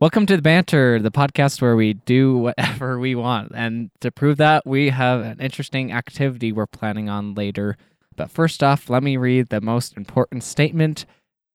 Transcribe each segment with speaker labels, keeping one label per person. Speaker 1: Welcome to the Banter, the podcast where we do whatever we want. And to prove that, we have an interesting activity we're planning on later. But first off, let me read the most important statement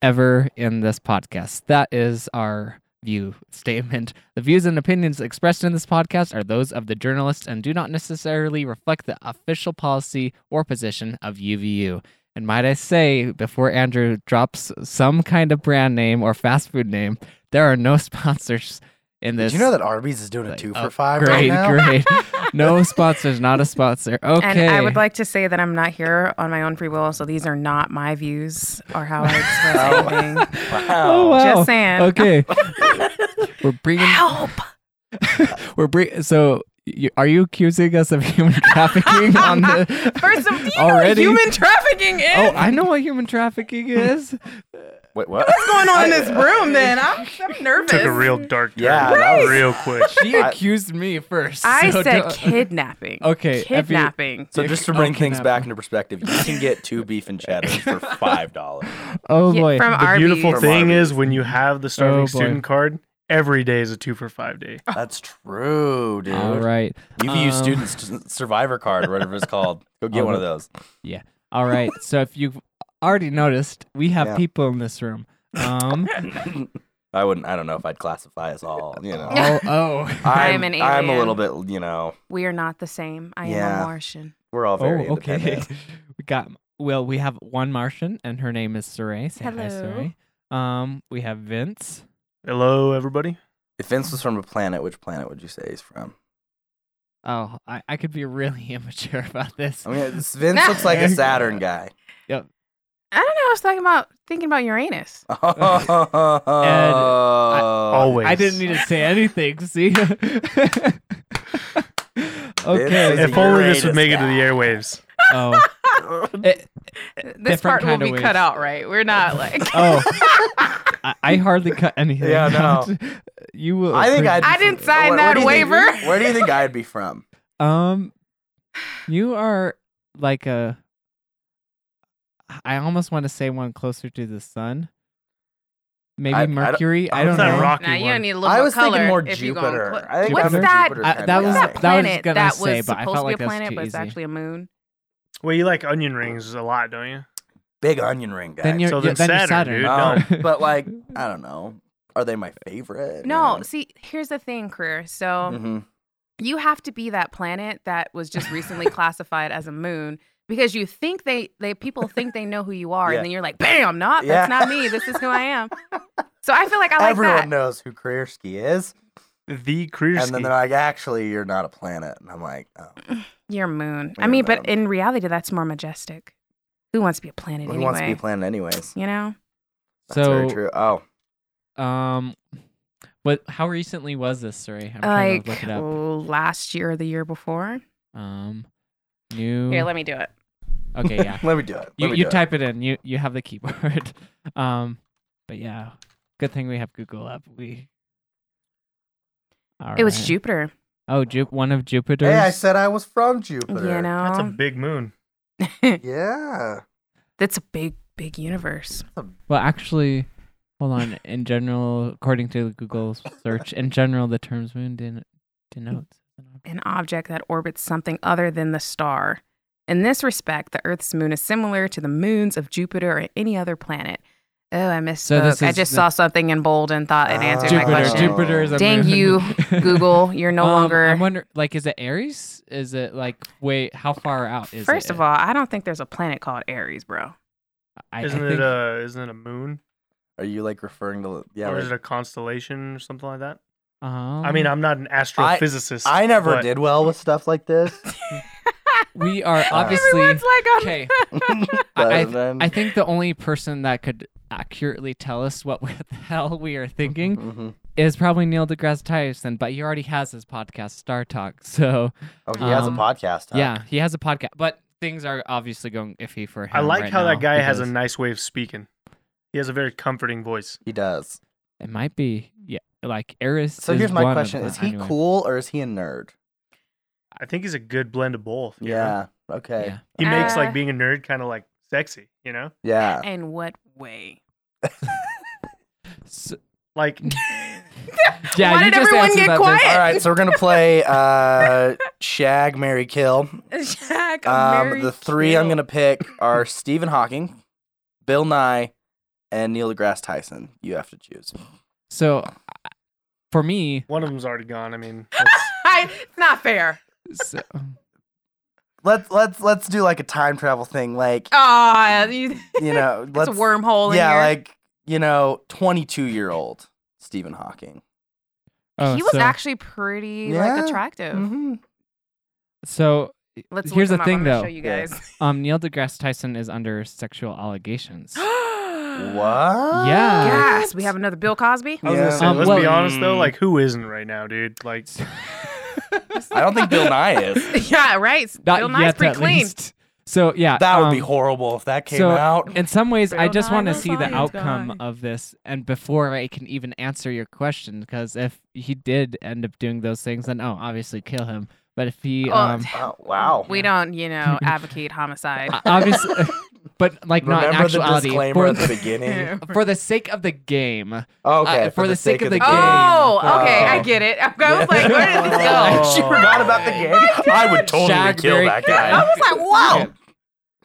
Speaker 1: ever in this podcast. That is our view statement. The views and opinions expressed in this podcast are those of the journalists and do not necessarily reflect the official policy or position of UVU. And might I say, before Andrew drops some kind of brand name or fast food name, there are no sponsors in this.
Speaker 2: Did you know that Arby's is doing a
Speaker 1: like,
Speaker 2: two
Speaker 1: oh,
Speaker 2: for five right
Speaker 1: Great,
Speaker 2: now?
Speaker 1: great. No sponsors, not a sponsor. Okay.
Speaker 3: And I would like to say that I'm not here on my own free will, so these are not my views or how I express
Speaker 2: Oh.
Speaker 3: anything.
Speaker 2: Wow.
Speaker 1: oh, wow.
Speaker 3: Just saying.
Speaker 1: Okay. we're bringing.
Speaker 3: Help!
Speaker 1: We're bring. So, you, are you accusing us of human trafficking on the?
Speaker 3: First of do you know what
Speaker 1: already?
Speaker 3: human trafficking is?
Speaker 1: Oh, I know what human trafficking is.
Speaker 2: Wait, what?
Speaker 3: What's going on in this room then? I'm, I'm nervous.
Speaker 4: Took a real dark turn.
Speaker 2: Yeah, that was-
Speaker 4: real quick.
Speaker 1: She
Speaker 2: I-
Speaker 1: accused me first.
Speaker 3: I
Speaker 1: so
Speaker 3: said
Speaker 1: don't-
Speaker 3: kidnapping.
Speaker 1: Okay, every-
Speaker 3: Kidnapping.
Speaker 2: So just to
Speaker 1: Oh,
Speaker 2: bring things
Speaker 1: kidnapping.
Speaker 2: back into perspective, you can get two beef and cheddar for five dollars.
Speaker 1: Oh
Speaker 3: Yeah,
Speaker 1: boy.
Speaker 3: From
Speaker 4: The
Speaker 3: Arby's.
Speaker 4: beautiful
Speaker 2: From
Speaker 4: thing
Speaker 2: Arby's.
Speaker 4: is when you have the starving
Speaker 1: Oh, boy.
Speaker 4: student card, every day is a two for five day.
Speaker 2: That's true, dude.
Speaker 1: All right.
Speaker 2: You can use
Speaker 1: Um,
Speaker 2: students s- survivor card, or whatever it's called. Go get
Speaker 1: Oh,
Speaker 2: one of
Speaker 1: the-
Speaker 2: those.
Speaker 1: All right. So if you've already noticed, we have
Speaker 2: Yeah.
Speaker 1: people in this room. Um.
Speaker 2: I wouldn't. I don't know if I'd classify us all. You know, I'm,
Speaker 1: oh. Oh.
Speaker 3: I am an
Speaker 2: I'm a
Speaker 3: alien.
Speaker 2: little bit. You know,
Speaker 3: We are not the same. I am
Speaker 2: Yeah.
Speaker 3: a Martian.
Speaker 2: we're all very
Speaker 1: oh. Okay.
Speaker 2: independent.
Speaker 1: we got. Well, we have one Martian, and her name is Saray. Say hi,
Speaker 3: Hello.
Speaker 1: Saray. Um. We have Vince.
Speaker 4: Hello, everybody.
Speaker 2: If Vince was from a planet, which planet would you say he's from?
Speaker 1: Oh, I, I could be really immature about this.
Speaker 2: I mean, it's- Vince looks like a Saturn guy.
Speaker 3: I don't know. I was talking about thinking about Uranus.
Speaker 4: Always.
Speaker 1: I didn't need to say anything. See.
Speaker 2: This
Speaker 1: okay.
Speaker 2: is-
Speaker 4: If only this
Speaker 2: greatest
Speaker 4: would make it to
Speaker 2: guy.
Speaker 4: the airwaves.
Speaker 1: Oh. It-
Speaker 3: This
Speaker 1: Different
Speaker 3: part will
Speaker 1: kind of
Speaker 3: be
Speaker 1: waves.
Speaker 3: cut out, right? We're not like.
Speaker 1: oh. I, I hardly cut anything.
Speaker 2: Yeah, no.
Speaker 1: out. you will.
Speaker 2: I think
Speaker 1: appreciate-
Speaker 2: I'd.
Speaker 3: I didn't sign
Speaker 2: where- where
Speaker 3: that
Speaker 2: do you think-
Speaker 3: waiver.
Speaker 2: where do you think I'd be from?
Speaker 1: Um, you are like a. I almost want to say one closer to the sun. Maybe
Speaker 2: I- I don't-
Speaker 1: Mercury. I
Speaker 2: I'm
Speaker 1: don't,
Speaker 2: not
Speaker 1: know.
Speaker 4: rock-
Speaker 3: Now you don't
Speaker 4: one.
Speaker 3: need a little
Speaker 2: I was
Speaker 3: color
Speaker 2: thinking more
Speaker 3: if you go on
Speaker 2: Jupiter.
Speaker 3: cl-
Speaker 2: I think
Speaker 1: What's
Speaker 2: I'm a
Speaker 3: that-
Speaker 2: Jupiter
Speaker 1: I-
Speaker 2: kinda
Speaker 1: that was-
Speaker 3: What's
Speaker 2: guy.
Speaker 1: that
Speaker 3: that
Speaker 1: was
Speaker 3: planet
Speaker 1: gonna
Speaker 3: that
Speaker 1: say,
Speaker 3: was
Speaker 1: but I felt
Speaker 3: supposed to be
Speaker 1: like
Speaker 3: a
Speaker 1: that's
Speaker 3: planet,
Speaker 1: too
Speaker 3: but it's
Speaker 1: easy.
Speaker 3: actually a moon?
Speaker 4: Well, you like onion rings a lot, don't you?
Speaker 2: big onion ring guy.
Speaker 1: Then you're,
Speaker 4: So
Speaker 1: yeah,
Speaker 4: then
Speaker 1: then you're
Speaker 4: Saturn,
Speaker 1: Saturn.
Speaker 4: dude,
Speaker 2: Um, but like, I don't know. Are they my favorite?
Speaker 3: No, see, here's the thing, career. So
Speaker 2: hmm
Speaker 3: you have to be that planet that was just recently classified as a moon because you think they they people think they know who you are,
Speaker 2: Yeah.
Speaker 3: and then you're like, bam, not that's
Speaker 2: Yeah.
Speaker 3: not me. This is who I am. So I feel like I like
Speaker 2: Everyone
Speaker 3: that.
Speaker 2: knows who Krierski is,
Speaker 4: The career
Speaker 2: and then they're like, "Actually, you're not a planet." And I'm like, "Oh,
Speaker 3: You're moon.
Speaker 2: Yeah,
Speaker 3: I mean, but
Speaker 2: man.
Speaker 3: in reality, that's more majestic. Who wants to be a planet
Speaker 2: who
Speaker 3: anyway?
Speaker 2: wants to be a planet, anyways?"
Speaker 3: you know,
Speaker 2: That's very
Speaker 1: So,
Speaker 2: true. Oh,
Speaker 1: um, what? How recently was this, Sorry, I'm trying
Speaker 3: like
Speaker 1: to look it up.
Speaker 3: oh, last year or the year before.
Speaker 1: Um, new.
Speaker 3: Here, let me do it.
Speaker 1: okay, yeah.
Speaker 2: let me do it. Let
Speaker 1: You
Speaker 2: me
Speaker 1: you
Speaker 2: do it.
Speaker 1: type it in. You you have the keyboard. Um, but yeah, good thing we have Google up. We.
Speaker 3: it was
Speaker 1: Alright.
Speaker 3: Jupiter.
Speaker 1: Oh, Ju- one of Jupiter's.
Speaker 2: Hey, I said I was from Jupiter.
Speaker 3: You know,
Speaker 4: That's a big moon.
Speaker 2: Yeah,
Speaker 3: that's a big, big universe.
Speaker 1: Well, actually, hold on. In general, according to the Google search, in general, the terms moon den- denotes.
Speaker 3: an object that orbits something other than the star. In this respect, the Earth's moon is similar to the moons of Jupiter or any other planet. Oh, I missed.
Speaker 1: So this
Speaker 3: I
Speaker 1: is
Speaker 3: just
Speaker 1: the-
Speaker 3: saw something in bold and thought it answered
Speaker 2: Oh.
Speaker 3: my
Speaker 1: Jupiter.
Speaker 3: question.
Speaker 1: Jupiter is a
Speaker 3: Dang
Speaker 1: moon.
Speaker 3: you, Google, you're no
Speaker 1: Um, I
Speaker 3: longer.
Speaker 1: wonder, like, is it Aries? Is it like, wait, how far out is it?
Speaker 3: First of all, I don't think there's a planet called Aries, bro.
Speaker 1: I, I
Speaker 4: isn't
Speaker 1: think-
Speaker 4: it uh, a isn't it a moon?
Speaker 2: Are you like referring to? Yeah,
Speaker 4: or
Speaker 2: like-
Speaker 4: is it a constellation or something like that?
Speaker 1: Um,
Speaker 4: I mean, I'm not an astrophysicist.
Speaker 2: I never
Speaker 4: but-
Speaker 2: did well with stuff like this.
Speaker 1: we are obviously.
Speaker 3: Everyone's like,
Speaker 1: Okay,
Speaker 2: but
Speaker 1: I-
Speaker 2: then-
Speaker 1: I think the only person that could accurately tell us what the hell we are thinking
Speaker 2: Mhm.
Speaker 1: is probably Neil deGrasse Tyson, but he already has his podcast, Star Talk. So,
Speaker 2: Oh, he has a
Speaker 1: Um,
Speaker 2: podcast. Huh?
Speaker 1: yeah, he has a podcast, but things are obviously going iffy for him.
Speaker 4: I like
Speaker 1: right
Speaker 4: how
Speaker 1: now
Speaker 4: that guy has a
Speaker 1: because-
Speaker 4: nice way of speaking. He has a very comforting voice.
Speaker 2: he does.
Speaker 1: It might be, yeah, like Eris.
Speaker 2: So
Speaker 1: is
Speaker 2: here's
Speaker 1: one
Speaker 2: my
Speaker 1: of
Speaker 2: question:
Speaker 1: the-
Speaker 2: Is he
Speaker 1: anyway.
Speaker 2: cool or is he a nerd?
Speaker 4: I think he's a good blend of both. you know?
Speaker 2: Yeah. Okay.
Speaker 1: Yeah.
Speaker 4: He makes
Speaker 3: Uh,
Speaker 4: like being a nerd kind of like sexy, you know?
Speaker 2: Yeah.
Speaker 3: in what way?
Speaker 1: So,
Speaker 4: Like
Speaker 1: Yeah,
Speaker 3: Why
Speaker 1: you
Speaker 3: did
Speaker 1: just
Speaker 3: everyone
Speaker 1: answered that
Speaker 3: get
Speaker 1: this-
Speaker 3: quiet?
Speaker 1: All
Speaker 2: All right, so we're gonna play uh, Shag, Mary, Kill.
Speaker 3: Jack, I'm
Speaker 2: Um,
Speaker 3: very
Speaker 2: the three I'm
Speaker 3: cute.
Speaker 2: gonna pick are Stephen Hawking, Bill Nye, and Neil deGrasse Tyson. You have to choose.
Speaker 1: So I- for me,
Speaker 4: One of them's already gone. I mean, that's-
Speaker 3: I, it's not fair.
Speaker 1: so,
Speaker 2: Let's let's let's do like a time travel thing. Like
Speaker 3: Ah, you,
Speaker 2: you know,
Speaker 3: it's
Speaker 2: let's
Speaker 3: a wormhole.
Speaker 2: Yeah,
Speaker 3: in here.
Speaker 2: like you know, 22 year old Stephen Hawking.
Speaker 1: oh,
Speaker 3: he was
Speaker 1: so,
Speaker 3: actually pretty
Speaker 2: Yeah.
Speaker 3: like attractive.
Speaker 2: Mm-hmm.
Speaker 1: so
Speaker 3: Let's look
Speaker 1: here's the
Speaker 3: him up.
Speaker 1: thing
Speaker 3: I'm gonna
Speaker 1: though.
Speaker 3: Show you
Speaker 2: Yeah.
Speaker 3: guys.
Speaker 1: Um, Neil deGrasse Tyson is under sexual allegations.
Speaker 2: What?
Speaker 1: Yeah.
Speaker 3: Yes, we have another Bill Cosby.
Speaker 4: I was
Speaker 2: Yeah.
Speaker 4: gonna say,
Speaker 1: Um,
Speaker 4: let's be
Speaker 1: well-
Speaker 4: honest though,
Speaker 2: Mm.
Speaker 4: like who isn't right now, dude? Like,
Speaker 2: I don't think Bill Nye is.
Speaker 3: yeah, right.
Speaker 1: Not
Speaker 3: Bill Nye's
Speaker 1: yet,
Speaker 3: pretty
Speaker 1: at
Speaker 3: clean.
Speaker 1: least. So yeah,
Speaker 2: That would be
Speaker 1: um,
Speaker 2: horrible if that came
Speaker 1: so-
Speaker 2: out.
Speaker 1: In some ways, I
Speaker 3: Bill
Speaker 1: just
Speaker 3: Nye
Speaker 1: want to
Speaker 3: the
Speaker 1: see the
Speaker 3: science
Speaker 1: outcome
Speaker 3: guy.
Speaker 1: of this, and before I can even answer your question, because if he did end up doing those things, then oh, obviously kill him. But if he,
Speaker 3: Oh,
Speaker 1: um,
Speaker 2: Oh, wow.
Speaker 3: We don't, you know, advocate homicide.
Speaker 1: obviously, but like not in
Speaker 2: Remember the
Speaker 1: actuality.
Speaker 2: disclaimer
Speaker 1: for,
Speaker 2: at the
Speaker 1: the,
Speaker 2: beginning. Oh,
Speaker 1: for the sake of the game,
Speaker 2: Okay,
Speaker 1: Uh, for the sake of the game.
Speaker 3: oh, okay, I
Speaker 2: Oh.
Speaker 3: get it. I was like, where did this go?
Speaker 2: she forgot about the game. I would totally
Speaker 1: Shag
Speaker 2: kill
Speaker 1: very-
Speaker 2: that
Speaker 3: I
Speaker 2: guy.
Speaker 3: was like,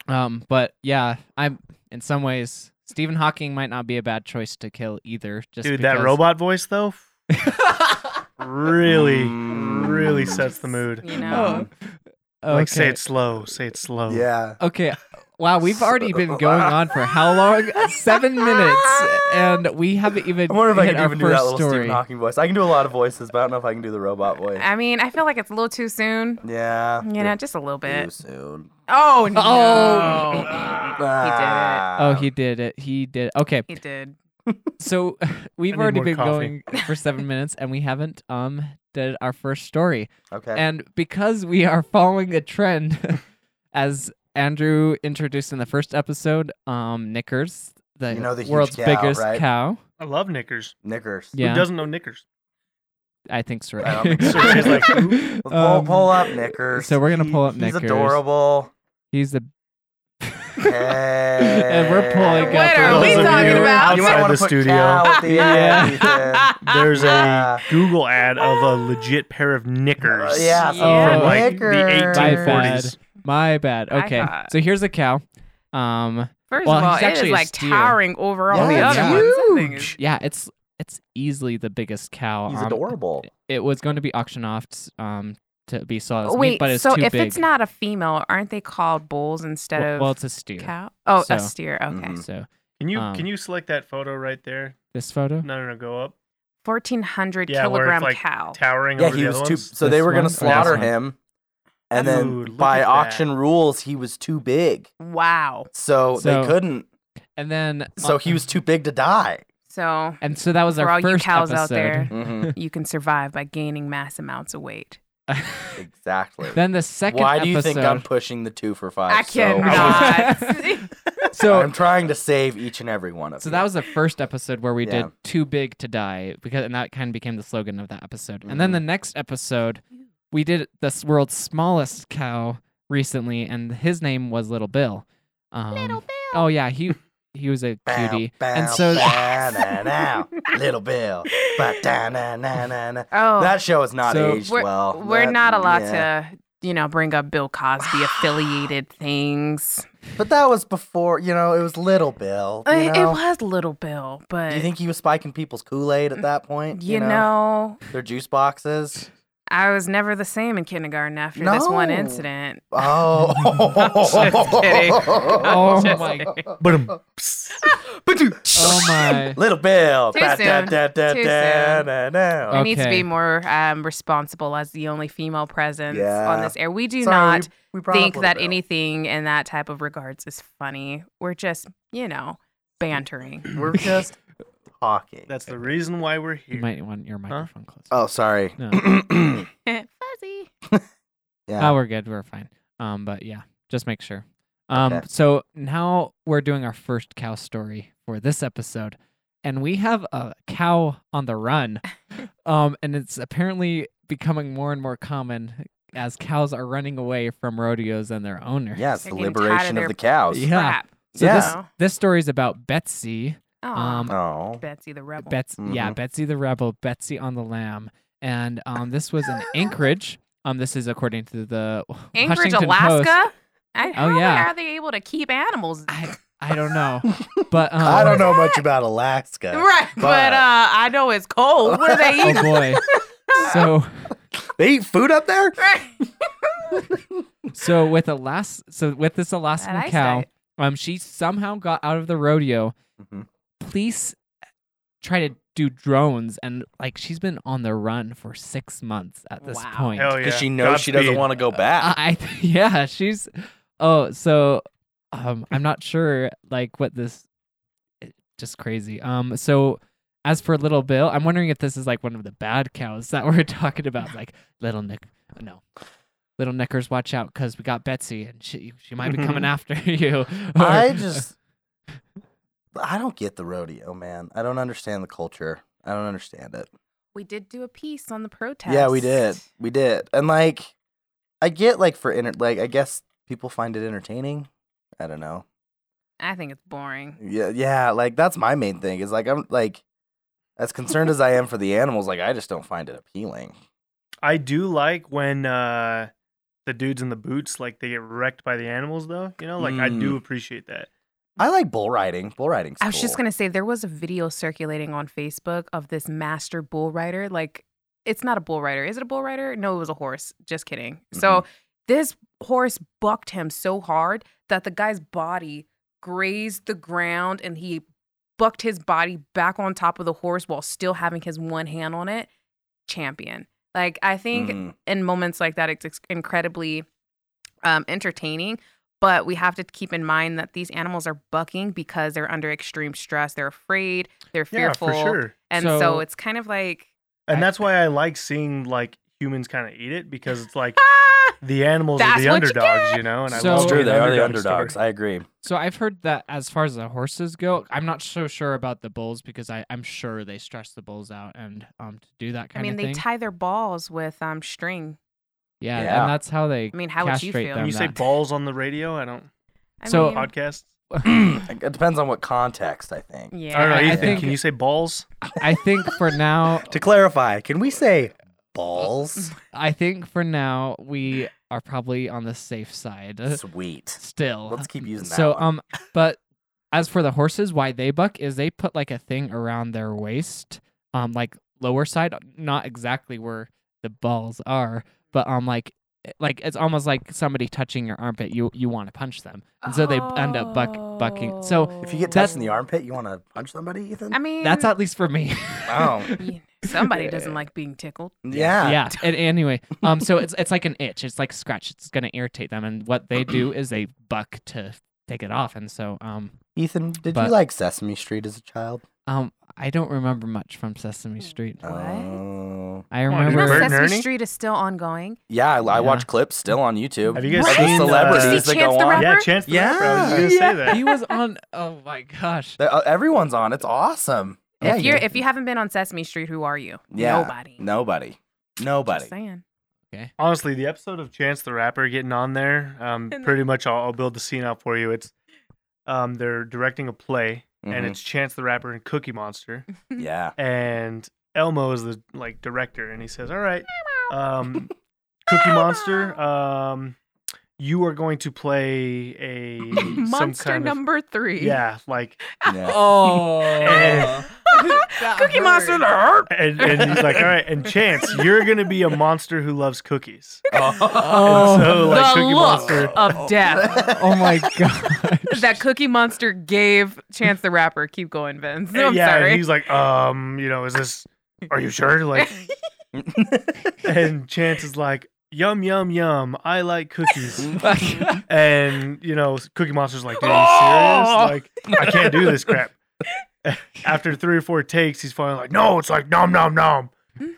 Speaker 3: wow.
Speaker 1: Um, but yeah, I'm in some ways Stephen Hawking might not be a bad choice to kill either. Just
Speaker 4: dude, that
Speaker 1: because-
Speaker 4: robot voice though, really,
Speaker 2: Mm.
Speaker 4: really sets the mood.
Speaker 3: You know,
Speaker 1: Uh-huh.
Speaker 4: Like, say
Speaker 1: Okay.
Speaker 4: it slow. Say it slow.
Speaker 2: Yeah.
Speaker 1: Okay. Wow, we've already been going on for how long? Seven minutes, and we haven't even
Speaker 2: I wonder if I
Speaker 1: hit
Speaker 2: can
Speaker 1: our
Speaker 2: even do
Speaker 1: first
Speaker 2: that little
Speaker 1: story.
Speaker 2: Stephen Hawking voice. I can do a lot of voices, but I don't know if I can do the robot voice.
Speaker 3: I mean, I feel like it's a little too soon.
Speaker 2: Yeah.
Speaker 3: You know, just a little
Speaker 2: Too
Speaker 3: bit.
Speaker 2: soon.
Speaker 3: Oh no.
Speaker 2: Ah.
Speaker 1: oh, he did it. He did. Okay,
Speaker 3: He did it. He did.
Speaker 1: so
Speaker 4: I
Speaker 1: we've
Speaker 4: need
Speaker 1: already
Speaker 4: more
Speaker 1: been
Speaker 4: coffee.
Speaker 1: going for seven minutes, and we haven't um did our first story.
Speaker 2: Okay.
Speaker 1: And because we are following a trend, as Andrew introduced in the first episode, um, Knickers, the,
Speaker 2: You know the huge
Speaker 1: world's
Speaker 2: cow,
Speaker 1: biggest
Speaker 2: right?
Speaker 1: cow.
Speaker 4: I love knickers.
Speaker 2: Knickers.
Speaker 1: Yeah,
Speaker 4: Who doesn't know knickers?
Speaker 1: I think so.
Speaker 2: I don't think so. He's like, Pull,
Speaker 1: Um,
Speaker 2: pull up Knickers.
Speaker 1: so we're gonna pull up
Speaker 2: he's
Speaker 1: Knickers.
Speaker 2: He's adorable.
Speaker 1: He's the.
Speaker 2: and
Speaker 1: we're pulling
Speaker 3: What up- are we talking about?
Speaker 2: You might
Speaker 4: Outside
Speaker 2: want
Speaker 4: the
Speaker 2: to put
Speaker 4: studio.
Speaker 2: cow at the end, uh, Ethan.
Speaker 4: There's
Speaker 2: Yeah.
Speaker 4: a Google ad of a legit pair of knickers.
Speaker 2: Uh, yeah,
Speaker 3: from Yeah.
Speaker 4: From like the
Speaker 2: Knickers.
Speaker 4: 1840s.
Speaker 1: My bad.
Speaker 3: I
Speaker 1: Okay,
Speaker 3: thought-
Speaker 1: so here's a cow. Um,
Speaker 3: First
Speaker 1: Well,
Speaker 3: of all,
Speaker 1: he's
Speaker 3: it
Speaker 1: actually a
Speaker 3: is like
Speaker 1: steer.
Speaker 3: towering over all
Speaker 1: Yeah,
Speaker 3: the
Speaker 1: it's
Speaker 3: other ones. That thing is-
Speaker 2: huge.
Speaker 1: yeah, it's it's easily the biggest cow.
Speaker 2: He's
Speaker 1: um,
Speaker 2: adorable.
Speaker 1: It was going to be auctioned off, um, to be sold as meat,
Speaker 3: Wait,
Speaker 1: but it's
Speaker 3: so
Speaker 1: too
Speaker 3: if
Speaker 1: big.
Speaker 3: it's not a female, aren't they called bulls instead
Speaker 1: well,
Speaker 3: of
Speaker 1: well, it's a steer.
Speaker 3: cow? Oh,
Speaker 1: So- mm-hmm.
Speaker 3: a steer. Okay,
Speaker 2: Mhm.
Speaker 1: So
Speaker 4: Can you
Speaker 1: Um,
Speaker 4: can you select that photo right there?
Speaker 1: this photo.
Speaker 4: No, no, no, go up.
Speaker 3: fourteen hundred
Speaker 4: Yeah, where it's
Speaker 3: kilogram
Speaker 4: like
Speaker 3: cow.
Speaker 4: Towering
Speaker 2: Yeah,
Speaker 4: over
Speaker 2: he
Speaker 4: the
Speaker 2: was
Speaker 4: other
Speaker 2: too.
Speaker 4: ones.
Speaker 2: So they
Speaker 1: This
Speaker 2: were
Speaker 1: one
Speaker 2: gonna
Speaker 1: or this
Speaker 2: slaughter
Speaker 1: one?
Speaker 2: him, and then
Speaker 4: Ooh, look
Speaker 2: by
Speaker 4: at that.
Speaker 2: auction rules, he was too big,
Speaker 3: wow.
Speaker 2: so,
Speaker 1: So- uh,
Speaker 2: they couldn't.
Speaker 1: And then
Speaker 2: So he was too big to die.
Speaker 3: So
Speaker 1: And so that was
Speaker 3: For
Speaker 1: our
Speaker 3: all you
Speaker 1: first
Speaker 3: cows out
Speaker 1: episode.
Speaker 3: there.
Speaker 4: Mm-hmm.
Speaker 2: Mhm,
Speaker 3: you can survive by gaining mass amounts of weight.
Speaker 2: exactly.
Speaker 1: then the second.
Speaker 2: Why do you
Speaker 1: episode,
Speaker 2: think I'm pushing the two for five?
Speaker 3: I
Speaker 2: so-
Speaker 3: cannot.
Speaker 1: so
Speaker 2: I'm trying to save each and every one of
Speaker 1: So
Speaker 2: you.
Speaker 1: that was the first episode where we
Speaker 2: Yeah.
Speaker 1: did "Too Big to Die" because, and that kind of became the slogan of that episode. And then the
Speaker 2: Mm-hmm.
Speaker 1: next episode, we did this world's smallest cow recently, and his name was Little Bill. Um,
Speaker 3: Little Bill.
Speaker 1: Oh yeah, he he was a
Speaker 2: Bow,
Speaker 1: cutie,
Speaker 2: bow,
Speaker 1: and so
Speaker 2: bow, na, na, little Bill, but da, na, na, na, na.
Speaker 3: Oh,
Speaker 2: that show is not
Speaker 1: So-
Speaker 2: aged
Speaker 3: we're,
Speaker 2: well.
Speaker 3: we're
Speaker 2: That-
Speaker 3: not allowed
Speaker 2: yeah.
Speaker 3: to, you know, bring up Bill Cosby affiliated things.
Speaker 2: But that was before, you know. It was little Bill. You
Speaker 3: Uh, It
Speaker 2: know?
Speaker 3: was little Bill, but
Speaker 2: Do you think he was spiking people's Kool Aid at that point?
Speaker 3: you know,
Speaker 2: their juice boxes.
Speaker 3: I was never the same in kindergarten after this one
Speaker 2: No.
Speaker 3: incident.
Speaker 2: Oh,
Speaker 3: Just kidding.
Speaker 1: oh
Speaker 3: Just
Speaker 1: my,
Speaker 4: Ba-dum.
Speaker 1: oh my.
Speaker 2: little Bill.
Speaker 3: Too
Speaker 2: Ba- da-
Speaker 3: soon.
Speaker 2: da- da-
Speaker 3: Too
Speaker 2: da-
Speaker 3: soon.
Speaker 2: da- da.
Speaker 3: I need to
Speaker 1: Okay.
Speaker 3: be more um, responsible as the only female presence on
Speaker 2: Yeah.
Speaker 3: this air. We do
Speaker 2: Sorry,
Speaker 3: not
Speaker 2: we, we brought
Speaker 3: think
Speaker 2: up Little
Speaker 3: that
Speaker 2: Bill.
Speaker 3: anything in that type of regards is funny. We're just, you know, bantering.
Speaker 2: We're just talking.
Speaker 4: That's the reason why we're
Speaker 1: You
Speaker 4: here.
Speaker 1: might want your microphone closer.
Speaker 2: Oh, sorry.
Speaker 1: No.
Speaker 3: Fuzzy.
Speaker 2: yeah.
Speaker 1: Oh, we're good. We're fine. Um, but yeah, just make sure. Um,
Speaker 2: Okay.
Speaker 1: so now we're doing our first cow story for this episode, and we have a cow on the run. um, and it's apparently becoming more and more common as cows are running away from rodeos and their owners.
Speaker 2: Yeah, it's
Speaker 3: They're
Speaker 2: the
Speaker 3: getting tired of
Speaker 2: liberation of
Speaker 3: their-
Speaker 2: the cows.
Speaker 1: Yeah.
Speaker 3: Crap.
Speaker 1: So
Speaker 2: Yeah.
Speaker 1: this this story is about Betsy,
Speaker 3: Oh. Aw,
Speaker 1: Um,
Speaker 2: Oh.
Speaker 3: Betsy the Rebel.
Speaker 1: Bets- yeah,
Speaker 2: Mhm.
Speaker 1: Betsy the Rebel, Betsy on the Lamb, and um, this was in Anchorage. Um, this is according to the
Speaker 3: Anchorage,
Speaker 1: Washington Post. Oh,
Speaker 3: Alaska. I, how
Speaker 1: yeah.
Speaker 3: are they able to keep animals?
Speaker 1: I I don't know, but um,
Speaker 2: I don't know much about Alaska.
Speaker 3: right, but,
Speaker 2: but-
Speaker 3: uh, I know it's cold. What do they
Speaker 1: Oh
Speaker 3: eat?
Speaker 1: boy. So
Speaker 2: They eat food up there?
Speaker 3: Right.
Speaker 1: so with a last so with this Alaskan
Speaker 3: That
Speaker 1: cow,
Speaker 3: eyesight.
Speaker 1: um, she somehow got out of the rodeo.
Speaker 4: Oh,
Speaker 2: Mhm.
Speaker 1: Police try to do drones, and like she's been on the run for six months at this
Speaker 3: Wow.
Speaker 1: point.
Speaker 4: Hell yeah.
Speaker 2: Because she knows she doesn't
Speaker 4: Godspeed.
Speaker 2: want to
Speaker 1: Uh,
Speaker 2: go back.
Speaker 1: I I- yeah, she's oh so um I'm not sure like what this it- just crazy. Um so as for little Bill, I'm wondering if this is like one of the bad cows that we're talking about like little Nick no. Little Nickers watch out cuz we got Betsy and she she might be coming after you. Or-
Speaker 2: Mm-hmm. I just I don't get the rodeo, man. I don't understand the culture. I don't understand it.
Speaker 3: We did do a piece on the protest.
Speaker 2: Yeah, we did. We did. And like I get like for inter- like I guess people find it entertaining. I don't know.
Speaker 3: I think it's boring.
Speaker 2: Yeah, yeah, like that's my main thing. Is like I'm like as concerned as I am for the animals, like I just don't find it appealing.
Speaker 4: I do like when uh, the dudes in the boots like they get wrecked by the animals though. You know, like I do
Speaker 2: Mm.
Speaker 4: appreciate that.
Speaker 2: I like bull riding. Bull riding's
Speaker 3: I was just
Speaker 2: cool.
Speaker 3: gonna say there was a video circulating on Facebook of this master bull rider. Like, it's not a bull rider, is it a bull rider? No, it was a horse. Just kidding. So this horse bucked him so hard that the guy's body grazed the ground, and he bucked his body back on top of the horse while still having his one hand on it. Champion. Like, I think
Speaker 2: Mhm.
Speaker 3: in moments like that, it's ex- incredibly um, entertaining. But we have to keep in mind that these animals are bucking because they're under extreme stress. They're afraid. They're fearful.
Speaker 4: Yeah, for sure.
Speaker 3: And so,
Speaker 1: So-
Speaker 3: it's kind of like
Speaker 4: And
Speaker 1: I-
Speaker 4: that's why I like seeing like humans kind of eat it because it's like
Speaker 3: ah,
Speaker 4: the animals
Speaker 3: That's
Speaker 4: are the
Speaker 3: what you
Speaker 4: underdogs,
Speaker 3: get!
Speaker 4: you, know. And
Speaker 1: So-
Speaker 4: I
Speaker 2: It's
Speaker 4: love
Speaker 2: true.
Speaker 4: an
Speaker 2: They are the
Speaker 4: underdog story.
Speaker 2: underdogs. I agree.
Speaker 1: So I've heard that as far as the horses go, I'm not so sure about the bulls because I I'm sure they stress the bulls out and um to do that
Speaker 3: I
Speaker 1: kind
Speaker 3: mean,
Speaker 1: of
Speaker 3: they
Speaker 1: thing.
Speaker 3: tie their balls with um string.
Speaker 1: yeah,
Speaker 2: Yeah.
Speaker 1: and that's how they
Speaker 3: I mean, how would you
Speaker 1: castrate
Speaker 3: feel?
Speaker 1: them
Speaker 4: When you say
Speaker 1: that-
Speaker 4: balls on the radio, I don't
Speaker 3: I
Speaker 1: So-
Speaker 3: mean,
Speaker 4: podcast.
Speaker 2: it depends on what context, I think.
Speaker 3: yeah.
Speaker 4: I don't know.
Speaker 1: I- I
Speaker 4: Ethan,
Speaker 1: think-
Speaker 4: can you say balls?
Speaker 1: I think for now
Speaker 2: To clarify, can we say balls?
Speaker 1: I think for now we are probably on the safe side uh,
Speaker 2: Sweet.
Speaker 1: still.
Speaker 2: Let's keep using that.
Speaker 1: so
Speaker 2: one.
Speaker 1: um but as for the horses why they buck is they put like a thing around their waist um like lower side not exactly where the balls are but um like like it's almost like somebody touching your armpit you you want to punch them and so they end up buck bucking so
Speaker 2: if you get
Speaker 1: that's-
Speaker 2: touched in the armpit, you want to punch somebody, Ethan?
Speaker 3: I mean,
Speaker 1: that's at least for me
Speaker 2: wow.
Speaker 3: yeah, somebody doesn't like being tickled.
Speaker 2: Yeah.
Speaker 1: yeah. And anyway, um, so it's it's like an itch. It's like scratch. It's gonna irritate them. And what they do is they buck to take it off. And so, um,
Speaker 2: Ethan, did
Speaker 1: But-
Speaker 2: you like Sesame Street as a child?
Speaker 1: um, I don't remember much from Sesame Street.
Speaker 3: What?
Speaker 2: Oh.
Speaker 1: I
Speaker 4: Come on,
Speaker 3: Hmm. You know,
Speaker 4: Bert
Speaker 1: remember.
Speaker 4: and
Speaker 3: Sesame
Speaker 4: Ernie?
Speaker 3: Street is still ongoing.
Speaker 2: yeah, I, I
Speaker 1: Yeah.
Speaker 2: watch clips still on YouTube.
Speaker 4: Have you guys
Speaker 2: Of
Speaker 4: seen,
Speaker 2: the celebrities
Speaker 4: uh,
Speaker 2: that go
Speaker 3: Chance the
Speaker 2: on?
Speaker 3: Rapper?
Speaker 4: Yeah, chance. the Rapper, I was
Speaker 2: Yeah.
Speaker 4: gonna say that.
Speaker 1: He was on. Oh my gosh.
Speaker 2: They're- uh, everyone's on. It's awesome. Yeah,
Speaker 3: if you're
Speaker 2: you-
Speaker 3: if you haven't been on Sesame Street, who are you?
Speaker 2: Yeah.
Speaker 3: Nobody.
Speaker 2: nobody,
Speaker 3: Just
Speaker 2: nobody.
Speaker 3: saying.
Speaker 4: Honestly, the episode of Chance the Rapper getting on there, um,
Speaker 3: And-
Speaker 4: pretty much I'll, I'll build the scene out for you. It's um, they're directing a play, and
Speaker 2: Mhm.
Speaker 4: it's Chance the Rapper and Cookie Monster,
Speaker 2: Yeah.
Speaker 4: and Elmo is the like director, and he says, "All right, um, Cookie Monster, um, you are going to play a some
Speaker 3: Monster
Speaker 4: kind of-
Speaker 3: number three.
Speaker 4: yeah, like
Speaker 2: yeah.
Speaker 1: Oh.
Speaker 4: And-
Speaker 3: Cookie Monster.
Speaker 4: and, and he's like, all right, and Chance, you're gonna be a monster who loves cookies.
Speaker 1: Oh.
Speaker 4: And so like
Speaker 3: the look
Speaker 4: Cookie Monster,
Speaker 3: of death
Speaker 1: oh my god.
Speaker 3: that Cookie Monster gave Chance the Rapper. Keep going, Vince.
Speaker 4: Uh,
Speaker 3: I'm
Speaker 4: yeah, and
Speaker 3: sorry.
Speaker 4: he's like, um, you know, is this? Are you sure? Like, and Chance is like, yum yum yum. I like cookies. and you know, Cookie Monster's like, dude, are you serious? Like, I can't do this crap. After three or four takes, he's finally like, no, it's like nom nom nom.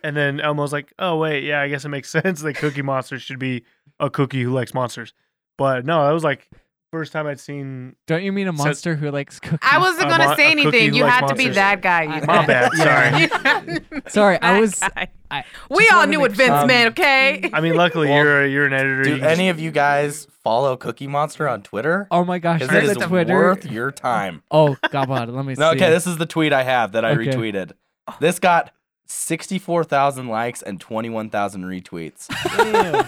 Speaker 4: And then Elmo's like, oh wait, yeah, I guess it makes sense that Cookie Monster should be a cookie who likes monsters. But no, that was like first time I'd seen.
Speaker 1: Don't you mean a
Speaker 4: So-
Speaker 1: monster who likes cookies?
Speaker 3: I wasn't
Speaker 4: I
Speaker 3: gonna
Speaker 4: want
Speaker 3: say
Speaker 4: a cookie
Speaker 3: anything. You
Speaker 4: like
Speaker 3: had to be
Speaker 4: monsters.
Speaker 3: that guy. You
Speaker 4: My
Speaker 3: know?
Speaker 4: bad. Sorry.
Speaker 3: You had to
Speaker 1: Sorry,
Speaker 3: be
Speaker 1: I
Speaker 3: that
Speaker 1: was-
Speaker 3: guy.
Speaker 1: I
Speaker 3: We
Speaker 1: just
Speaker 3: all
Speaker 1: wanna
Speaker 3: knew
Speaker 1: make
Speaker 3: what Vince
Speaker 1: sure-
Speaker 3: meant, okay?
Speaker 4: I mean, luckily
Speaker 2: Well,
Speaker 4: you're a, you're an editor.
Speaker 2: Do
Speaker 4: you can-
Speaker 2: any of you guys follow Cookie Monster on Twitter?
Speaker 1: Oh my gosh,
Speaker 2: Because
Speaker 1: there's
Speaker 2: it
Speaker 1: a
Speaker 2: is
Speaker 1: Twitter.
Speaker 2: worth your time.
Speaker 1: Oh god, let me see.
Speaker 2: No, okay, this is the tweet I have that I
Speaker 1: Okay.
Speaker 2: retweeted. This got 64,000 likes and 21,000 retweets.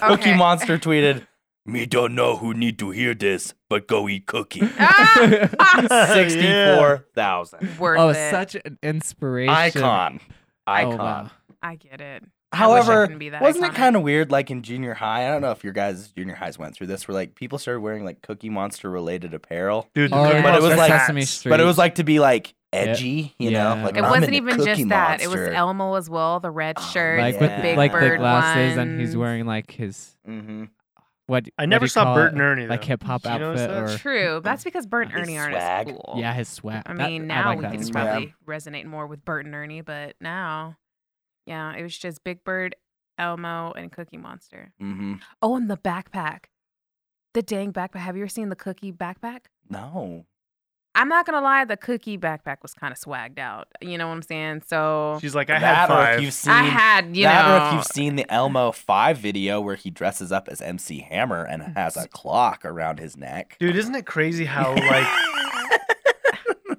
Speaker 2: Cookie
Speaker 3: Okay.
Speaker 2: Monster tweeted, "Me don't know who need to hear this, but go eat cookie."
Speaker 3: Ah,
Speaker 4: Yeah.
Speaker 2: 64,000.
Speaker 3: worth
Speaker 1: oh,
Speaker 3: it.
Speaker 1: such an inspiration.
Speaker 2: Icon. Icon.
Speaker 1: Oh, wow.
Speaker 3: I get it. I wish I
Speaker 2: However,
Speaker 3: couldn't be that
Speaker 2: wasn't it
Speaker 3: iconic.
Speaker 2: kind of weird like in junior high? I don't know if your guys junior highs went through this where like people started wearing like Cookie Monster related apparel.
Speaker 4: Dude, the
Speaker 1: Oh,
Speaker 4: Cookie
Speaker 2: But it was
Speaker 4: Monster
Speaker 2: like-
Speaker 1: Sesame
Speaker 4: hats.
Speaker 1: Street.
Speaker 2: But it was like to be like edgy, you
Speaker 1: Yeah.
Speaker 2: know? Like
Speaker 1: It
Speaker 3: It
Speaker 2: I'm
Speaker 3: wasn't
Speaker 2: into
Speaker 3: even
Speaker 2: Cookie
Speaker 3: just that. It was
Speaker 2: Monster.
Speaker 3: Elmo as well, the red
Speaker 2: Oh,
Speaker 3: shirt,
Speaker 1: like
Speaker 3: the
Speaker 1: with
Speaker 2: Yeah.
Speaker 3: big
Speaker 1: like the
Speaker 3: bird
Speaker 1: glasses, and
Speaker 3: ones.
Speaker 1: he's wearing like his
Speaker 2: Mhm.
Speaker 1: what?
Speaker 4: I
Speaker 1: what do
Speaker 4: never
Speaker 1: you
Speaker 4: saw
Speaker 1: call
Speaker 4: Bert
Speaker 1: it?
Speaker 4: and Ernie.
Speaker 1: like
Speaker 4: though.
Speaker 1: hip hop
Speaker 4: Did you notice
Speaker 1: outfit
Speaker 4: that?
Speaker 1: or
Speaker 3: True. That's because Bert and
Speaker 2: His
Speaker 3: Ernie aren't as
Speaker 2: swag.
Speaker 3: cool.
Speaker 1: yeah, his sweat.
Speaker 3: I
Speaker 1: That-
Speaker 3: mean, now
Speaker 1: I like
Speaker 3: we
Speaker 1: that
Speaker 3: could
Speaker 2: one.
Speaker 3: probably resonate more with Bert and Ernie, but now, yeah, it was just Big Bird, Elmo, and Cookie Monster.
Speaker 2: Mhm.
Speaker 3: Oh, and the backpack. The dang backpack. Have you ever seen the cookie backpack?
Speaker 2: No.
Speaker 3: I'm not gonna lie, the cookie backpack was kind of swagged out. You know what I'm saying? So
Speaker 4: She's like, I had
Speaker 2: That or
Speaker 4: five.
Speaker 2: if you've seen
Speaker 3: I had, you
Speaker 2: that
Speaker 3: know,
Speaker 2: or if you've seen the Elmo 5 video where he dresses up as MC Hammer and has a clock around his neck.
Speaker 4: Dude, isn't it crazy how like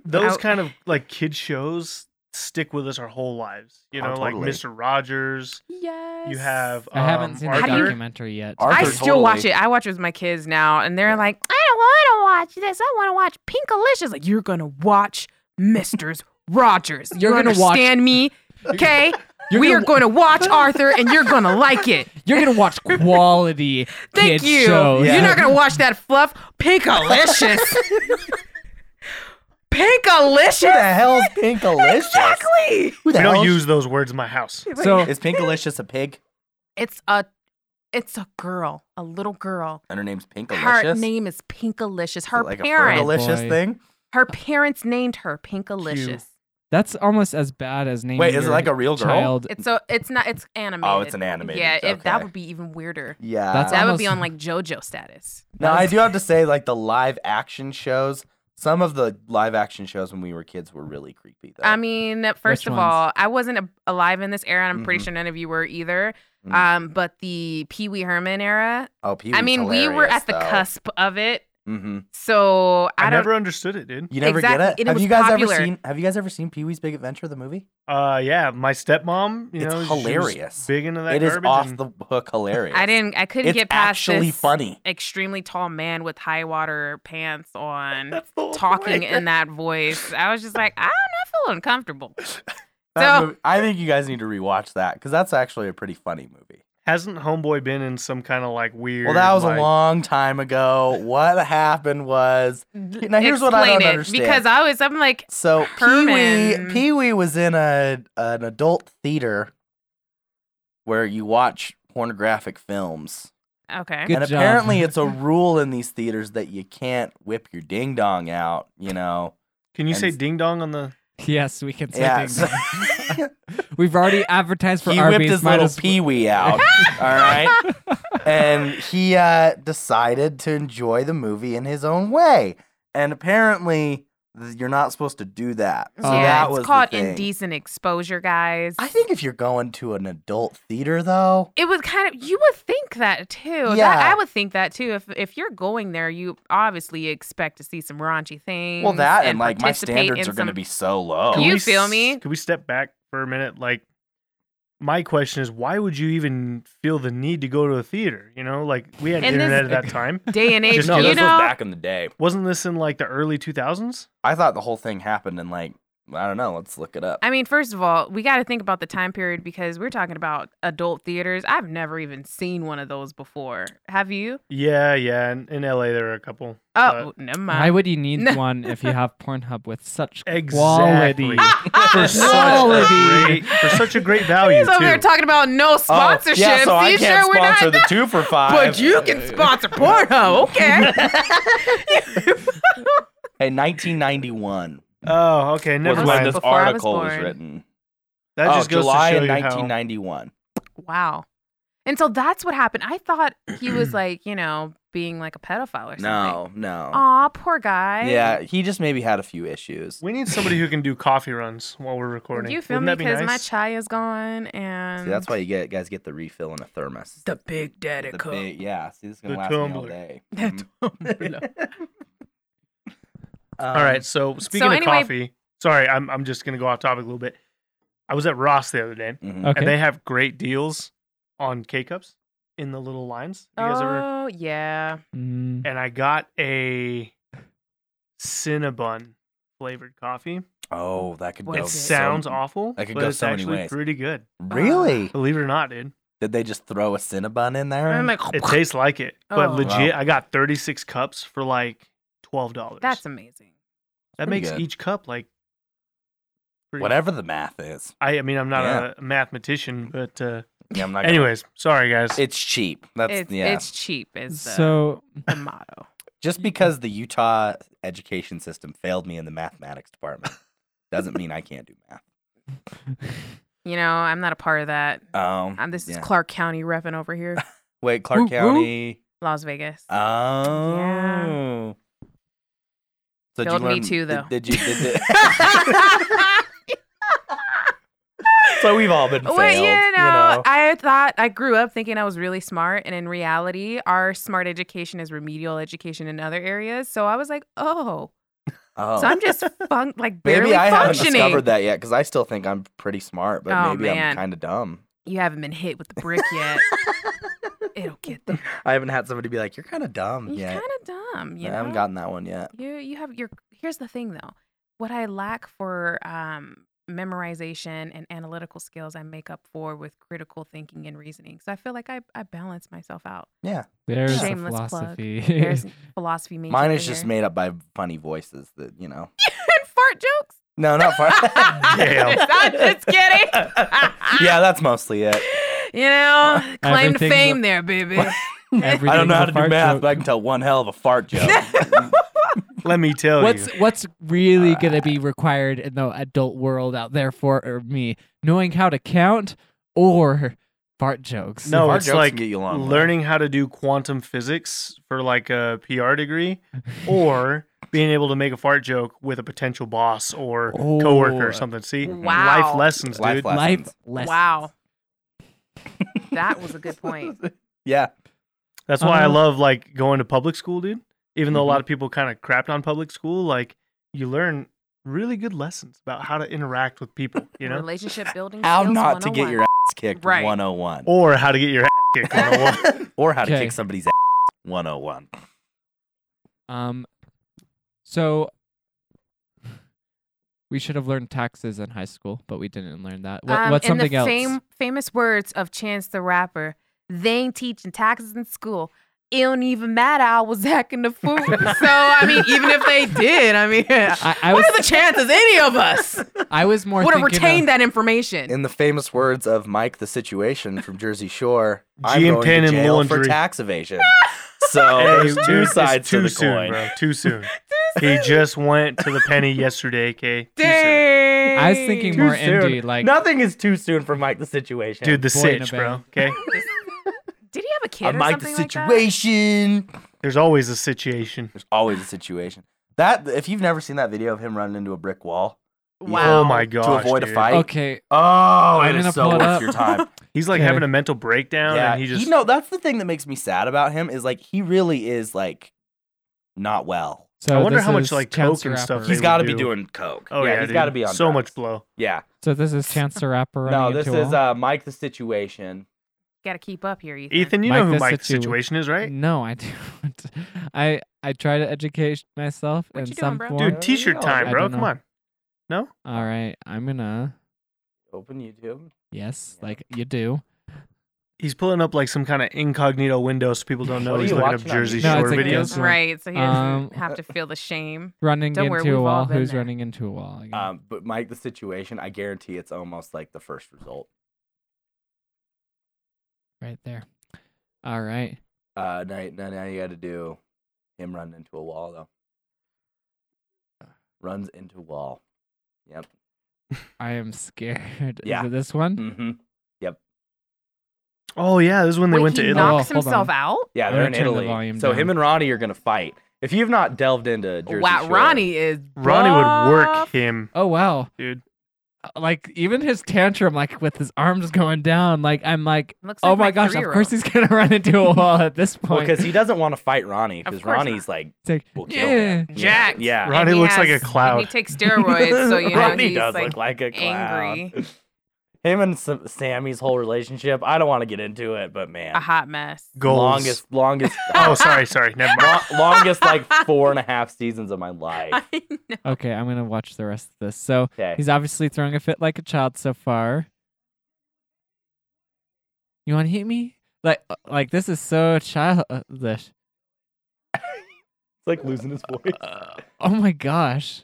Speaker 4: those
Speaker 3: How-
Speaker 4: kind of like kid shows stick with us our whole lives? You
Speaker 2: Oh,
Speaker 4: know,
Speaker 2: totally.
Speaker 4: like Mr. Rogers.
Speaker 3: yes.
Speaker 4: You have. Um,
Speaker 1: I haven't seen the
Speaker 3: Arthur-
Speaker 1: documentary yet.
Speaker 2: Arthur
Speaker 3: I
Speaker 2: Arthur's
Speaker 3: still
Speaker 2: totally-
Speaker 3: watch it. I watch it with my kids now, and they're like, I don't want to watch this. I want to watch Pinkalicious. Like, you're gonna watch Misters Rogers.
Speaker 1: You're
Speaker 3: you
Speaker 1: gonna watch-
Speaker 3: understand me, okay?
Speaker 1: You're
Speaker 3: we
Speaker 1: gonna
Speaker 3: are going to watch Arthur, and you're gonna like it.
Speaker 1: You're gonna watch quality
Speaker 3: Thank
Speaker 1: kid
Speaker 3: you.
Speaker 1: shows.
Speaker 2: Yeah.
Speaker 3: You're not gonna watch that fluff. Pinkalicious.
Speaker 2: Who the
Speaker 3: Pinkalicious.
Speaker 2: hell's Pinkalicious?
Speaker 3: Exactly.
Speaker 2: Who the
Speaker 4: We
Speaker 2: hell
Speaker 4: don't use those words in my house.
Speaker 1: So
Speaker 2: is Pinkalicious a pig?
Speaker 3: It's a, it's a girl, a little girl.
Speaker 2: And her name's Pinkalicious.
Speaker 3: Her name is Pinkalicious.
Speaker 2: Is it
Speaker 3: Her
Speaker 2: like a
Speaker 3: parents,
Speaker 2: Fergalicious
Speaker 1: Boy.
Speaker 2: thing.
Speaker 3: her parents named her Pinkalicious.
Speaker 1: that's almost as bad as naming.
Speaker 2: Wait, is it
Speaker 1: your
Speaker 2: like a real girl?
Speaker 1: child?
Speaker 3: It's so it's not it's animated.
Speaker 2: Oh, it's an animated,
Speaker 3: Yeah, if that
Speaker 2: okay.
Speaker 3: would be even weirder.
Speaker 2: Yeah.
Speaker 1: That's
Speaker 3: That would be
Speaker 1: almost-
Speaker 3: on like JoJo status.
Speaker 2: now I do have to say, like the live action shows. Some of the live action shows when we were kids were really creepy. Though.
Speaker 3: I mean, first
Speaker 1: Which
Speaker 3: of
Speaker 1: ones?
Speaker 3: all, I wasn't a- alive in this era, and I'm pretty
Speaker 2: Mhm.
Speaker 3: sure none of you were either.
Speaker 2: Mhm.
Speaker 3: Um, but the Pee Wee Herman era,
Speaker 2: oh, Pee
Speaker 3: I mean, we were at the cusp of it,
Speaker 2: hmm
Speaker 3: so I,
Speaker 4: I,
Speaker 3: don't.
Speaker 4: never understood it, dude.
Speaker 2: You never get it.
Speaker 3: Exactly, and it
Speaker 2: have
Speaker 3: was
Speaker 2: you guys ever
Speaker 3: popular.
Speaker 2: seen? Have you guys ever seen Pee Wee's Big Adventure, the movie?
Speaker 4: Uh, yeah, my stepmom. You
Speaker 2: It's
Speaker 4: know, she was
Speaker 2: hilarious.
Speaker 4: big into that.
Speaker 2: It is
Speaker 4: garbage
Speaker 2: off
Speaker 4: and-
Speaker 2: the hook hilarious.
Speaker 3: I didn't. I couldn't
Speaker 2: It's
Speaker 3: get past
Speaker 2: actually
Speaker 3: this
Speaker 2: funny.
Speaker 3: extremely tall man with high water pants on
Speaker 2: That's the whole
Speaker 3: talking
Speaker 2: point.
Speaker 3: in that voice. I was just like, "Ah, I don't know, I feel uncomfortable.
Speaker 2: That
Speaker 3: So-
Speaker 2: movie- I think you guys need to rewatch that because that's actually a pretty funny movie.
Speaker 4: Hasn't homeboy been in some kind of like weird?
Speaker 2: Well, that was
Speaker 4: like-
Speaker 2: a long time ago. What happened was now here's what I
Speaker 3: Explain
Speaker 2: don't
Speaker 3: it,
Speaker 2: understand.
Speaker 3: because I was I'm like
Speaker 2: so Pee Wee
Speaker 3: Herman.
Speaker 2: Pee Wee was in a an adult theater where you watch pornographic films,
Speaker 3: okay
Speaker 1: Good
Speaker 2: and
Speaker 1: job.
Speaker 2: apparently it's a rule in these theaters that you can't whip your ding dong out. You know,
Speaker 4: Can you say
Speaker 2: and-
Speaker 4: ding dong on the?
Speaker 1: yes, we can say
Speaker 2: yeah.
Speaker 1: things.
Speaker 2: so-
Speaker 1: We've already advertised for
Speaker 2: he
Speaker 1: Arby's.
Speaker 2: whipped his
Speaker 1: might
Speaker 2: little
Speaker 1: as well-
Speaker 2: Pee Wee out. all right. and he uh, decided to enjoy the movie in his own way. And apparently, th- you're not supposed to do that. So
Speaker 1: Yeah,
Speaker 2: that
Speaker 3: it's
Speaker 2: was the
Speaker 3: called
Speaker 2: thing.
Speaker 3: indecent exposure, guys.
Speaker 2: I think if you're going to an adult theater, though,
Speaker 3: it was kind of you would think that too. That,
Speaker 2: Yeah.
Speaker 3: I would think that too. If if you're going there, you obviously expect to see some raunchy things.
Speaker 2: well, that and, like my
Speaker 3: participate
Speaker 2: standards
Speaker 3: in
Speaker 2: are going to
Speaker 3: some-
Speaker 2: be so low.
Speaker 4: Can
Speaker 3: You
Speaker 4: we
Speaker 3: feel
Speaker 4: s-
Speaker 3: me?
Speaker 4: Can we step back for a minute? Like, my question is, why would you even feel the need to go to a theater? You know, like we had
Speaker 3: And this-
Speaker 4: internet at that time.
Speaker 3: day and age.
Speaker 4: Just No,
Speaker 3: you
Speaker 4: this was
Speaker 3: know,
Speaker 2: in the day.
Speaker 4: Wasn't this in like the early two thousands?
Speaker 2: I thought the whole thing happened in like I don't know. Let's look it up.
Speaker 3: I mean, first of all, we got to think about the time period because we're talking about adult theaters. I've never even seen one of those before. Have you?
Speaker 4: Yeah, yeah. In, in LA, there are a couple.
Speaker 3: Oh, never mind.
Speaker 1: Why would you need
Speaker 3: No.
Speaker 1: one if you have Pornhub with such
Speaker 4: Exactly.
Speaker 1: quality?
Speaker 4: for
Speaker 3: Oh,
Speaker 4: such a
Speaker 1: Quality.
Speaker 4: great, for such a great value
Speaker 3: He's over there
Speaker 4: too.
Speaker 3: talking about no
Speaker 2: Oh,
Speaker 3: sponsorships.
Speaker 2: yeah, so I
Speaker 3: you
Speaker 2: can't
Speaker 3: sure we're
Speaker 2: sponsor
Speaker 3: not?
Speaker 2: the two for five.
Speaker 3: But you can sponsor Pornhub, okay?
Speaker 2: Hey, 1991
Speaker 4: oh, okay.
Speaker 2: was
Speaker 4: Never
Speaker 3: was
Speaker 2: when
Speaker 4: mind.
Speaker 2: this
Speaker 3: before I was
Speaker 2: article was
Speaker 3: born.
Speaker 2: written.
Speaker 4: That
Speaker 2: oh,
Speaker 4: just goes
Speaker 2: July
Speaker 4: to show
Speaker 2: of
Speaker 4: you how-
Speaker 2: 1991.
Speaker 3: wow. And so that's what happened. I thought he was like, you know, being like a pedophile or something.
Speaker 2: No, no.
Speaker 3: Aw, poor guy.
Speaker 2: Yeah, he just maybe had a few issues.
Speaker 4: We need somebody who can do coffee runs while we're
Speaker 3: Would
Speaker 4: recording.
Speaker 3: you feel me?
Speaker 4: Wouldn't that be
Speaker 3: Because my
Speaker 4: nice?
Speaker 3: chai is gone and.
Speaker 2: See, that's why you get guys get the refill in a thermos.
Speaker 3: The big daddy
Speaker 2: The
Speaker 3: cup.
Speaker 2: big- yeah, see, this is gonna
Speaker 4: The
Speaker 2: last me all
Speaker 4: tumbler.
Speaker 2: day. Mm-hmm.
Speaker 3: That
Speaker 4: All
Speaker 2: Um,
Speaker 4: right. So speaking of
Speaker 3: Um, anyway-
Speaker 4: coffee, sorry, I'm I'm just gonna go off topic a little bit. I was at Ross the other day,
Speaker 2: Mhm.
Speaker 1: Okay.
Speaker 4: and they have great deals on K cups in the little lines. You guys ever?
Speaker 3: Oh, yeah.
Speaker 1: Mm,
Speaker 4: And I got a Cinnabon flavored coffee.
Speaker 2: Oh, that could
Speaker 3: What
Speaker 2: go.
Speaker 4: It
Speaker 3: is
Speaker 2: so-
Speaker 4: sounds awful,
Speaker 2: that could
Speaker 4: but
Speaker 2: go
Speaker 4: it's
Speaker 2: so many
Speaker 4: actually
Speaker 2: ways.
Speaker 4: pretty good.
Speaker 2: Really?
Speaker 4: Believe it or not, dude,
Speaker 2: Did they just throw a Cinnabon in there?
Speaker 3: I'm like,
Speaker 4: Uh, it tastes like it. But
Speaker 3: Oh.
Speaker 4: legit,
Speaker 2: Wow.
Speaker 4: I got 36 cups for like twelve dollars.
Speaker 3: that's amazing.
Speaker 4: that
Speaker 2: pretty
Speaker 4: makes
Speaker 2: good.
Speaker 4: each cup like pretty-
Speaker 2: Whatever the math is.
Speaker 4: I, I mean, I'm not
Speaker 2: Yeah.
Speaker 4: a mathematician, but uh,
Speaker 2: Yeah, I'm not gonna-
Speaker 4: anyways, sorry guys.
Speaker 2: It's cheap. That's
Speaker 3: It's,
Speaker 2: yeah.
Speaker 3: it's cheap, is the,
Speaker 1: so
Speaker 3: the motto.
Speaker 2: Just because the Utah education system failed me in the mathematics department doesn't mean I can't do math.
Speaker 3: You know, I'm not a part of that.
Speaker 2: Um,
Speaker 3: Um, this is
Speaker 2: yeah.
Speaker 3: Clark County repping over here,
Speaker 2: wait, Clark
Speaker 1: Woo, woo.
Speaker 2: County.
Speaker 3: Las Vegas.
Speaker 2: Oh.
Speaker 3: Yeah.
Speaker 2: So did you
Speaker 3: Failed me
Speaker 2: learn-
Speaker 3: too,
Speaker 2: did-
Speaker 3: though.
Speaker 2: Did, you? Did, did- so we've all been failed.
Speaker 3: Well, you know,
Speaker 2: you know.
Speaker 3: I thought I grew up thinking I was really smart, and in reality, our smart education is remedial education in other areas. So I was like, oh,
Speaker 2: Oh.
Speaker 3: so I'm just fun- like barely
Speaker 2: maybe I haven't
Speaker 3: functioning.
Speaker 2: discovered that yet because I still think I'm pretty smart, but
Speaker 3: Oh,
Speaker 2: maybe I'm
Speaker 3: man.
Speaker 2: kind of dumb.
Speaker 3: You haven't been hit with the brick yet. It'll get there.
Speaker 2: I haven't had somebody be like, "You're kind of dumb."
Speaker 3: You're
Speaker 2: yet.
Speaker 3: kind of dumb. You
Speaker 2: I haven't
Speaker 3: know?
Speaker 2: gotten that one yet.
Speaker 3: You you have your here's the thing though. What I lack for um memorization and analytical skills I make up for with critical thinking and reasoning. So I feel like I, I balance myself out.
Speaker 1: there's the
Speaker 3: Shameless plug.
Speaker 1: philosophy.
Speaker 3: There's philosophy major
Speaker 2: Mine
Speaker 3: over
Speaker 2: is just
Speaker 3: here.
Speaker 2: made up by funny voices that you know.
Speaker 3: and fart jokes.
Speaker 2: No, not far.
Speaker 4: Damn.
Speaker 3: I'm just kidding.
Speaker 2: yeah, that's mostly it.
Speaker 3: You know, claim to
Speaker 1: Everything's a-
Speaker 3: fame there, baby.
Speaker 2: I
Speaker 1: Everything's
Speaker 2: don't know
Speaker 1: a
Speaker 2: how to do
Speaker 1: fart
Speaker 2: math,
Speaker 1: joke.
Speaker 2: but I can tell one hell of a fart joke.
Speaker 4: Let me tell
Speaker 1: what's
Speaker 4: you.
Speaker 1: what's really
Speaker 3: Uh,
Speaker 1: gonna be required in the adult world out there for or me knowing how to count or fart jokes.
Speaker 4: No,
Speaker 2: Fart
Speaker 4: it's
Speaker 2: jokes
Speaker 4: like
Speaker 2: can get you a long way.
Speaker 4: learning how to do quantum physics for like a PR degree, or being able to make a fart joke with a potential boss or coworker
Speaker 1: Oh.
Speaker 4: or something. See,
Speaker 3: Wow.
Speaker 4: life lessons, dude.
Speaker 2: Life lessons.
Speaker 1: life lessons.
Speaker 3: wow. That was a good point.
Speaker 2: yeah.
Speaker 4: That's why I
Speaker 1: Uh-huh. Mm-hmm.
Speaker 4: love like going to public school, dude. Even though a lot of people kind of crapped on public school, like you learn really good lessons about how to interact with people, you know,
Speaker 3: Relationship building
Speaker 2: How
Speaker 3: skills
Speaker 2: not to get your
Speaker 3: 101.
Speaker 2: ass kicked
Speaker 3: Right.
Speaker 2: 101.
Speaker 4: or how to get your ass kicked. 101.
Speaker 2: Or how to
Speaker 1: Okay.
Speaker 2: kick somebody's ass 101.
Speaker 1: Um, so we should have learned taxes in high school, but we didn't learn that. What,
Speaker 3: Um,
Speaker 1: what's
Speaker 3: in
Speaker 1: something
Speaker 3: the
Speaker 1: else?
Speaker 3: Fam- famous words of Chance the Rapper, they ain't teaching taxes in school. It don't even matter. I was hacking the food. so I mean, even if they did, I mean,
Speaker 1: I, I was
Speaker 3: what are the chances any of us
Speaker 1: I was more
Speaker 3: would have
Speaker 1: thinking of-
Speaker 3: retained that information?
Speaker 2: In the famous words of Mike the Situation from Jersey Shore, I'm
Speaker 4: GM10
Speaker 2: going to
Speaker 4: and
Speaker 2: jail for
Speaker 4: laundry.
Speaker 2: tax evasion. So
Speaker 4: Hey,
Speaker 2: Oh, there's
Speaker 4: dude,
Speaker 2: two
Speaker 4: it's
Speaker 2: sides
Speaker 4: too
Speaker 2: to the
Speaker 4: soon,
Speaker 2: coin.
Speaker 4: Bro. Too soon. he just went to the penny yesterday, okay? Too soon.
Speaker 3: Dang.
Speaker 1: I was thinking more
Speaker 2: soon.
Speaker 1: indie, like
Speaker 2: Nothing is too soon for Mike the Situation.
Speaker 4: Dude, the
Speaker 1: Boy in a
Speaker 4: sitch, bro. Okay,
Speaker 3: Did he have a kid
Speaker 2: I'm
Speaker 3: or
Speaker 2: Mike the
Speaker 3: something like
Speaker 2: Situation.
Speaker 4: there's always a situation.
Speaker 2: There's always a situation. That if you've never seen that video of him running into a brick wall
Speaker 3: that?
Speaker 4: Oh my gosh.
Speaker 2: avoid a
Speaker 4: dude.
Speaker 2: fight.
Speaker 1: okay,
Speaker 2: Oh,
Speaker 1: I'm
Speaker 2: it
Speaker 1: gonna
Speaker 2: is so
Speaker 1: pull it
Speaker 2: worth
Speaker 1: up.
Speaker 2: your time.
Speaker 4: He's like
Speaker 1: Okay.
Speaker 4: having a mental breakdown,
Speaker 2: yeah,
Speaker 4: and he just
Speaker 2: you know that's the thing that makes me sad about him is like he really is like not well.
Speaker 1: so
Speaker 4: I wonder
Speaker 1: this
Speaker 4: how much,
Speaker 1: is
Speaker 4: like,
Speaker 1: Chance
Speaker 4: coke
Speaker 1: the
Speaker 4: and stuff
Speaker 1: Rapper.
Speaker 4: they
Speaker 2: He's
Speaker 4: would
Speaker 2: got to be
Speaker 4: do.
Speaker 2: doing coke.
Speaker 4: Oh yeah,
Speaker 2: he's
Speaker 4: dude.
Speaker 2: got to be on
Speaker 4: so
Speaker 2: drugs.
Speaker 4: much blow.
Speaker 2: Yeah,
Speaker 1: So this is Chance the Rapper.
Speaker 2: no,
Speaker 1: running
Speaker 2: this
Speaker 1: into a
Speaker 2: is
Speaker 1: wall?
Speaker 2: uh, Mike the situation.
Speaker 3: Gotta keep up here, Ethan.
Speaker 4: Ethan, you
Speaker 1: Mike
Speaker 4: know who
Speaker 1: the
Speaker 4: Mike the
Speaker 1: Situ-
Speaker 4: situation is, right?
Speaker 1: no, I don't. I I try to educate myself
Speaker 3: What
Speaker 1: in
Speaker 3: you doing,
Speaker 1: some
Speaker 3: bro?
Speaker 1: form.
Speaker 4: Dude, t-shirt
Speaker 2: I
Speaker 4: time,
Speaker 1: don't
Speaker 4: bro.
Speaker 1: know.
Speaker 4: Come on.
Speaker 1: All right, I'm gonna
Speaker 2: Open YouTube.
Speaker 1: yes,
Speaker 2: Yeah.
Speaker 1: like you do.
Speaker 4: He's pulling up like some kind of incognito window so people don't know
Speaker 2: What are
Speaker 4: he's
Speaker 2: you
Speaker 4: looking up
Speaker 2: watching on
Speaker 4: Jersey
Speaker 2: YouTube?
Speaker 1: No,
Speaker 4: Shore
Speaker 1: it's like
Speaker 4: videos.
Speaker 1: this one.
Speaker 3: Right, so he doesn't
Speaker 1: Um,
Speaker 3: have to feel the shame.
Speaker 1: Running
Speaker 3: Don't
Speaker 1: into
Speaker 3: worry,
Speaker 1: a
Speaker 3: we've all
Speaker 1: wall.
Speaker 3: been
Speaker 1: Who's
Speaker 3: there.
Speaker 1: running into a wall? again?
Speaker 2: Um, but Mike the situation, I guarantee it's almost like the first result.
Speaker 1: right there. All right.
Speaker 2: Uh, now, now, now you got to do him running into a wall though. Uh, Runs into wall. Yep.
Speaker 1: I am scared.
Speaker 2: Yeah. Mm.
Speaker 1: Is it this one?
Speaker 2: Mm-hmm.
Speaker 4: Oh yeah, this is when they
Speaker 3: Wait,
Speaker 4: went to
Speaker 3: he
Speaker 4: Italy.
Speaker 1: knocked-
Speaker 3: knocks
Speaker 1: Oh, hold on.
Speaker 3: himself out.
Speaker 1: I'm
Speaker 2: Yeah, they're
Speaker 1: gonna
Speaker 2: in
Speaker 1: turn the
Speaker 2: Italy.
Speaker 1: volume
Speaker 2: So
Speaker 1: down.
Speaker 2: him and Ronnie are gonna fight. If you've not delved into Jersey
Speaker 3: wow,
Speaker 2: Shore,
Speaker 3: Ronnie is
Speaker 4: Ronnie would work
Speaker 3: buff.
Speaker 4: him,
Speaker 1: Oh wow. Uh,
Speaker 4: dude.
Speaker 1: Like even his tantrum, like with his arms going down, like I'm like,
Speaker 3: Looks
Speaker 1: oh
Speaker 3: like
Speaker 1: my gosh, of
Speaker 3: three-year-old.
Speaker 1: course he's gonna run into a wall at this point.
Speaker 2: well, because he doesn't want to fight Ronnie
Speaker 3: Of
Speaker 2: because
Speaker 3: course
Speaker 2: Ronnie's like
Speaker 1: It's like,
Speaker 2: will kill
Speaker 1: yeah.
Speaker 2: him. Yeah,
Speaker 3: Jacked.
Speaker 2: Yeah,
Speaker 3: And
Speaker 4: Ronnie
Speaker 3: he
Speaker 4: looks like
Speaker 3: has-
Speaker 4: a cloud.
Speaker 3: and He takes steroids, so you know
Speaker 2: Ronnie
Speaker 3: he's
Speaker 2: does
Speaker 3: like,
Speaker 2: look like a clown.
Speaker 3: angry.
Speaker 2: Him and Sam- Sammy's whole relationship. I don't want to get into it, but man,
Speaker 3: a hot mess.
Speaker 4: Goals.
Speaker 2: longest, longest,
Speaker 4: Oh, sorry, sorry. Never mind.
Speaker 2: lo- longest like four and a half seasons of my life.
Speaker 3: I know.
Speaker 1: Okay, I'm gonna watch the rest of this. So
Speaker 2: Okay,
Speaker 1: he's obviously throwing a fit like a child so far. You want to hit me? Like, uh, like this is so childish.
Speaker 2: it's like losing his voice.
Speaker 1: Oh my gosh.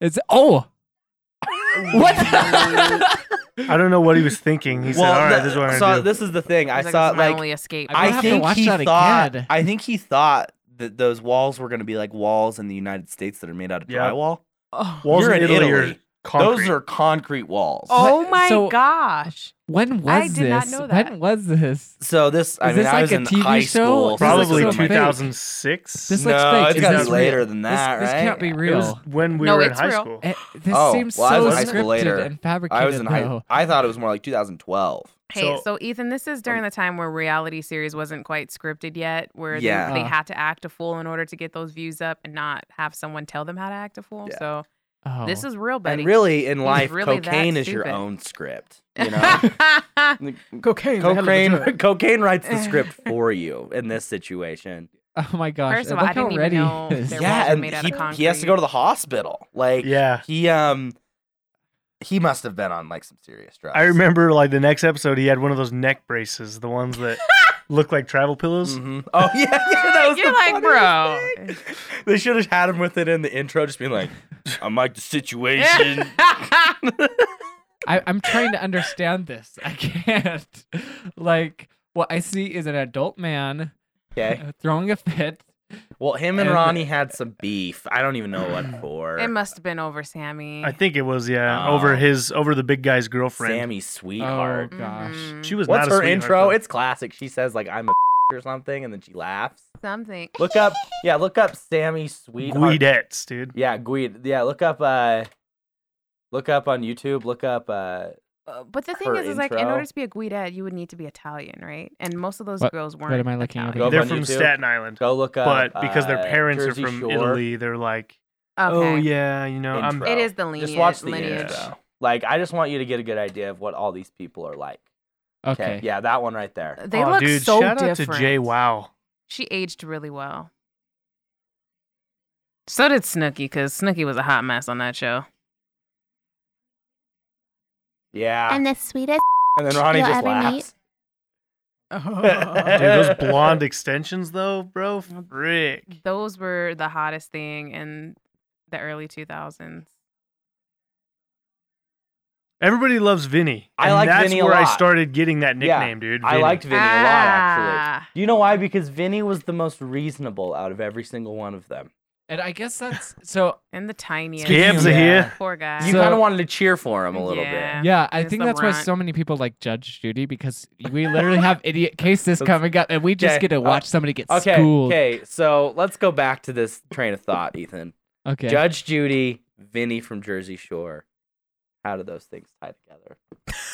Speaker 1: It's oh. What? the-
Speaker 4: I don't know what he was thinking. He said, "All right,
Speaker 2: the-
Speaker 4: this is what I'm
Speaker 2: so
Speaker 4: gonna do."
Speaker 2: this is the thing. I
Speaker 3: He's
Speaker 2: saw
Speaker 3: "This
Speaker 2: it
Speaker 3: is my
Speaker 2: like
Speaker 3: only escape.
Speaker 1: I'm gonna
Speaker 2: I
Speaker 1: have to
Speaker 2: think
Speaker 1: watch
Speaker 2: he
Speaker 1: that
Speaker 2: thought.
Speaker 1: again.
Speaker 2: I think he thought that those walls were going to be like walls in the United States that are made out of
Speaker 4: Yeah.
Speaker 2: drywall.
Speaker 4: Walls
Speaker 2: You're
Speaker 4: in
Speaker 2: in
Speaker 4: Italy, are
Speaker 2: Italy.
Speaker 4: concrete.
Speaker 2: Those are concrete walls.
Speaker 3: oh my
Speaker 1: so-
Speaker 3: gosh!
Speaker 1: when was
Speaker 3: I
Speaker 1: this?
Speaker 3: did not know that.
Speaker 1: When was this?
Speaker 2: So this, I
Speaker 1: Is
Speaker 2: mean,
Speaker 1: this
Speaker 2: I
Speaker 1: like
Speaker 2: was
Speaker 1: a
Speaker 2: in
Speaker 1: TV
Speaker 2: high
Speaker 1: show?
Speaker 2: school.
Speaker 1: This
Speaker 2: so
Speaker 1: looks
Speaker 4: probably
Speaker 1: so fake.
Speaker 4: 2006.
Speaker 1: This
Speaker 2: No,
Speaker 1: looks fake.
Speaker 2: it's
Speaker 1: Is
Speaker 2: gotta
Speaker 1: this
Speaker 2: be later
Speaker 1: real?
Speaker 2: than
Speaker 1: This-
Speaker 2: that,
Speaker 1: This, can't
Speaker 2: right?
Speaker 1: be
Speaker 4: It was
Speaker 1: real.
Speaker 4: when we
Speaker 3: No,
Speaker 4: were in
Speaker 3: it's
Speaker 4: high
Speaker 3: real.
Speaker 4: school.
Speaker 1: Eh, this
Speaker 2: Oh,
Speaker 1: seems
Speaker 2: well, I
Speaker 1: so
Speaker 2: was in high
Speaker 1: scripted
Speaker 2: school later.
Speaker 1: and fabricated.
Speaker 2: I was in high.
Speaker 1: though.
Speaker 2: I thought it was more like 2012.
Speaker 3: Hey,
Speaker 4: So-
Speaker 3: so, Ethan, this is during the time where reality series wasn't quite scripted yet, where they-
Speaker 2: Yeah.
Speaker 3: they,
Speaker 1: Uh.
Speaker 3: had to act a fool in order to get those views up and not have someone tell them how to act a fool.
Speaker 2: Yeah.
Speaker 3: So
Speaker 1: Oh.
Speaker 3: this is real, buddy.
Speaker 2: And really, in
Speaker 3: He's
Speaker 2: life,
Speaker 3: really that
Speaker 2: cocaine is your
Speaker 3: stupid.
Speaker 2: own script. You know,
Speaker 4: Cocaine.
Speaker 2: cocaine, cocaine writes the script for you in this situation.
Speaker 1: Oh my gosh!
Speaker 3: First of
Speaker 1: and
Speaker 3: all,
Speaker 1: look
Speaker 3: I didn't
Speaker 1: how
Speaker 3: even
Speaker 1: ready
Speaker 3: know
Speaker 1: he is.
Speaker 3: there Their walls
Speaker 2: yeah,
Speaker 3: are
Speaker 2: and
Speaker 3: made out
Speaker 2: he,
Speaker 3: of
Speaker 2: he has to
Speaker 3: concrete.
Speaker 2: go to the hospital. Like,
Speaker 4: Yeah.
Speaker 2: he um, he must have been on like some serious drugs.
Speaker 4: I remember like the next episode, he had one of those neck braces, the ones that look like travel pillows.
Speaker 2: hmm Oh yeah, yeah, that was
Speaker 3: You're
Speaker 2: the
Speaker 3: like,
Speaker 2: funniest thing. They should have had him with it in the intro, just being like, "I'm like the situation."
Speaker 1: I, I'm trying to understand this. I can't. Like, what I see is an adult man
Speaker 2: okay.
Speaker 1: uh, throwing a fit.
Speaker 2: Well, him and
Speaker 1: And-
Speaker 2: Ronnie had some beef. I don't even know what for.
Speaker 3: it must have been over, Sammy.
Speaker 4: I think it was yeah
Speaker 2: Oh.
Speaker 4: over his over the big guy's girlfriend.
Speaker 2: Sammy's sweetheart.
Speaker 1: Oh gosh.
Speaker 3: Mhm.
Speaker 4: She was
Speaker 2: What's
Speaker 4: not a
Speaker 2: her
Speaker 4: sweetheart,
Speaker 2: intro?
Speaker 4: though.
Speaker 2: It's classic. She says like, "I'm a or something," and then she laughs.
Speaker 3: something.
Speaker 2: Look up, yeah, look up Sammy sweetheart.
Speaker 4: Guidettes, dude.
Speaker 2: Yeah, Guid. Yeah, look up. uh Look up on YouTube. Look up. uh
Speaker 3: Uh, But the thing
Speaker 2: her
Speaker 3: is, is like in
Speaker 2: intro.
Speaker 3: order to be a Guidette, you would need to be Italian, right? And most of those
Speaker 1: What-
Speaker 3: girls
Speaker 1: what
Speaker 3: weren't.
Speaker 1: am I looking up
Speaker 3: Italian.
Speaker 2: Go
Speaker 4: They're
Speaker 2: on
Speaker 4: from
Speaker 2: YouTube.
Speaker 4: Staten Island,
Speaker 2: Go look up.
Speaker 4: but because their
Speaker 2: uh,
Speaker 4: parents
Speaker 2: Jersey
Speaker 4: are from
Speaker 2: Shore
Speaker 4: Italy, they're like,
Speaker 3: Okay.
Speaker 4: oh yeah, you know, I'm
Speaker 2: intro.
Speaker 3: It is the lineage.
Speaker 2: Just watch the
Speaker 3: lineage.
Speaker 2: intro. Like, I just want you to get a good idea of what all these people are like.
Speaker 1: Okay.
Speaker 2: Yeah, that one right there.
Speaker 3: They
Speaker 4: oh,
Speaker 3: look
Speaker 4: dude,
Speaker 3: so
Speaker 4: shout
Speaker 3: different.
Speaker 4: out to Jay. Wow.
Speaker 3: She aged really well. So did Snooki, because Snooki was a hot mess on that show.
Speaker 2: Yeah.
Speaker 5: I'm the sweetest.
Speaker 2: And then Ronnie
Speaker 5: You'll
Speaker 2: just
Speaker 5: ever
Speaker 2: laughs.
Speaker 4: Dude, those blonde extensions though, bro, frick.
Speaker 3: Those were the hottest thing in the early 2000s.
Speaker 4: Everybody loves Vinny.
Speaker 2: I
Speaker 4: and
Speaker 2: like
Speaker 4: that's
Speaker 2: Vinny a
Speaker 4: where I
Speaker 2: lot.
Speaker 4: started getting that
Speaker 2: Yeah,
Speaker 4: nickname, dude.
Speaker 2: I
Speaker 4: Vinny.
Speaker 2: liked Vinny a lot, actually.
Speaker 3: Ah.
Speaker 2: Do you know why? Because Vinny was the most reasonable out of every single one of them.
Speaker 1: And I guess that's so.
Speaker 3: And the tiniest.
Speaker 4: Gibbs
Speaker 2: Yeah.
Speaker 4: are here.
Speaker 3: Poor guy.
Speaker 2: You
Speaker 1: So-
Speaker 2: kind of wanted to cheer for him a little
Speaker 3: Yeah.
Speaker 1: Yeah, I
Speaker 3: It's
Speaker 1: think
Speaker 3: the
Speaker 1: that's why
Speaker 3: runt.
Speaker 1: so many people like Judge Judy because we literally have idiot cases coming up, and we just
Speaker 2: Okay,
Speaker 1: get to
Speaker 2: uh,
Speaker 1: watch somebody get
Speaker 2: bit. Okay.
Speaker 1: schooled.
Speaker 2: Okay. So let's go back to this train of thought, Ethan.
Speaker 1: Okay.
Speaker 2: Judge Judy, Vinny from Jersey Shore. How do those things tie together?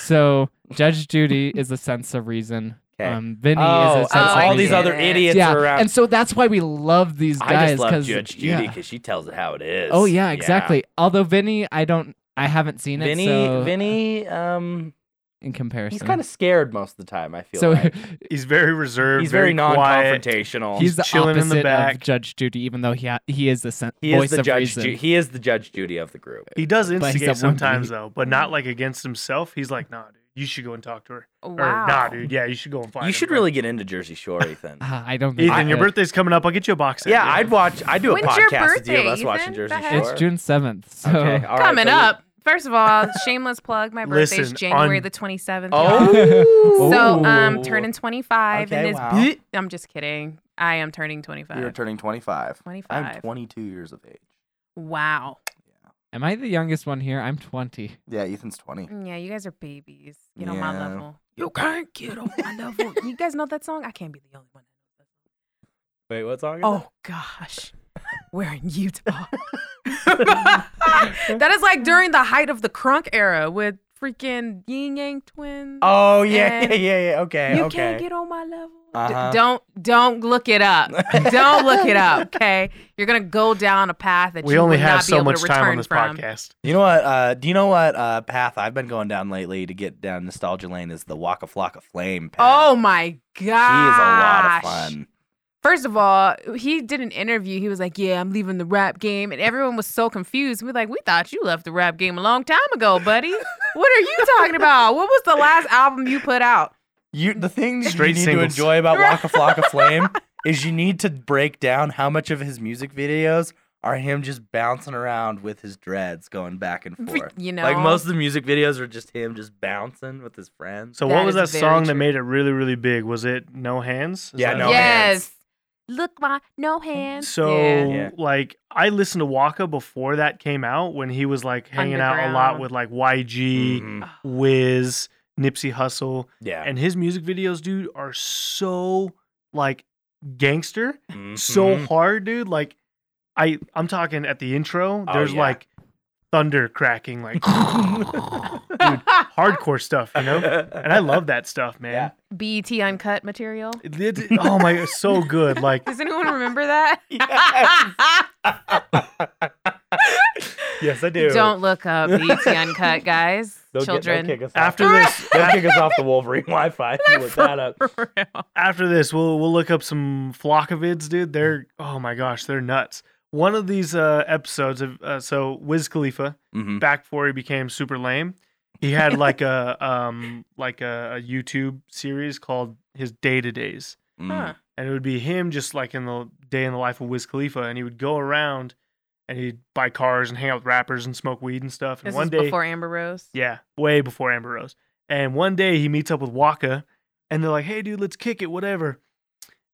Speaker 1: So Judge Judy is a sense of reason.
Speaker 2: Okay.
Speaker 1: Um, Vinny
Speaker 2: oh,
Speaker 1: is a sense
Speaker 2: and
Speaker 1: of
Speaker 2: all
Speaker 1: reason.
Speaker 2: these
Speaker 3: Yeah.
Speaker 2: other idiots
Speaker 1: yeah,
Speaker 2: are around.
Speaker 1: and so that's why we love these
Speaker 2: I
Speaker 1: guys.
Speaker 2: just love
Speaker 1: 'cause-
Speaker 2: Judge Judy
Speaker 1: yeah.
Speaker 2: because she tells it how it is.
Speaker 1: Oh yeah, exactly. Although Vinny, I don't, I haven't seen it.
Speaker 2: Vinny,
Speaker 1: so
Speaker 2: Vinny, um,
Speaker 1: in comparison,
Speaker 2: he's kind of scared most of the time. I feel
Speaker 1: so
Speaker 2: like.
Speaker 4: He's very reserved.
Speaker 2: he's very,
Speaker 4: quiet.
Speaker 2: non-confrontational.
Speaker 1: he's the
Speaker 4: chilling in the
Speaker 1: opposite
Speaker 4: back.
Speaker 1: of Judge Judy, even though he ha- he is the sen-
Speaker 2: he
Speaker 1: voice
Speaker 2: is the
Speaker 1: of
Speaker 2: judge.
Speaker 1: reason.
Speaker 2: Ju- he is the judge Judy of the group.
Speaker 4: He does
Speaker 1: he's
Speaker 4: instigate
Speaker 1: that one
Speaker 4: sometimes
Speaker 1: dude.
Speaker 4: though, but not like against himself. He's like, nah, dude, you should go and talk to her.
Speaker 3: wow.
Speaker 4: Or nah, dude, yeah, you should go and find.
Speaker 2: You should really get into Jersey Shore, Ethan.
Speaker 1: Ah, I don't. Think I
Speaker 4: Ethan, your
Speaker 1: would.
Speaker 4: birthday's coming up. I'll get you a box. set,
Speaker 2: yeah,
Speaker 4: dude.
Speaker 2: I'd watch. I do a
Speaker 3: When's your
Speaker 2: podcast with you of
Speaker 3: birthday,
Speaker 2: us watching
Speaker 3: Ethan?
Speaker 2: Jersey
Speaker 3: The heck?
Speaker 2: Shore.
Speaker 1: It's June seventh. So
Speaker 2: Okay, all right,
Speaker 3: Coming
Speaker 2: so we-
Speaker 3: up. First of all, shameless plug. My birthday's
Speaker 4: Listen,
Speaker 3: January
Speaker 4: on-
Speaker 3: the 27th. y'all.
Speaker 2: Oh,
Speaker 3: So
Speaker 2: Ooh.
Speaker 3: um turning 25
Speaker 2: Oh. Okay,
Speaker 3: and this
Speaker 2: wow.
Speaker 3: bitch- I'm just kidding. I am turning 25.
Speaker 2: You're turning 25. I'm
Speaker 3: 25.
Speaker 2: 22 years of age.
Speaker 3: wow.
Speaker 1: am I the youngest one here? I'm twenty.
Speaker 2: Yeah, Ethan's 20.
Speaker 3: Yeah, you guys are babies. Get on my
Speaker 2: Yeah.
Speaker 3: level. You can't get on my level. you guys know that song? I can't be the only one.
Speaker 5: Wait, what song? Is
Speaker 3: Oh gosh. We're in Utah. that is like during the height of the crunk era with freaking Yin Yang Twins.
Speaker 5: that? Oh yeah,
Speaker 3: And
Speaker 5: yeah, yeah, yeah. Okay,
Speaker 3: you
Speaker 5: okay.
Speaker 3: can't get on my level. D-
Speaker 2: Uh-huh.
Speaker 3: don't don't look it up. don't look it up. Okay, you're gonna go down a path that
Speaker 4: we
Speaker 3: you
Speaker 4: only
Speaker 3: will
Speaker 4: have
Speaker 3: not be
Speaker 4: so
Speaker 3: able
Speaker 4: much
Speaker 3: to
Speaker 4: time on
Speaker 3: return
Speaker 4: this
Speaker 3: from.
Speaker 4: podcast.
Speaker 2: You know what? Uh, do you know what uh, path I've been going down lately to get down nostalgia lane is the Waka Flocka Flame path.
Speaker 3: Oh my gosh! He is
Speaker 2: he is a lot of fun.
Speaker 3: First of all, he did an interview. He was like, "Yeah, I'm leaving the rap game," and everyone was so confused. We're like, "We thought you left the rap game a long time ago, buddy. What are you talking about? What was the last album you put out?"
Speaker 2: You the thing that
Speaker 4: Straight
Speaker 2: you need
Speaker 4: singles.
Speaker 2: to enjoy about Waka Flocka Flame is you need to break down how much of his music videos are him just bouncing around with his dreads going back and forth.
Speaker 3: You know,
Speaker 2: Like most of the music videos are just him just bouncing with his friends.
Speaker 4: So
Speaker 3: That
Speaker 4: what was that
Speaker 3: is very
Speaker 4: song that
Speaker 3: true.
Speaker 4: made it really, really big? Was it No Hands? Is
Speaker 2: Yeah,
Speaker 4: that-
Speaker 2: No
Speaker 3: yes.
Speaker 2: Hands.
Speaker 3: Look, my no hands.
Speaker 4: So
Speaker 3: Yeah.
Speaker 2: Yeah.
Speaker 4: like I listened to Waka before that came out when he was like hanging out a lot
Speaker 3: Underground.
Speaker 4: with like YG,
Speaker 2: Mhm.
Speaker 4: Wiz, Nipsey Hussle,
Speaker 2: Yeah.
Speaker 4: and his music videos, dude, are so like gangster, so
Speaker 2: Mhm.
Speaker 4: hard, dude. Like I I'm talking at the intro,
Speaker 2: Oh,
Speaker 4: there's
Speaker 2: yeah.
Speaker 4: like thunder cracking, like hardcore stuff, you know. And I love that stuff, man.
Speaker 2: Yeah.
Speaker 3: BET uncut material.
Speaker 4: It- it- oh my, it's so good. Like,
Speaker 3: Does anyone remember that?
Speaker 5: Yes, I do.
Speaker 3: Don't look up E BET uncut, guys.
Speaker 5: They'll get-
Speaker 3: Children.
Speaker 5: they'll kick us
Speaker 4: After
Speaker 5: off.
Speaker 4: this-
Speaker 5: they'll kick us off the Wolverine Wi-Fi. If you look that up.
Speaker 4: after this, we'll we'll look up some flockovids, dude. They're oh my gosh, they're nuts. One of these uh, episodes of uh, so Wiz Khalifa
Speaker 2: Mhm.
Speaker 4: back before he became super lame, he had like a um like a, a YouTube series called his Day to Days,
Speaker 2: Mm.
Speaker 4: and it would be him just like in the day in the life of Wiz Khalifa, and he would go around and he'd buy cars and hang out with rappers and smoke weed and stuff. And
Speaker 3: This
Speaker 4: one
Speaker 3: is
Speaker 4: day,
Speaker 3: before Amber Rose.
Speaker 4: Yeah, way before Amber Rose. And one day he meets up with Waka, and they're like, "Hey, dude, let's kick it, whatever."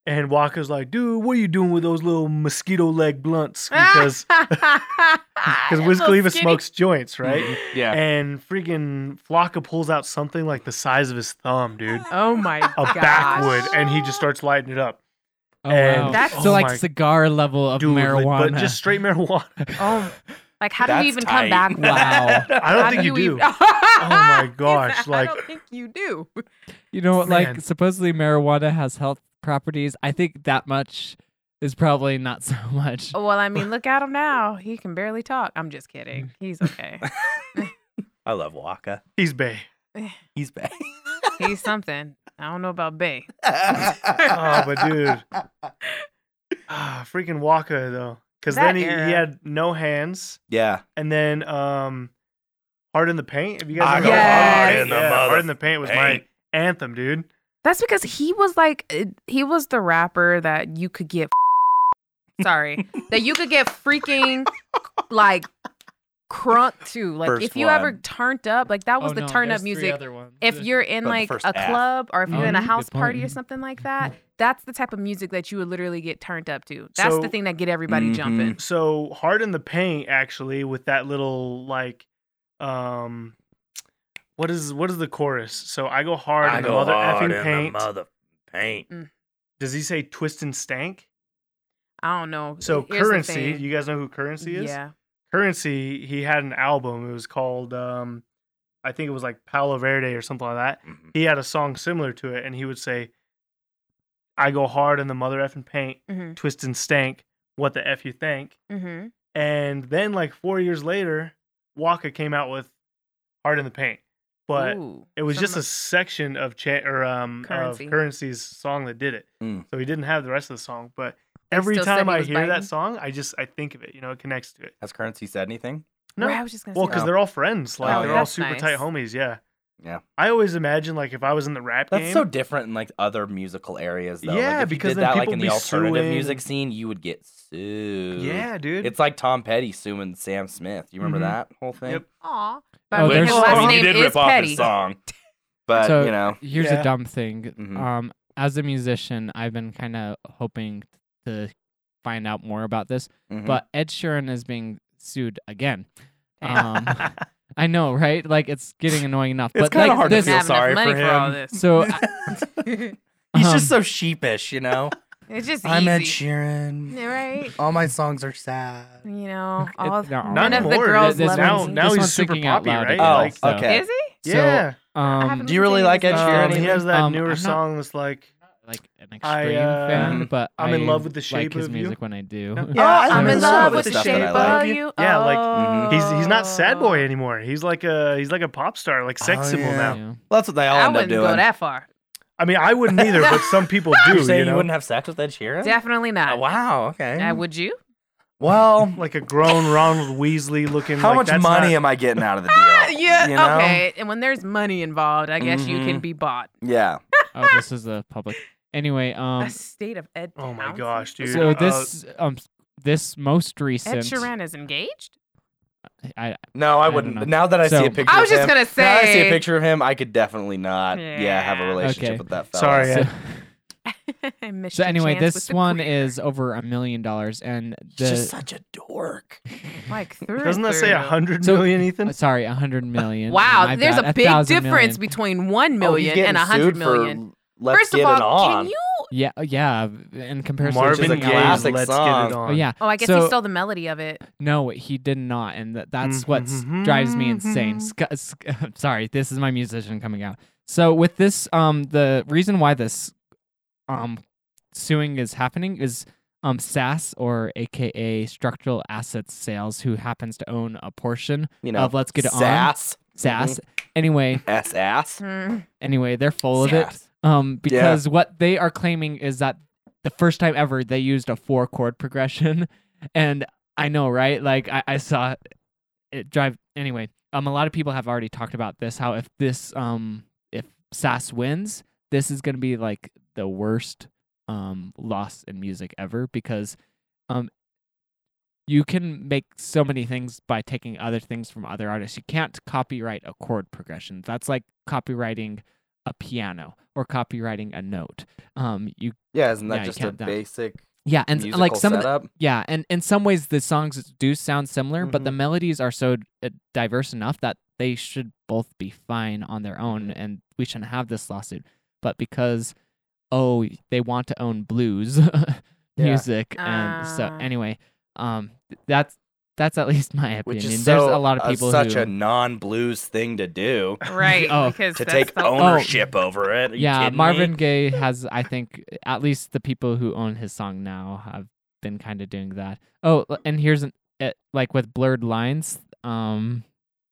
Speaker 4: And Waka's like, "Dude, what are you doing with those little mosquito leg blunts?" Because because Wiz Khalifa smokes joints, right?
Speaker 1: Mm-hmm.
Speaker 2: Yeah.
Speaker 4: and freaking Flocka pulls out something like the size of his thumb, dude,
Speaker 3: Oh my
Speaker 4: a
Speaker 3: gosh.
Speaker 4: backwood, and he just starts lighting it up. And
Speaker 1: That's
Speaker 3: that's-
Speaker 1: so
Speaker 4: oh
Speaker 1: like
Speaker 4: my-
Speaker 1: cigar level of
Speaker 4: Dude, like,
Speaker 1: marijuana.
Speaker 4: but just straight marijuana.
Speaker 3: Oh, like how do
Speaker 2: That's
Speaker 3: you even
Speaker 2: tight.
Speaker 3: come back? with that?
Speaker 1: wow.
Speaker 4: I don't
Speaker 3: How
Speaker 4: think you do.
Speaker 3: even- oh
Speaker 4: my gosh,
Speaker 3: I
Speaker 4: like-
Speaker 3: don't think you do.
Speaker 1: You know, what,
Speaker 4: Man.
Speaker 1: like supposedly marijuana has health properties. I think that much is probably not so much.
Speaker 3: Well, I mean, look at him now. He can barely talk. I'm just kidding. He's okay.
Speaker 2: I love Waka.
Speaker 4: He's Bay.
Speaker 2: He's back.
Speaker 3: He's something. I don't know about Bay.
Speaker 4: oh, but dude, ah, freaking Waka though, because
Speaker 3: That
Speaker 4: then he, he
Speaker 3: era.
Speaker 4: had no hands,
Speaker 2: yeah.
Speaker 4: and then um, hard in the paint. Have you
Speaker 2: I
Speaker 4: guys?
Speaker 3: go
Speaker 4: ever-
Speaker 3: hard
Speaker 2: in the
Speaker 4: Yeah, hard in
Speaker 2: mother-
Speaker 4: the paint was
Speaker 2: paint.
Speaker 4: my anthem, dude.
Speaker 3: That's because he was like uh, he was the rapper that you could get sorry, that you could get freaking like crunk to. Like
Speaker 2: First
Speaker 3: if you ever
Speaker 2: one.
Speaker 3: turned up, like
Speaker 1: Oh,
Speaker 3: that was the turn up music. If you're in
Speaker 2: But the
Speaker 3: like
Speaker 2: first
Speaker 3: a
Speaker 2: half.
Speaker 3: club or if you're
Speaker 1: Oh,
Speaker 3: in a
Speaker 1: good
Speaker 3: house party or
Speaker 1: point. Mm-hmm.
Speaker 3: something like that, that's the type of music that you would literally get turned up to. That's
Speaker 4: So- Mm-hmm.
Speaker 3: the thing that get everybody
Speaker 2: Mhm.
Speaker 3: jumping.
Speaker 4: So hard in the paint actually with that little like, um, what is what is the chorus? So I go hard in the mother effing paint.
Speaker 5: mother paint.
Speaker 4: Does he say twist and stank?
Speaker 3: I don't know.
Speaker 4: So
Speaker 3: Here's the
Speaker 4: currency,
Speaker 3: thing.
Speaker 4: you guys know who currency is?
Speaker 3: Yeah.
Speaker 4: Currency, he had an album. It was called, um, I think it was like Palo Verde or something like that.
Speaker 2: Mhm.
Speaker 4: He had a song similar to it, and he would say, I go hard in the mother effing paint,
Speaker 3: Mm-hmm.
Speaker 4: twist and stank, what the F you think.
Speaker 3: Mm-hmm.
Speaker 4: And then, like, four years later, Waka came out with Hard in the Paint. But
Speaker 3: Ooh,
Speaker 4: it was
Speaker 3: some
Speaker 4: just a
Speaker 3: of-
Speaker 4: section of cha- or um
Speaker 3: Currency.
Speaker 4: of currency's song that did it.
Speaker 2: Mm.
Speaker 4: So he didn't have the rest of the song, but every
Speaker 3: still said
Speaker 4: time
Speaker 3: he
Speaker 4: I
Speaker 3: was
Speaker 4: hear
Speaker 3: biting?
Speaker 4: that song, I just I think of it. You know, it connects to it.
Speaker 2: Has currency said anything?
Speaker 4: No,
Speaker 3: Right, I was just gonna
Speaker 4: well,
Speaker 3: say
Speaker 4: because
Speaker 2: No.
Speaker 4: they're all friends. Like
Speaker 2: Oh,
Speaker 4: they're all
Speaker 3: that's
Speaker 4: super
Speaker 3: nice.
Speaker 4: tight homies. Yeah.
Speaker 2: Yeah.
Speaker 4: I always imagine like if I was in the rap
Speaker 2: That's
Speaker 4: game.
Speaker 2: so different in like other musical areas, though. Like,
Speaker 4: Yeah,
Speaker 2: if you
Speaker 4: because
Speaker 2: did
Speaker 4: then
Speaker 2: that like
Speaker 4: people
Speaker 2: in the
Speaker 4: be
Speaker 2: alternative
Speaker 4: suing
Speaker 2: music
Speaker 4: and-
Speaker 2: scene, you would get sued.
Speaker 4: yeah, dude.
Speaker 2: it's like Tom Petty suing Sam Smith. You remember
Speaker 4: Mhm.
Speaker 2: that whole thing?
Speaker 4: Yep.
Speaker 3: Aw.
Speaker 1: Oh,
Speaker 3: But
Speaker 1: there's-
Speaker 3: his
Speaker 4: Oh,
Speaker 3: last
Speaker 4: he
Speaker 3: name is Petty.
Speaker 2: song, but
Speaker 1: So-
Speaker 2: you know,
Speaker 1: Here's
Speaker 4: Yeah.
Speaker 1: a dumb thing.
Speaker 2: Mhm.
Speaker 1: Um, as a musician, I've been kind of hoping to find
Speaker 2: Mm-hmm.
Speaker 1: out more about this,
Speaker 2: mhm.
Speaker 1: but Ed Sheeran is being sued again. Um, I know, right? Like it's getting annoying enough.
Speaker 2: It's
Speaker 1: but
Speaker 2: kinda
Speaker 1: like
Speaker 2: hard to
Speaker 1: this,
Speaker 2: feel
Speaker 3: have
Speaker 2: sorry
Speaker 3: enough money
Speaker 2: for
Speaker 3: for all
Speaker 2: him.
Speaker 3: this.
Speaker 1: So
Speaker 2: He's
Speaker 1: um,
Speaker 2: just so sheepish, you know.
Speaker 3: It's just
Speaker 2: I'm Ed
Speaker 3: easy,
Speaker 2: Sheeran.
Speaker 3: right?
Speaker 2: All my songs are sad.
Speaker 3: You know, all
Speaker 1: it- no,
Speaker 4: Not
Speaker 3: none of the
Speaker 4: more.
Speaker 3: girls
Speaker 4: This-
Speaker 3: love
Speaker 4: now,
Speaker 3: him.
Speaker 4: now
Speaker 1: This
Speaker 4: he's
Speaker 1: one's
Speaker 4: super
Speaker 1: thinking out
Speaker 4: poppy,
Speaker 1: loud
Speaker 4: right?
Speaker 1: as well,
Speaker 4: Like,
Speaker 2: Oh,
Speaker 1: so-
Speaker 2: okay.
Speaker 3: is he?
Speaker 1: So,
Speaker 4: yeah.
Speaker 1: um,
Speaker 2: Do you really like Ed
Speaker 4: Um,
Speaker 2: Sheeran?
Speaker 4: he has that
Speaker 1: Um,
Speaker 4: newer
Speaker 1: I'm not-
Speaker 4: song that's like,
Speaker 1: like an extreme
Speaker 4: I, uh,
Speaker 2: Mm-hmm.
Speaker 1: fan, but
Speaker 4: I'm in
Speaker 1: I
Speaker 4: love with the
Speaker 1: like
Speaker 4: shape
Speaker 1: his
Speaker 4: of you.
Speaker 1: music when I do.
Speaker 4: No.
Speaker 2: Yeah, I
Speaker 3: I'm
Speaker 1: think
Speaker 3: in
Speaker 1: some
Speaker 3: love
Speaker 1: of the
Speaker 3: with the
Speaker 2: stuff that
Speaker 3: shape
Speaker 2: I like.
Speaker 3: of you.
Speaker 4: Yeah, like, mm-hmm.
Speaker 3: oh.
Speaker 4: he's he's not sad boy anymore. He's like a he's like a pop star, like sex
Speaker 2: Oh,
Speaker 4: symbol
Speaker 2: yeah.
Speaker 4: now.
Speaker 1: Yeah.
Speaker 2: That's what they all
Speaker 3: I
Speaker 2: end up
Speaker 3: wouldn't
Speaker 2: doing.
Speaker 3: go that far.
Speaker 4: I mean, I wouldn't either, but some people do.
Speaker 5: You're saying you,
Speaker 4: know?
Speaker 5: wouldn't have sex with Ed Sheeran?
Speaker 3: Definitely
Speaker 2: Oh,
Speaker 3: not.
Speaker 2: wow. Okay.
Speaker 3: Uh, would you?
Speaker 2: well,
Speaker 4: like a grown Ronald Weasley looking.
Speaker 2: how
Speaker 4: like,
Speaker 2: much
Speaker 4: that's
Speaker 2: money
Speaker 4: Not,
Speaker 2: am I getting out of the deal?
Speaker 3: Yeah.
Speaker 2: You know?
Speaker 3: Okay. And when there's money involved, I guess you can
Speaker 2: Mhm.
Speaker 3: be bought.
Speaker 2: Yeah.
Speaker 1: Oh, this is the public. Anyway,
Speaker 3: a
Speaker 1: um,
Speaker 3: state of Ed.
Speaker 4: oh my
Speaker 3: Townsend?
Speaker 4: gosh, dude!
Speaker 1: so
Speaker 4: Uh,
Speaker 1: this um this most
Speaker 3: Ed
Speaker 1: recent.
Speaker 3: Sheeran is engaged.
Speaker 1: I
Speaker 2: No, I,
Speaker 1: I don't know.
Speaker 2: wouldn't. Now that I
Speaker 1: So-
Speaker 2: see a picture,
Speaker 3: I was
Speaker 2: of
Speaker 3: just
Speaker 2: him,
Speaker 3: gonna
Speaker 2: Now that I see
Speaker 3: say-
Speaker 2: a picture of him. I could definitely not. Yeah, have a
Speaker 3: Yeah.
Speaker 2: relationship
Speaker 1: Okay. uh,
Speaker 2: with that fella.
Speaker 4: Sorry,
Speaker 1: so,
Speaker 3: I missed
Speaker 1: so
Speaker 3: your
Speaker 1: anyway,
Speaker 3: chance with
Speaker 1: this
Speaker 3: the
Speaker 1: one
Speaker 3: queen.
Speaker 1: is over a million dollars, and the
Speaker 2: He's just such a dork.
Speaker 3: like through.
Speaker 4: Uh, doesn't that say a hundred
Speaker 1: So-
Speaker 4: million,
Speaker 1: uh,
Speaker 4: Ethan?
Speaker 1: sorry, a hundred million.
Speaker 3: Wow,
Speaker 1: my
Speaker 3: there's
Speaker 1: bad,
Speaker 3: a big
Speaker 1: 1,000 million.
Speaker 3: difference between one
Speaker 2: Oh, he's
Speaker 3: million
Speaker 2: getting
Speaker 3: and a
Speaker 2: sued
Speaker 3: hundred million.
Speaker 2: For, let's
Speaker 3: First of
Speaker 2: get it
Speaker 3: all,
Speaker 2: on.
Speaker 3: can you?
Speaker 1: Yeah, uh, yeah. In comparison to
Speaker 4: Marvin
Speaker 1: the
Speaker 2: Which is a
Speaker 4: Gaye's "Let's
Speaker 2: classic
Speaker 4: Get It
Speaker 2: song.
Speaker 1: Oh
Speaker 4: On."
Speaker 1: yeah.
Speaker 3: Oh, I guess
Speaker 1: so,
Speaker 3: he stole the melody of it.
Speaker 1: No, he did not, and th- that's what s- drives me insane. Sc- sc- sorry, this is my musician coming out. So with this, um, the reason why this, um, suing is happening is, um, SAS or AKA Structural Assets Sales, who happens to own a portion
Speaker 2: You know,
Speaker 1: of Let's Get It On,
Speaker 2: sass,
Speaker 1: SAS. Anyway,
Speaker 2: ass, ass.
Speaker 3: Hmm.
Speaker 1: anyway, they're full of it.
Speaker 2: Sass.
Speaker 1: Um, because what they are claiming is that the first time ever they used a four chord progression, and I know, right? Like I, I saw it drive. Anyway, um, a lot of people have already talked about this. How if this, um, if SAS wins, this is gonna be like the worst, um, loss in music ever because, um. You can make so many things by taking other things from other artists. You can't copyright a chord progression. That's like copywriting a piano or copywriting a note. Um, you
Speaker 2: Yeah, isn't that
Speaker 1: Yeah, you
Speaker 2: just a
Speaker 1: can't do that.
Speaker 2: basic
Speaker 1: yeah, and
Speaker 2: musical
Speaker 1: like some of the-
Speaker 2: setup?
Speaker 1: yeah, and in some ways the songs do sound similar, but
Speaker 2: Mm-hmm.
Speaker 1: the melodies are so uh, diverse enough that they should both be fine on their own,
Speaker 2: Mm-hmm.
Speaker 1: and we shouldn't have this lawsuit. But because oh, they want to own blues music, and so
Speaker 3: Ah.
Speaker 1: anyway, um, th- that's that's at least my opinion.
Speaker 2: Which is
Speaker 1: There's
Speaker 2: so,
Speaker 1: a lot of
Speaker 2: uh,
Speaker 1: people
Speaker 2: such
Speaker 1: who
Speaker 2: a non-blues thing to do.
Speaker 3: Right,
Speaker 1: Oh.
Speaker 3: because
Speaker 2: to
Speaker 3: that's
Speaker 2: take
Speaker 3: the
Speaker 2: ownership over it. Are you
Speaker 1: yeah,
Speaker 2: kidding me?
Speaker 1: Marvin Gaye has, I think, at least the people who own his song now have been kind of doing that. Oh, l- and here's an it, like with blurred lines. Um,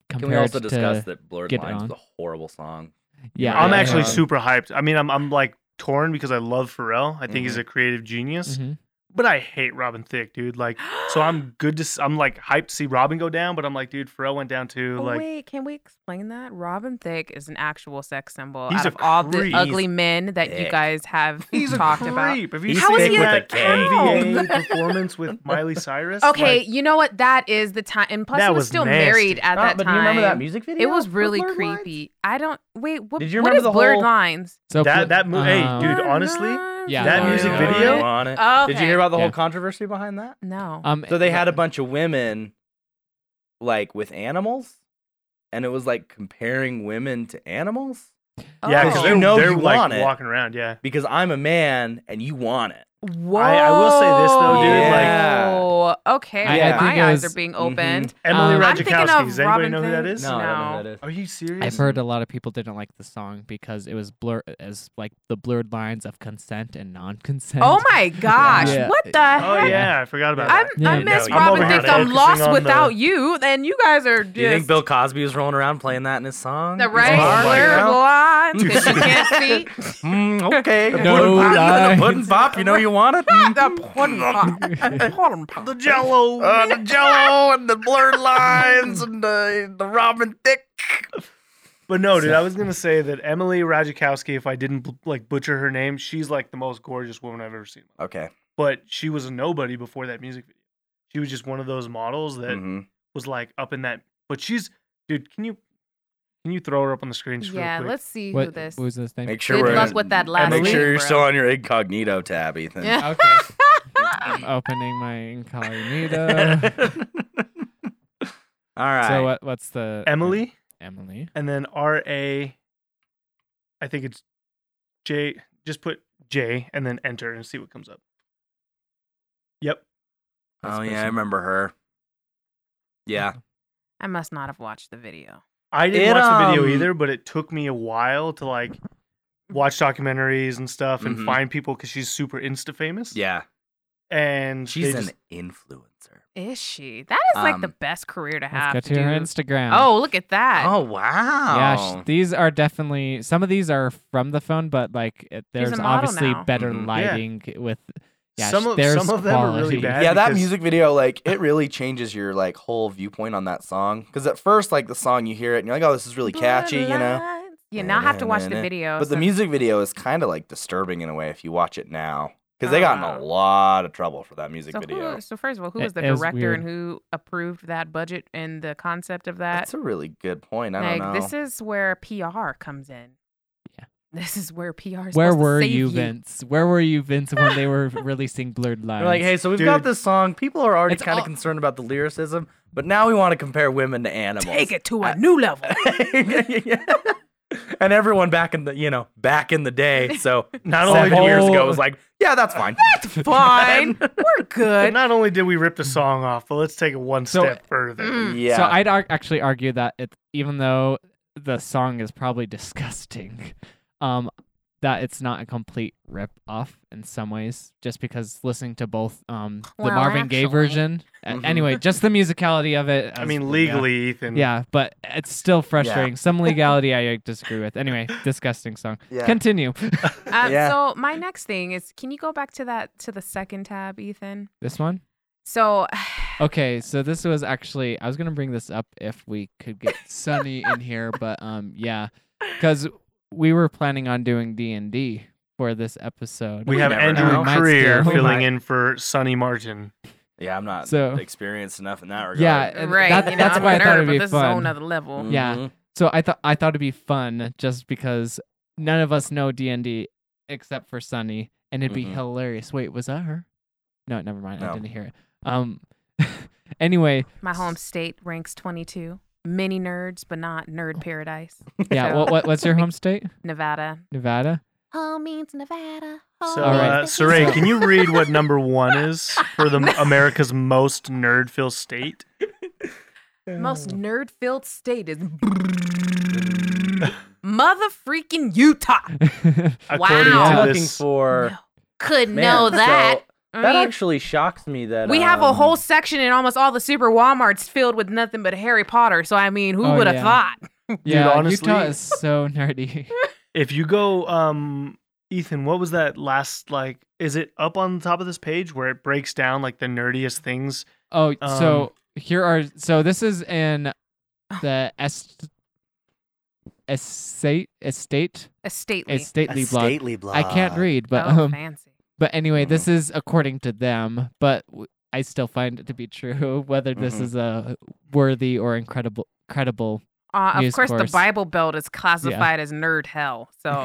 Speaker 5: Can
Speaker 1: compared
Speaker 5: we also
Speaker 1: to,
Speaker 5: discuss that Blurred
Speaker 1: Get It
Speaker 5: Lines
Speaker 1: On?
Speaker 5: is a horrible song?
Speaker 1: Yeah,
Speaker 4: I'm
Speaker 1: yeah,
Speaker 4: actually
Speaker 1: yeah.
Speaker 4: super hyped. I mean, I'm I'm like torn because I love Pharrell. I think he's a creative genius,
Speaker 1: Mhm.
Speaker 4: but I hate Robin Thicke, dude. Like, so I'm good to. s- I'm like hyped to see Robin go down, but I'm like, dude, Pharrell went down too.
Speaker 3: Oh,
Speaker 4: like,
Speaker 3: wait, can we explain that? Robin Thicke is an actual sex symbol
Speaker 4: He's
Speaker 3: out
Speaker 4: a
Speaker 3: of all the
Speaker 4: creep.
Speaker 3: ugly men that you
Speaker 5: Dick.
Speaker 3: guys have
Speaker 4: he's a
Speaker 3: talked
Speaker 4: creep.
Speaker 3: about.
Speaker 4: If you
Speaker 5: He's
Speaker 4: see
Speaker 5: thick with
Speaker 4: that
Speaker 5: a K.
Speaker 4: NBA performance with Miley Cyrus,
Speaker 3: Okay,
Speaker 4: like,
Speaker 3: you know what? That is the time, and plus
Speaker 4: That
Speaker 3: he was,
Speaker 4: was
Speaker 3: still
Speaker 4: nasty.
Speaker 3: married at that
Speaker 5: but
Speaker 3: time.
Speaker 5: do you remember that music video?
Speaker 3: It was
Speaker 5: for
Speaker 3: really
Speaker 5: Blurred Lines?
Speaker 3: creepy. I don't wait. What,
Speaker 5: Did you
Speaker 3: what
Speaker 5: remember
Speaker 3: is
Speaker 5: the
Speaker 3: blurred
Speaker 5: whole-
Speaker 3: lines?
Speaker 1: So
Speaker 4: That-
Speaker 1: bl-
Speaker 4: that mo- hey,
Speaker 1: um,
Speaker 4: dude, honestly,
Speaker 1: Yeah,
Speaker 4: that
Speaker 1: yeah,
Speaker 4: music
Speaker 1: yeah.
Speaker 4: video?
Speaker 5: On it.
Speaker 3: Oh,
Speaker 5: Did you hear about the
Speaker 1: Yeah.
Speaker 5: whole controversy behind that?
Speaker 3: No.
Speaker 1: Um,
Speaker 5: So they had a
Speaker 1: uh,
Speaker 5: bunch of women, like with animals, and it was like comparing women to animals.
Speaker 4: yeah,
Speaker 5: Oh.
Speaker 4: because
Speaker 5: You
Speaker 4: they're,
Speaker 5: know
Speaker 4: they're
Speaker 5: you
Speaker 4: like
Speaker 5: want it.
Speaker 4: walking around, yeah.
Speaker 5: Because I'm a man and you want it.
Speaker 3: Whoa.
Speaker 4: I will say this, though,
Speaker 5: dude, like-
Speaker 3: okay,
Speaker 1: I-
Speaker 5: I
Speaker 3: well,
Speaker 1: think it
Speaker 3: my eyes
Speaker 1: was-
Speaker 3: are being
Speaker 5: Mhm.
Speaker 3: opened.
Speaker 4: Emily
Speaker 1: Um,
Speaker 3: I'm
Speaker 4: Ratajkowski.
Speaker 3: thinking of
Speaker 4: Does anybody
Speaker 3: Robin
Speaker 4: know who that
Speaker 3: Thicke.
Speaker 4: is?
Speaker 5: No, I don't know
Speaker 3: No.
Speaker 5: who that is.
Speaker 4: Are you serious?
Speaker 1: I've heard a lot of people didn't like the song because it was blur as like the blurred lines of consent and non-consent.
Speaker 3: Oh my gosh!
Speaker 1: Yeah.
Speaker 3: What the
Speaker 1: Oh,
Speaker 4: Oh
Speaker 3: heck?
Speaker 4: yeah, I forgot about
Speaker 3: I'm,
Speaker 4: that.
Speaker 1: Yeah,
Speaker 3: I
Speaker 1: no,
Speaker 3: miss
Speaker 5: you- I'm
Speaker 3: Robin
Speaker 5: over here
Speaker 3: Thicke. I'm
Speaker 4: focusing
Speaker 3: lost
Speaker 4: on
Speaker 3: without
Speaker 4: the-
Speaker 3: you, and you guys are just
Speaker 5: Do you think Bill Cosby was rolling around playing that in his song?
Speaker 3: the
Speaker 5: He's
Speaker 3: right
Speaker 5: like,
Speaker 2: "Oh,
Speaker 4: my
Speaker 3: blurred
Speaker 5: "Well,
Speaker 3: lines that you can't see.
Speaker 5: mm, okay.
Speaker 1: No
Speaker 5: pudding pop,
Speaker 1: lines.
Speaker 5: the pudding pop. You know you want it.
Speaker 3: the pudding pop. The pudding pop.
Speaker 5: the Jello, uh, the Jello, and the blurred lines, and the the Robin Thicke.
Speaker 4: But no, dude, I was gonna say that Emily Ratajkowski. If I didn't bl- like butcher her name, she's like the most gorgeous woman I've ever seen.
Speaker 2: Okay.
Speaker 4: But she was a nobody before that music video. She was just one of those models that
Speaker 2: hmm
Speaker 4: was like up in that. But she's, dude, can you can you throw her up on the screen? Just
Speaker 3: Yeah,
Speaker 4: real quick?
Speaker 3: let's see who
Speaker 1: What,
Speaker 3: this.
Speaker 1: what was this thing?
Speaker 2: Make sure
Speaker 3: Good
Speaker 2: we're
Speaker 3: luck with that
Speaker 2: and
Speaker 3: last.
Speaker 2: make
Speaker 4: Emily?
Speaker 2: sure
Speaker 3: name,
Speaker 2: you're
Speaker 3: bro.
Speaker 2: still on your incognito tab, Ethan.
Speaker 3: Yeah.
Speaker 1: Okay. I'm opening my incognito.
Speaker 2: All right.
Speaker 1: So uh, what, what's the
Speaker 4: Emily,
Speaker 1: Emily.
Speaker 4: and then R A. I think it's J. Just put J and then enter and see what comes up. Yep.
Speaker 2: oh
Speaker 1: That's
Speaker 2: yeah, I
Speaker 1: person.
Speaker 2: remember her. Yeah.
Speaker 3: I must not have watched the video.
Speaker 4: I didn't
Speaker 2: It,
Speaker 4: watch the video
Speaker 2: um,
Speaker 4: either, but it took me a while to like watch documentaries and stuff and
Speaker 2: Mhm.
Speaker 4: find people because she's super insta famous.
Speaker 2: Yeah.
Speaker 4: and
Speaker 2: She's
Speaker 4: they
Speaker 2: an
Speaker 4: just-
Speaker 2: influencer.
Speaker 3: Is she? That is like the
Speaker 2: Um,
Speaker 3: best career to
Speaker 1: Let's
Speaker 3: have.
Speaker 1: get to her
Speaker 3: dude.
Speaker 1: Instagram.
Speaker 3: Oh, look at that.
Speaker 2: Oh wow.
Speaker 1: Yeah, sh- these are definitely some of these are from the phone, but like it,
Speaker 3: He's
Speaker 1: there's
Speaker 3: a model
Speaker 1: obviously
Speaker 3: now.
Speaker 1: better
Speaker 2: Mhm. Yeah.
Speaker 1: lighting with. Yeah,
Speaker 4: Some
Speaker 1: sh-
Speaker 4: of-
Speaker 1: there's
Speaker 4: some of them are really
Speaker 1: quality.
Speaker 4: bad.
Speaker 2: yeah that
Speaker 4: because-
Speaker 2: music video like it really changes your like whole viewpoint on that song because at first like the song you hear it and you're like oh this is really catchy you know
Speaker 3: Bloodlines. You now have to watch the video.
Speaker 2: but the
Speaker 3: so-
Speaker 2: music video is kind of like disturbing in a way if you watch it now because they got in a
Speaker 3: Oh.
Speaker 2: lot of trouble for that music
Speaker 3: so,
Speaker 2: video
Speaker 3: who, so first of all, who
Speaker 1: It
Speaker 3: was the
Speaker 1: is
Speaker 3: director
Speaker 1: weird.
Speaker 3: and who approved that budget and the concept of that?
Speaker 2: that's a really good point i
Speaker 3: like
Speaker 2: don't know
Speaker 3: this is where PR comes in.
Speaker 1: Yeah.
Speaker 3: This is where PR. Is
Speaker 1: Where
Speaker 3: supposed to
Speaker 1: were
Speaker 3: save
Speaker 1: you, Vince? Where were you, Vince, when they were releasing Blurred Lines?
Speaker 2: They're like hey so we've got
Speaker 4: Dude.
Speaker 2: this song people are already
Speaker 1: It's
Speaker 2: kind of
Speaker 1: all-
Speaker 2: concerned about the lyricism but now we want to compare women to animals
Speaker 3: Take it to
Speaker 2: I-
Speaker 3: a new level.
Speaker 2: and everyone back in the you know back in the day so
Speaker 4: not only
Speaker 2: seven
Speaker 4: did
Speaker 2: years
Speaker 1: whole-
Speaker 2: ago was like yeah that's fine
Speaker 3: Fine, we're
Speaker 4: we,
Speaker 3: good.
Speaker 4: not only did we rip the song off, but let's take it one
Speaker 1: So-
Speaker 4: step further.
Speaker 3: Mm.
Speaker 2: yeah
Speaker 1: So I'd ar- actually argue that it's even though the song is probably disgusting, um, that it's not a complete rip off in some ways, just because listening to both um the
Speaker 3: Well,
Speaker 1: Marvin Gaye
Speaker 3: actually.
Speaker 1: version. a-
Speaker 2: Mhm.
Speaker 1: Anyway, just the musicality of it.
Speaker 4: Mm-hmm. I
Speaker 1: as-
Speaker 4: mean,
Speaker 1: yeah.
Speaker 4: legally, Ethan.
Speaker 1: Yeah, but it's still frustrating. Some legality I disagree with. Anyway, disgusting song.
Speaker 6: Yeah.
Speaker 1: Continue.
Speaker 3: Uh,
Speaker 2: Yeah.
Speaker 3: So my next thing is, can you go back to that to the second tab, Ethan?
Speaker 1: this one. Uh,
Speaker 3: So
Speaker 1: Okay, so this was actually I was gonna bring this up if we could get Sunny in here, but um, yeah, because we were planning on doing D and D for this episode.
Speaker 4: We,
Speaker 2: We
Speaker 4: have
Speaker 2: never
Speaker 4: Andrew
Speaker 2: know.
Speaker 4: Creer
Speaker 1: Might-
Speaker 4: filling
Speaker 1: might-
Speaker 4: in for Sonny Martin.
Speaker 2: Yeah, I'm not
Speaker 1: So-
Speaker 2: experienced enough in that regard.
Speaker 1: yeah, and
Speaker 3: right,
Speaker 1: that-
Speaker 3: you know,
Speaker 1: that's
Speaker 3: I'm
Speaker 1: why
Speaker 3: a
Speaker 1: I
Speaker 3: nerd,
Speaker 1: thought it'd
Speaker 3: but
Speaker 1: be
Speaker 3: this is a whole
Speaker 1: fun.
Speaker 3: nother level.
Speaker 2: Mhm.
Speaker 1: yeah. So I thought I thought it'd be fun just because none of us know D and D except for Sunny, and it'd be
Speaker 4: Mm-hmm.
Speaker 2: Mhm.
Speaker 1: hilarious. Wait, was that her? No, never mind. I
Speaker 2: No.
Speaker 1: didn't hear it. Um, anyway,
Speaker 3: My home state ranks 22. Many nerds, but not
Speaker 1: Oh.
Speaker 3: nerd paradise.
Speaker 1: yeah.
Speaker 3: So-
Speaker 1: What, what what's your home state?
Speaker 3: Nevada.
Speaker 1: Nevada.
Speaker 3: Home means Nevada.
Speaker 4: So,
Speaker 1: All right.
Speaker 4: uh, Saray, can you read what number one is for the America's most nerd-filled state?
Speaker 3: most nerd filled state is mother freaking Utah.
Speaker 4: According
Speaker 3: Wow.
Speaker 4: to
Speaker 2: I'm looking
Speaker 4: this,
Speaker 2: for.
Speaker 3: Could
Speaker 2: Man,
Speaker 3: know that.
Speaker 2: so
Speaker 3: I
Speaker 2: that
Speaker 3: mean,
Speaker 2: actually shocks me that
Speaker 3: we have a
Speaker 2: um,
Speaker 3: whole section in almost all the super Walmarts filled with nothing but Harry Potter. So I mean, who
Speaker 1: Oh,
Speaker 3: would have
Speaker 1: yeah.
Speaker 3: thought?
Speaker 1: yeah,
Speaker 4: honestly-
Speaker 1: Utah is so nerdy.
Speaker 4: if you go, um, Ethan, what was that last like? Is it up on the top of this page where it breaks down like the nerdiest things?
Speaker 1: Oh,
Speaker 4: Um,
Speaker 1: so here are so this is in the est- estate estate
Speaker 3: Estately.
Speaker 1: estately
Speaker 6: A
Speaker 1: blog.
Speaker 6: stately
Speaker 1: I can't
Speaker 6: blog.
Speaker 1: read, but
Speaker 3: oh,
Speaker 1: um,
Speaker 3: fancy.
Speaker 1: but anyway, this is according to them, but w- I still find it to be true whether this
Speaker 2: Mhm.
Speaker 1: is a worthy or incredible credible.
Speaker 3: Uh, of
Speaker 1: news
Speaker 3: course,
Speaker 1: course.
Speaker 3: the Bible Belt is classified as nerd hell. So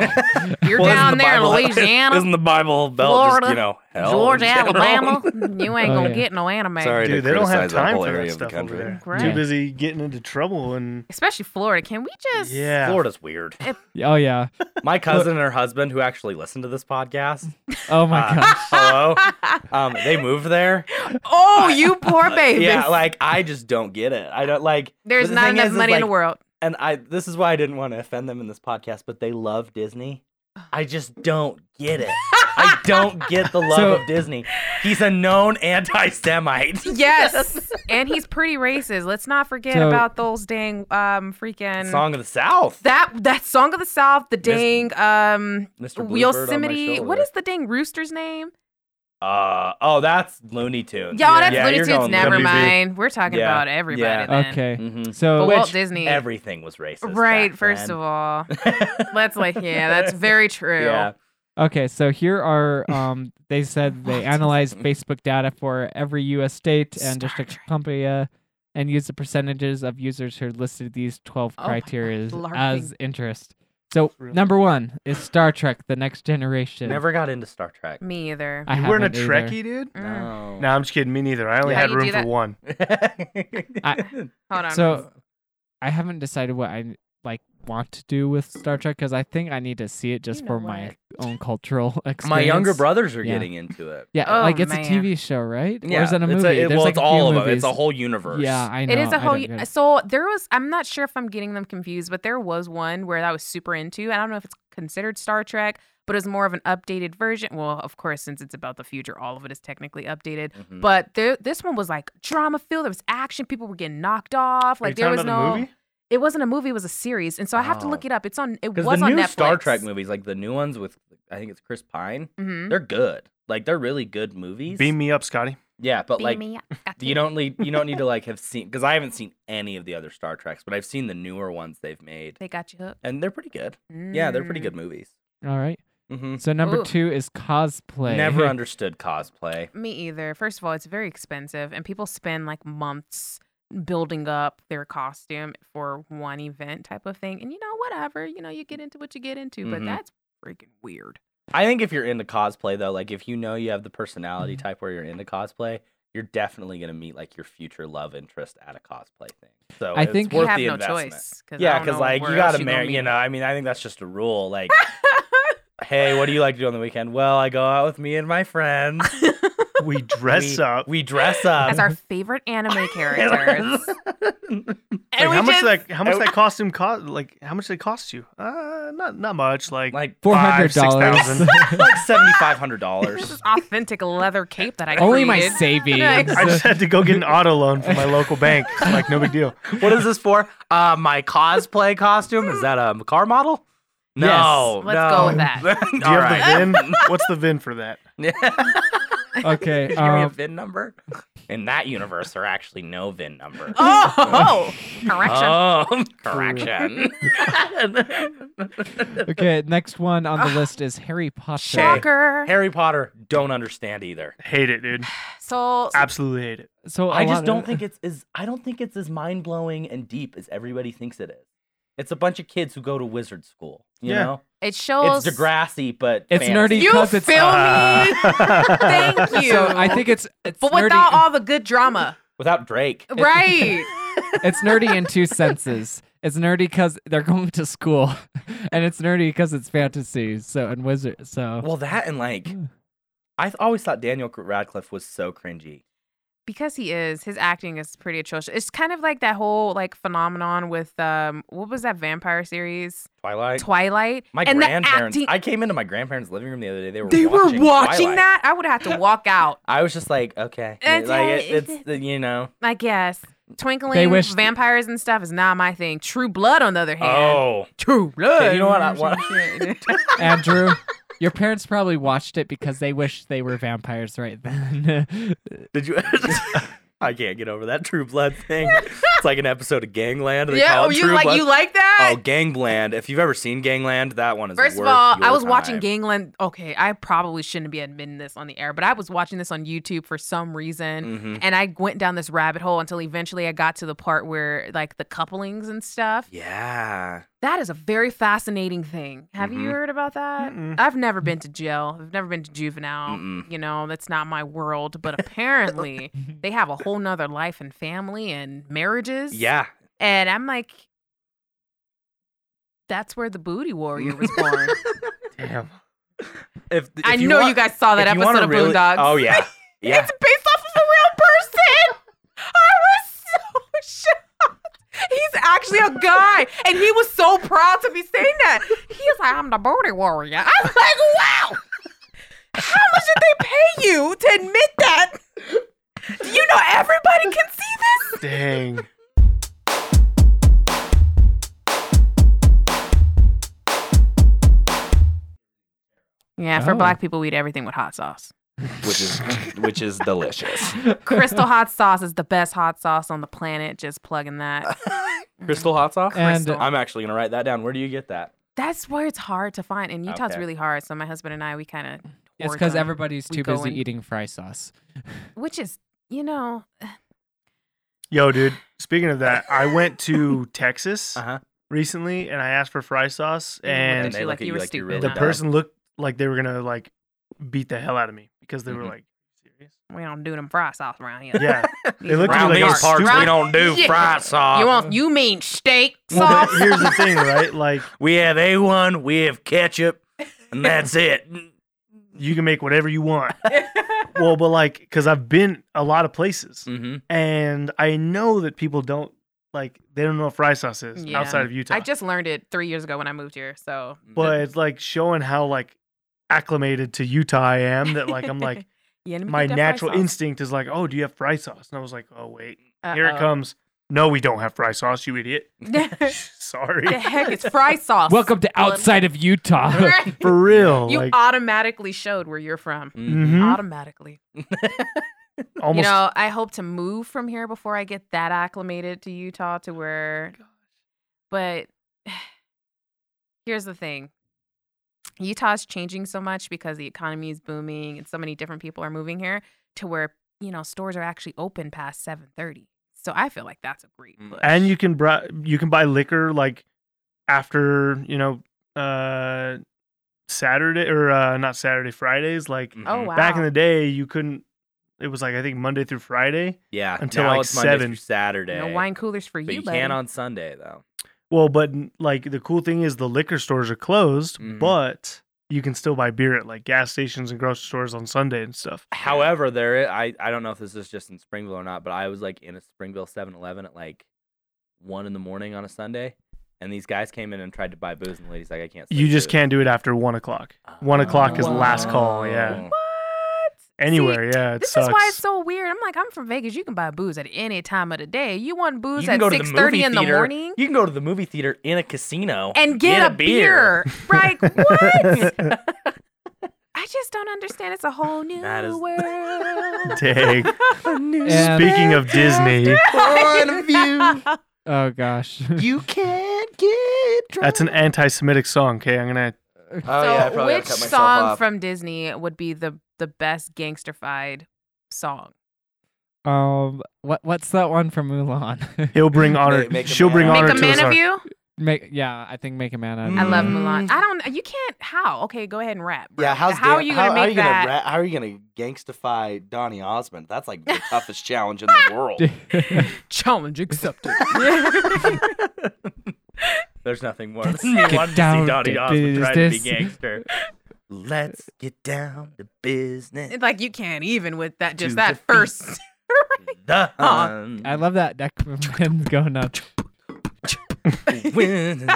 Speaker 3: you're
Speaker 2: Well, isn't
Speaker 3: down
Speaker 2: the
Speaker 3: there in
Speaker 2: Bible-
Speaker 3: Louisiana,
Speaker 2: Isn't the Bible belt just you
Speaker 3: Florida,
Speaker 2: know hell? in
Speaker 3: Georgia,
Speaker 2: general?
Speaker 3: Alabama. You ain't
Speaker 1: Oh,
Speaker 3: gonna
Speaker 1: yeah.
Speaker 3: get no anime.
Speaker 2: Sorry to
Speaker 4: Dude, they don't have
Speaker 2: criticize that
Speaker 4: time
Speaker 2: whole
Speaker 4: for
Speaker 2: area
Speaker 4: that
Speaker 2: of the
Speaker 4: stuff over
Speaker 2: country.
Speaker 4: there.
Speaker 3: Right.
Speaker 4: Too busy getting into trouble and
Speaker 3: Especially Florida. Can we just?
Speaker 4: yeah.
Speaker 2: Florida's weird.
Speaker 1: Oh yeah.
Speaker 2: My cousin and her husband, who actually listened to this podcast,
Speaker 1: Oh my
Speaker 2: uh,
Speaker 1: gosh.
Speaker 2: hello, um, they moved there.
Speaker 3: oh, you poor baby.
Speaker 2: Yeah, like I just don't get it. I don't like.
Speaker 3: There's
Speaker 2: but the
Speaker 3: not
Speaker 2: thing
Speaker 3: enough
Speaker 2: is, is,
Speaker 3: money in the
Speaker 2: like,
Speaker 3: world.
Speaker 2: and I this is why I didn't want to offend them in this podcast, but they love Disney.
Speaker 3: Oh.
Speaker 2: I just don't get it. I don't get the love
Speaker 1: So-
Speaker 2: of Disney. He's a known anti-Semite.
Speaker 3: Yes, and he's pretty racist. Let's not forget
Speaker 1: So-
Speaker 3: about those dang um freaking
Speaker 2: Song of the South.
Speaker 3: that that song of the South. The dang um
Speaker 2: Mr. Bluebird on my
Speaker 3: Yosemite. What
Speaker 2: shoulder.
Speaker 3: is the dang rooster's name?
Speaker 2: Uh oh, that's Looney Tunes.
Speaker 3: Yeah, oh, that's Looney
Speaker 2: you're
Speaker 3: Tunes.
Speaker 2: going
Speaker 3: Never
Speaker 2: Looney.
Speaker 3: mind. We're talking
Speaker 2: Uh, Yeah,
Speaker 3: about everybody.
Speaker 2: yeah.
Speaker 3: Then.
Speaker 1: Okay.
Speaker 2: Mhm.
Speaker 1: So
Speaker 3: But
Speaker 2: Which
Speaker 3: Walt Disney.
Speaker 2: Everything was racist.
Speaker 3: Right. First of all, let's like yeah, that's very true.
Speaker 2: yeah.
Speaker 1: Okay, so here are um they said they analyzed Facebook data for every US state and
Speaker 3: Star
Speaker 1: district
Speaker 3: Trek.
Speaker 1: company and used the percentages of users who listed these 12
Speaker 3: Oh my God,
Speaker 1: criteria
Speaker 3: LARPing.
Speaker 1: as interest. So
Speaker 4: Really?
Speaker 1: number one is Star Trek: The Next Generation.
Speaker 2: Never got into Star Trek.
Speaker 3: Me either.
Speaker 1: I
Speaker 4: you weren't a
Speaker 1: haven't either.
Speaker 4: Trekkie, dude?
Speaker 3: Mm.
Speaker 2: No.
Speaker 4: No, I'm just kidding. Me neither. I only
Speaker 3: How
Speaker 4: had
Speaker 3: you do
Speaker 4: room for
Speaker 3: that?
Speaker 4: one.
Speaker 3: Hold on.
Speaker 1: So I haven't decided what I like want to do with Star Trek because I think I need to see it just
Speaker 3: know
Speaker 1: for my own cultural experience.
Speaker 2: My younger brothers are
Speaker 1: Yeah.
Speaker 2: getting into it.
Speaker 1: Yeah,
Speaker 3: Oh,
Speaker 1: like it's a
Speaker 3: man.
Speaker 1: TV show, right?
Speaker 2: Yeah,
Speaker 1: or is it a
Speaker 2: it's
Speaker 1: movie?
Speaker 2: it-
Speaker 1: There's
Speaker 2: well,
Speaker 1: like
Speaker 2: it's
Speaker 1: a few
Speaker 2: all of it. It's a
Speaker 1: movies.
Speaker 2: whole universe.
Speaker 1: Yeah, I know.
Speaker 3: it is
Speaker 1: I
Speaker 3: a whole.
Speaker 1: don't get it.
Speaker 3: So there was. I'm not sure if I'm getting them confused, but there was one where I was super into. and I don't know if it's considered Star Trek, but it's more of an updated version. Well, of course, since it's about the future, all of it is technically updated.
Speaker 2: Mhm.
Speaker 3: But there, this one was like drama filled. There was action. People were getting knocked off.
Speaker 4: Are you
Speaker 3: Like there
Speaker 4: talking
Speaker 3: was
Speaker 4: about
Speaker 3: no.
Speaker 4: the movie?
Speaker 3: It wasn't a movie. It was a series, and so I have to
Speaker 2: Oh.
Speaker 3: look it up. It's on. It was
Speaker 2: Because the
Speaker 3: on
Speaker 2: new
Speaker 3: Netflix.
Speaker 2: Star Trek movies, like the new ones with, I think it's Chris Pine,
Speaker 3: Mm-hmm.
Speaker 2: they're good. Like they're really good movies.
Speaker 4: Beam me up, Scotty.
Speaker 2: Yeah, but like
Speaker 3: me up.
Speaker 2: you don't need you don't need to like have seen because I haven't seen any of the other Star Treks, but I've seen the newer ones they've made,
Speaker 3: They got you hooked.
Speaker 2: and they're pretty good. Yeah, they're pretty
Speaker 3: Mm.
Speaker 2: good movies.
Speaker 1: All right.
Speaker 2: hmm
Speaker 1: So number
Speaker 3: Ooh.
Speaker 1: two is cosplay.
Speaker 2: Never understood cosplay.
Speaker 3: Me either. First of all, it's very expensive, and people spend like months building up their costume for one event type of thing. And you know, whatever, you know, you get into what you get into, but
Speaker 2: Mhm.
Speaker 3: that's freaking weird.
Speaker 2: I think if you're into cosplay though, like if you know you have the personality type where you're into cosplay, you're definitely gonna meet like your future love interest at a cosplay thing. So
Speaker 1: I
Speaker 2: it's
Speaker 1: think-
Speaker 3: You
Speaker 2: worth
Speaker 3: have
Speaker 2: the
Speaker 3: no
Speaker 2: investment.
Speaker 3: choice.
Speaker 2: Yeah,
Speaker 3: because
Speaker 2: because like you gotta marry. You know, I mean, I think that's just a rule. Like, hey, what do you like to do on the weekend? Well, I go out with me and my friends.
Speaker 4: We dress
Speaker 2: we,
Speaker 4: up.
Speaker 2: We dress up.
Speaker 3: As our favorite anime characters.
Speaker 4: Like,
Speaker 3: and we
Speaker 4: how much
Speaker 3: just,
Speaker 4: that how much that costume cost? Like how much did it cost you? Uh, not not much. Like,
Speaker 2: like
Speaker 1: Four
Speaker 4: five,
Speaker 1: hundred
Speaker 4: six thousand.
Speaker 1: dollars.
Speaker 2: like seventy five hundred
Speaker 3: this
Speaker 2: dollars.
Speaker 3: is authentic leather cape that I
Speaker 1: Only my
Speaker 3: created.
Speaker 1: savings.
Speaker 4: I just had to go get an auto loan from my local bank. Like no big deal.
Speaker 2: What is this for? Uh, my cosplay costume is that a car model? No,
Speaker 3: Yes. Let's go with that.
Speaker 4: Do you have the VIN? What's the VIN for that?
Speaker 1: Okay,
Speaker 2: Give me a
Speaker 1: um,
Speaker 2: VIN number. In that universe, there are actually no VIN number.
Speaker 3: Oh, correction.
Speaker 2: Oh, correction.
Speaker 1: okay, next one on the list is Harry Potter.
Speaker 3: Ah. Shocker.
Speaker 2: Harry Potter, don't understand either.
Speaker 4: Hate it, dude.
Speaker 3: So,
Speaker 2: uh,
Speaker 4: Absolutely hate it.
Speaker 1: So a
Speaker 2: I just
Speaker 1: lot
Speaker 2: don't
Speaker 1: of-
Speaker 2: think it's as I don't think it's as mind blowing and deep as everybody thinks it is. It's a bunch of kids who go to wizard school. You
Speaker 4: Yeah.
Speaker 2: know,
Speaker 3: it shows.
Speaker 2: it's Degrassi, uh, but
Speaker 1: It's
Speaker 2: fancy.
Speaker 1: nerdy
Speaker 3: You
Speaker 1: because it's.
Speaker 3: feel Oh, me?
Speaker 4: Thank
Speaker 3: Thank you.
Speaker 1: So I think it's it's
Speaker 3: but
Speaker 1: nerdy.
Speaker 3: without all the good drama,
Speaker 2: without Drake.
Speaker 3: right?
Speaker 1: it's nerdy in two senses. It's nerdy because they're going to school, and it's nerdy because it's fantasy. So and wizard. So
Speaker 2: Well, that and like,
Speaker 1: Yeah.
Speaker 2: I th- always thought Daniel Radcliffe was so cringy.
Speaker 3: Because he is, his acting is pretty atrocious. It's kind of like that whole like phenomenon with um, what was that vampire series,
Speaker 2: Twilight.
Speaker 3: Twilight?
Speaker 2: my
Speaker 3: and the
Speaker 2: grandparents.
Speaker 3: acting-
Speaker 2: I came into my grandparents' living room the other day. They were
Speaker 3: they were
Speaker 2: watching,
Speaker 3: watching
Speaker 2: Twilight.
Speaker 3: that. I would have to walk out.
Speaker 2: I was just like, okay,
Speaker 3: Okay.
Speaker 2: like it, it's the- you know.
Speaker 3: I guess twinkling
Speaker 1: They wish-
Speaker 3: vampires and stuff is not my thing. True Blood, on the other hand,
Speaker 2: Oh,
Speaker 3: True Blood.
Speaker 2: you know what I- what-
Speaker 1: Andrew, your parents probably watched it because they wished they were vampires right then.
Speaker 2: did you? I can't get over that True Blood thing. it's like an episode of Gangland. They
Speaker 3: yeah,
Speaker 2: call
Speaker 3: oh,
Speaker 2: it
Speaker 3: you
Speaker 2: True
Speaker 3: like
Speaker 2: Blood.
Speaker 3: you like that?
Speaker 2: Oh, Gangland. If you've ever seen Gangland, that one is
Speaker 3: First of
Speaker 2: worth
Speaker 3: all, I
Speaker 2: your
Speaker 3: was watching
Speaker 2: time.
Speaker 3: Gangland. Okay, I probably shouldn't be admitting this on the air, but I was watching this on YouTube for some reason.
Speaker 2: Mhm.
Speaker 3: And I went down this rabbit hole until eventually I got to the part where, like, the couplings and stuff.
Speaker 2: Yeah.
Speaker 3: That is a very fascinating thing. Have
Speaker 2: Mhm.
Speaker 3: you heard about that?
Speaker 4: Mm-mm.
Speaker 3: I've never been to jail, I've never been to juvenile.
Speaker 2: Mm-mm.
Speaker 3: You know, that's not my world. But apparently, they have a whole nother life and family and marriages.
Speaker 2: Yeah.
Speaker 3: And I'm like, that's where the booty warrior was born.
Speaker 4: Damn.
Speaker 2: If, if
Speaker 3: I know
Speaker 2: want-
Speaker 3: you guys saw that
Speaker 2: if you want
Speaker 3: episode
Speaker 2: a
Speaker 3: of
Speaker 2: really-
Speaker 3: Boondocks.
Speaker 2: Oh yeah. Yeah.
Speaker 3: It's based off of a real person. I was so shocked. He's actually a guy, and he was so proud to be saying that. He's like, I'm the booty warrior. I was like, wow. How much did they pay you to admit that? Do you know everybody can see this?
Speaker 4: Dang.
Speaker 3: Yeah,
Speaker 1: for
Speaker 3: for
Speaker 1: Oh. black
Speaker 3: black people, we eat everything with hot sauce.
Speaker 2: which is which is delicious.
Speaker 3: Crystal hot sauce is the best hot sauce on the planet. Just plugging that.
Speaker 2: Crystal hot sauce.
Speaker 1: And-
Speaker 3: Crystal.
Speaker 2: I'm actually gonna write that down. Where do you get that?
Speaker 3: That's where it's hard to find, and Utah's
Speaker 2: Okay.
Speaker 3: really hard. So my husband and I, we kind of
Speaker 1: it's because everybody's
Speaker 3: We
Speaker 1: too
Speaker 3: go
Speaker 1: busy
Speaker 3: in.
Speaker 1: eating fry sauce.
Speaker 3: which is you know
Speaker 4: Yo, dude. Speaking of that, I went to Texas
Speaker 2: Uh huh.
Speaker 4: recently, and I asked for fry sauce, and
Speaker 5: And they
Speaker 3: you
Speaker 5: look
Speaker 3: like
Speaker 5: at
Speaker 3: you
Speaker 5: you
Speaker 3: were
Speaker 5: like you're
Speaker 3: stupid.
Speaker 5: really
Speaker 4: the
Speaker 5: dumb.
Speaker 4: person looked like they were gonna like beat the hell out of me because they were
Speaker 3: Mm-hmm.
Speaker 5: Mhm.
Speaker 4: like serious.
Speaker 3: We don't do them fry sauce around here.
Speaker 4: Yeah,
Speaker 3: These
Speaker 4: looked
Speaker 3: round
Speaker 4: at me like I
Speaker 3: parts.
Speaker 4: was stupid.
Speaker 3: Round-
Speaker 4: We
Speaker 5: don't
Speaker 3: Yeah.
Speaker 5: sauce.
Speaker 3: You want you mean steak
Speaker 4: Well,
Speaker 3: sauce?
Speaker 4: but here's the thing, right? Like
Speaker 5: We have A1, we have ketchup, and that's it.
Speaker 4: you can make whatever you want. Well, but like because I've been a lot of places,
Speaker 3: Mm.
Speaker 5: Mm-hmm.
Speaker 4: and I know that people don't like they don't know what fry sauce is
Speaker 3: Yeah.
Speaker 4: outside of Utah.
Speaker 3: I just learned it three years ago when I moved here. So
Speaker 4: but it's like showing how like acclimated to Utah I am that like I'm like
Speaker 3: yeah, let me
Speaker 4: my
Speaker 3: get that fry
Speaker 4: natural
Speaker 3: sauce.
Speaker 4: instinct is like, oh, do you have fry sauce? And I was like, oh wait, here it
Speaker 3: Uh-oh.
Speaker 4: comes. No, we don't have fry sauce, you idiot. Sorry,
Speaker 3: the heck is fry sauce?
Speaker 1: Welcome to outside of Utah.
Speaker 3: Right?
Speaker 4: for real.
Speaker 3: you
Speaker 4: like
Speaker 3: automatically showed where you're from.
Speaker 5: Mm-hmm.
Speaker 4: mhm,
Speaker 3: Automatically.
Speaker 4: almost.
Speaker 3: You know, I hope to move from here before I get that acclimated to Utah to where. But here's the thing Utah's changing so much because the economy is booming and so many different people are moving here to where, you know, stores are actually open past 7.30. So I feel like that's a great
Speaker 5: Mm.
Speaker 3: push.
Speaker 4: and you can bri- you can buy liquor like after you know uh Saturday or uh not Saturday Fridays. Like
Speaker 5: Mm-hmm.
Speaker 3: oh,
Speaker 5: mm,
Speaker 3: wow.
Speaker 4: back in the day, you couldn't. It was like I think Monday through Friday.
Speaker 5: yeah,
Speaker 4: Until,
Speaker 5: now
Speaker 4: like,
Speaker 5: it's Monday
Speaker 4: seven.
Speaker 5: through Saturday.
Speaker 3: No wine coolers for
Speaker 5: but you
Speaker 3: you, buddy.
Speaker 5: can on Sunday though.
Speaker 4: Well, but like the cool thing is the liquor stores are closed,
Speaker 3: Mm-hmm.
Speaker 5: Mhm.
Speaker 4: but you can still buy beer at like gas stations and grocery stores on Sunday and stuff.
Speaker 5: However, there i- I I don't know if this is just in Springville or not, but I was like in a Springville 7-Eleven at like one in the morning on a Sunday, and these guys came in and tried to buy booze, and the lady's like, I can't.
Speaker 4: You
Speaker 5: sling
Speaker 4: just
Speaker 5: booze."
Speaker 4: can't do it after one o'clock. One o'clock is
Speaker 3: Oh.
Speaker 1: Wow.
Speaker 4: last call. Yeah,
Speaker 3: what?
Speaker 4: anywhere. yeah, it
Speaker 3: This
Speaker 4: sucks.
Speaker 3: is why it's so weird. I'm like, I'm from Vegas. You can buy booze at any time of the day. You want booze
Speaker 5: You
Speaker 3: at
Speaker 5: can go to the
Speaker 3: 6:30
Speaker 5: movie
Speaker 3: in the
Speaker 5: theater.
Speaker 3: morning
Speaker 5: You can go to the movie theater in a casino
Speaker 3: and get, a, beer. right? What? I just don't understand. It's a whole new
Speaker 5: That is-
Speaker 3: world.
Speaker 4: Dang.
Speaker 1: And-
Speaker 4: Speaking of Disney,
Speaker 2: Point of view.
Speaker 1: oh gosh.
Speaker 2: You can't get drunk.
Speaker 4: that's an anti-Semitic song. Okay, I'm gonna.
Speaker 5: Oh
Speaker 3: so,
Speaker 5: yeah, I probably
Speaker 3: which
Speaker 5: gotta cut myself
Speaker 3: song
Speaker 5: off.
Speaker 3: from Disney would be the the best gangsterfied song?
Speaker 1: Um, what what's that one from Mulan?
Speaker 4: He'll bring honor.
Speaker 5: Make- make a
Speaker 4: she'll bring
Speaker 5: man.
Speaker 4: honor
Speaker 3: Make a
Speaker 4: to us.
Speaker 3: man of
Speaker 4: all.
Speaker 3: you.
Speaker 1: Make yeah, I think make a man out. of
Speaker 3: I love
Speaker 1: Mulan.
Speaker 3: Mulan. I don't. You can't. How? Okay, go ahead and rap. bro.
Speaker 2: Yeah, how's
Speaker 3: how
Speaker 2: Dan-
Speaker 3: are you gonna
Speaker 2: how,
Speaker 3: make
Speaker 2: how are you
Speaker 3: that?
Speaker 2: Gonna ra- how are you gonna gangstify Donny Osmond? That's like the toughest challenge in the world.
Speaker 3: Challenge accepted.
Speaker 5: There's nothing worse than me wanting to
Speaker 1: down
Speaker 5: see Donnie
Speaker 1: to
Speaker 5: Osmond try to be
Speaker 1: business.
Speaker 5: gangster. Let's get down to business.
Speaker 3: It's like you can't even with that.
Speaker 5: To
Speaker 3: Just
Speaker 5: the
Speaker 3: that
Speaker 5: feet.
Speaker 3: first.
Speaker 5: The
Speaker 3: Aw.
Speaker 5: Hun.
Speaker 1: I love that deck of men going up.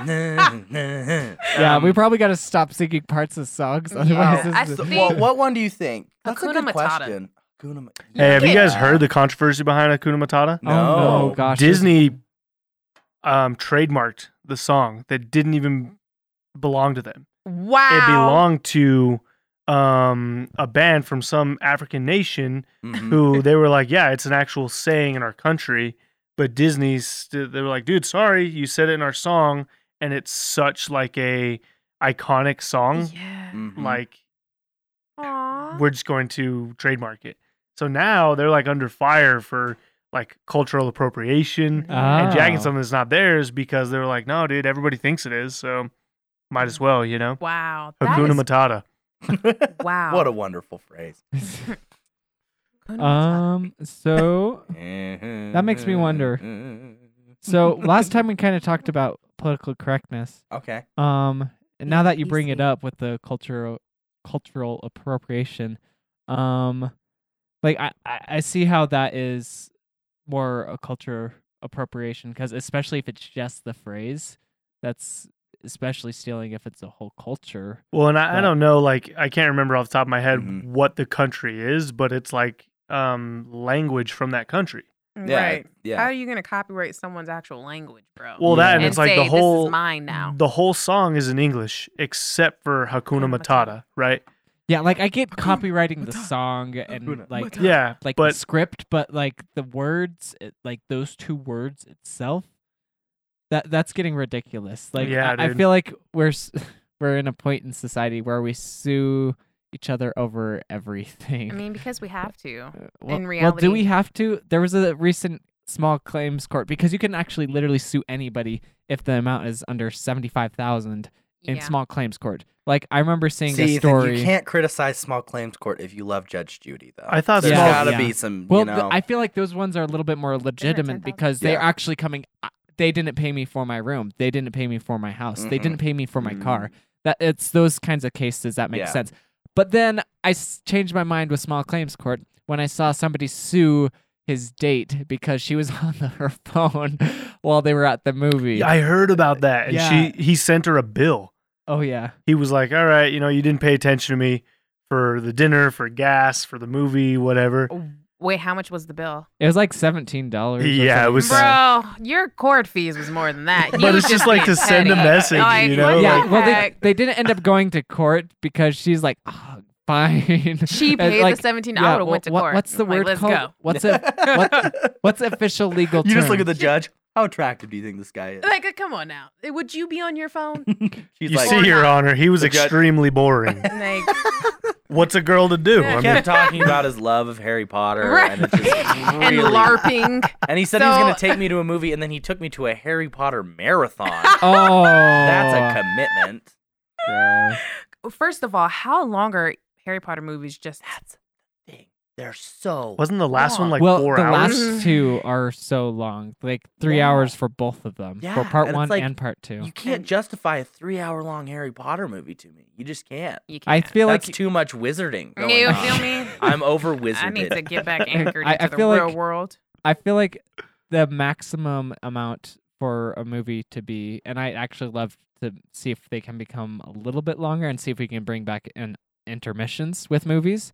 Speaker 1: Yeah,
Speaker 4: Um,
Speaker 1: we probably got to stop singing parts of songs. Otherwise,
Speaker 3: I
Speaker 1: this is-
Speaker 3: think-
Speaker 2: well, what one do you think? That's
Speaker 3: Hakuna
Speaker 2: a good
Speaker 3: Matata.
Speaker 2: question. Hakuna Ma-
Speaker 4: Hey, have you guys heard the controversy behind Akuna Matata?
Speaker 1: oh no,
Speaker 2: No.
Speaker 1: gosh, this-
Speaker 4: Disney um, trademarked the song that didn't even belong to them.
Speaker 3: Wow.
Speaker 4: It belonged to um, a band from some African nation
Speaker 2: Mm-hmm.
Speaker 5: Mhm.
Speaker 3: Mm.
Speaker 4: who they were like, "Yeah, it's an actual saying in our country," but Disney's st- they were like, "Dude, sorry, you said it in our song, and it's such like a iconic song,
Speaker 3: Yeah.
Speaker 2: Mhm.
Speaker 4: like
Speaker 3: Aw.
Speaker 4: we're just going to trademark it." So now they're like under fire for like cultural appropriation
Speaker 3: Mm.
Speaker 4: and jacking
Speaker 1: Oh.
Speaker 4: something that's not theirs because they were like, no, dude, everybody thinks it is, so might as well, you know.
Speaker 3: Wow. Mm. that
Speaker 4: Hakuna
Speaker 3: is-
Speaker 4: Matata.
Speaker 3: wow.
Speaker 5: what a wonderful phrase.
Speaker 3: Hakuna Matata.
Speaker 1: Um, so
Speaker 5: That
Speaker 1: makes me wonder. so last time we kind of talked about political correctness.
Speaker 5: Okay.
Speaker 1: Um, and now that you
Speaker 3: You
Speaker 1: bring it
Speaker 3: see.
Speaker 1: up with the cultural cultural appropriation, um, like I I I see how that is more a culture appropriation because especially if it's just the phrase, that's especially stealing if it's a whole culture.
Speaker 4: Well, and I,
Speaker 1: Yeah.
Speaker 4: I don't know, like I can't remember off the top of my head
Speaker 5: Mhm.
Speaker 3: Mm-hmm.
Speaker 4: what the country is, but it's like um language from that country.
Speaker 5: Yeah.
Speaker 3: Right. How
Speaker 5: Yeah.
Speaker 3: are you gonna copyright someone's actual language, bro?
Speaker 4: Well,
Speaker 1: Yeah.
Speaker 4: that and,
Speaker 3: and
Speaker 4: it's like
Speaker 3: say,
Speaker 4: the
Speaker 3: this
Speaker 4: whole
Speaker 3: is mine now.
Speaker 4: the whole song is in English except for Hakuna
Speaker 3: Hakuna
Speaker 4: Matata, right?
Speaker 1: Yeah, like I get
Speaker 3: Hakuna
Speaker 1: copywriting the
Speaker 3: Matata.
Speaker 1: song and
Speaker 5: Hakuna
Speaker 1: like
Speaker 3: Matata.
Speaker 4: Yeah,
Speaker 1: like the
Speaker 4: but
Speaker 1: script, but like the words, it, like those two words itself, that that's getting ridiculous. Like
Speaker 4: Yeah,
Speaker 1: I, I
Speaker 4: dude.
Speaker 1: feel like we're s- we're in a point in society where we sue each other over everything.
Speaker 3: I mean, because we have to.
Speaker 1: Uh, well,
Speaker 3: in
Speaker 1: well, do we
Speaker 3: reality-
Speaker 1: have to? There was a recent small claims court because you can actually literally sue anybody if the amount is under 75,000 in
Speaker 3: yeah.
Speaker 1: small claims court. Like I remember seeing
Speaker 2: See,
Speaker 1: this
Speaker 2: Ethan,
Speaker 1: story.
Speaker 2: you can't criticize small claims court if you love Judge Judy, though.
Speaker 4: I thought
Speaker 2: there's
Speaker 1: small-
Speaker 2: gotta
Speaker 1: yeah.
Speaker 2: be some,
Speaker 1: well,
Speaker 2: you
Speaker 1: th-
Speaker 2: know.
Speaker 1: I feel like those ones are a little bit more legitimate
Speaker 3: 10,000?
Speaker 1: because they're
Speaker 2: Yeah.
Speaker 1: actually coming I- they didn't pay me for my room. They didn't pay me for my house. They
Speaker 2: Mhm.
Speaker 1: didn't pay me for my
Speaker 2: Mm.
Speaker 1: car. That it's those kinds of cases that make
Speaker 2: Yeah.
Speaker 1: sense. But then I s- changed my mind with small claims court when I saw somebody sue his date because she was on the, her phone while they were at the movie.
Speaker 4: I heard about that, and
Speaker 1: Yeah.
Speaker 4: she he sent her a bill.
Speaker 1: oh yeah.
Speaker 4: He was like, "All right, you know, you didn't pay attention to me for the dinner, for gas, for the movie, whatever."
Speaker 3: Wait, how much was the bill?
Speaker 1: It was like $17. or
Speaker 4: Yeah, it
Speaker 1: something
Speaker 4: was-
Speaker 1: like that.
Speaker 3: Bro, your court fees was more than that.
Speaker 4: But
Speaker 3: You
Speaker 4: it's just like
Speaker 3: being
Speaker 4: to send a
Speaker 3: petty.
Speaker 4: message,
Speaker 3: Like,
Speaker 4: you know,
Speaker 3: what
Speaker 1: yeah,
Speaker 3: the
Speaker 1: well, they,
Speaker 3: heck?
Speaker 1: they didn't end up going to court because she's like, oh, fine.
Speaker 3: she
Speaker 1: And,
Speaker 3: paid
Speaker 1: like,
Speaker 3: the seventeen.
Speaker 1: yeah,
Speaker 3: I would have
Speaker 1: wha-
Speaker 3: went to
Speaker 1: wha-
Speaker 3: court.
Speaker 1: What's the
Speaker 3: I'm like,
Speaker 1: word
Speaker 3: Let's
Speaker 1: called?
Speaker 3: go.
Speaker 1: What's a what- what's the official legal term?
Speaker 2: you just look at the judge. How attractive do you think this guy is?
Speaker 3: Like, come on now. Would you be on your phone?
Speaker 2: She's
Speaker 4: you
Speaker 2: like,
Speaker 4: see, Your Honor, he was
Speaker 2: The judge-
Speaker 4: extremely boring.
Speaker 3: Like,
Speaker 4: What's a girl to do?
Speaker 5: He
Speaker 4: I mean,
Speaker 5: kept talking about his love of Harry Potter,
Speaker 3: Right.
Speaker 5: and, it's just
Speaker 3: and
Speaker 5: really-
Speaker 3: LARPing.
Speaker 5: and he said he was
Speaker 3: So-
Speaker 5: going to take me to a movie, and then he took me to a Harry Potter marathon.
Speaker 1: oh,
Speaker 5: That's a commitment.
Speaker 1: bro.
Speaker 3: First of all, how long are Harry Potter movies? Just
Speaker 5: Dang, they're so.
Speaker 4: wasn't the last one like
Speaker 1: well,
Speaker 4: four
Speaker 1: the
Speaker 4: hours?
Speaker 1: last two are so long, like three
Speaker 5: Yeah.
Speaker 1: hours for both of them, for
Speaker 5: Yeah,
Speaker 1: part
Speaker 5: and it's
Speaker 1: one
Speaker 5: like-
Speaker 1: and part two.
Speaker 5: You can't justify a three-hour-long Harry Potter movie to me. You just can't.
Speaker 3: you
Speaker 1: I
Speaker 3: can't.
Speaker 1: feel
Speaker 5: That's
Speaker 1: like
Speaker 5: too much wizarding. Going
Speaker 3: you
Speaker 5: on.
Speaker 3: feel me?
Speaker 5: I'm over
Speaker 3: I need to
Speaker 5: wizarded.
Speaker 3: get back anchored
Speaker 1: I-
Speaker 3: into
Speaker 1: I
Speaker 3: the
Speaker 1: feel
Speaker 3: real
Speaker 1: like-
Speaker 3: world.
Speaker 1: I feel like the maximum amount for a movie to be, and I actually love to see if they can become a little bit longer and see if we can bring back in intermissions with movies,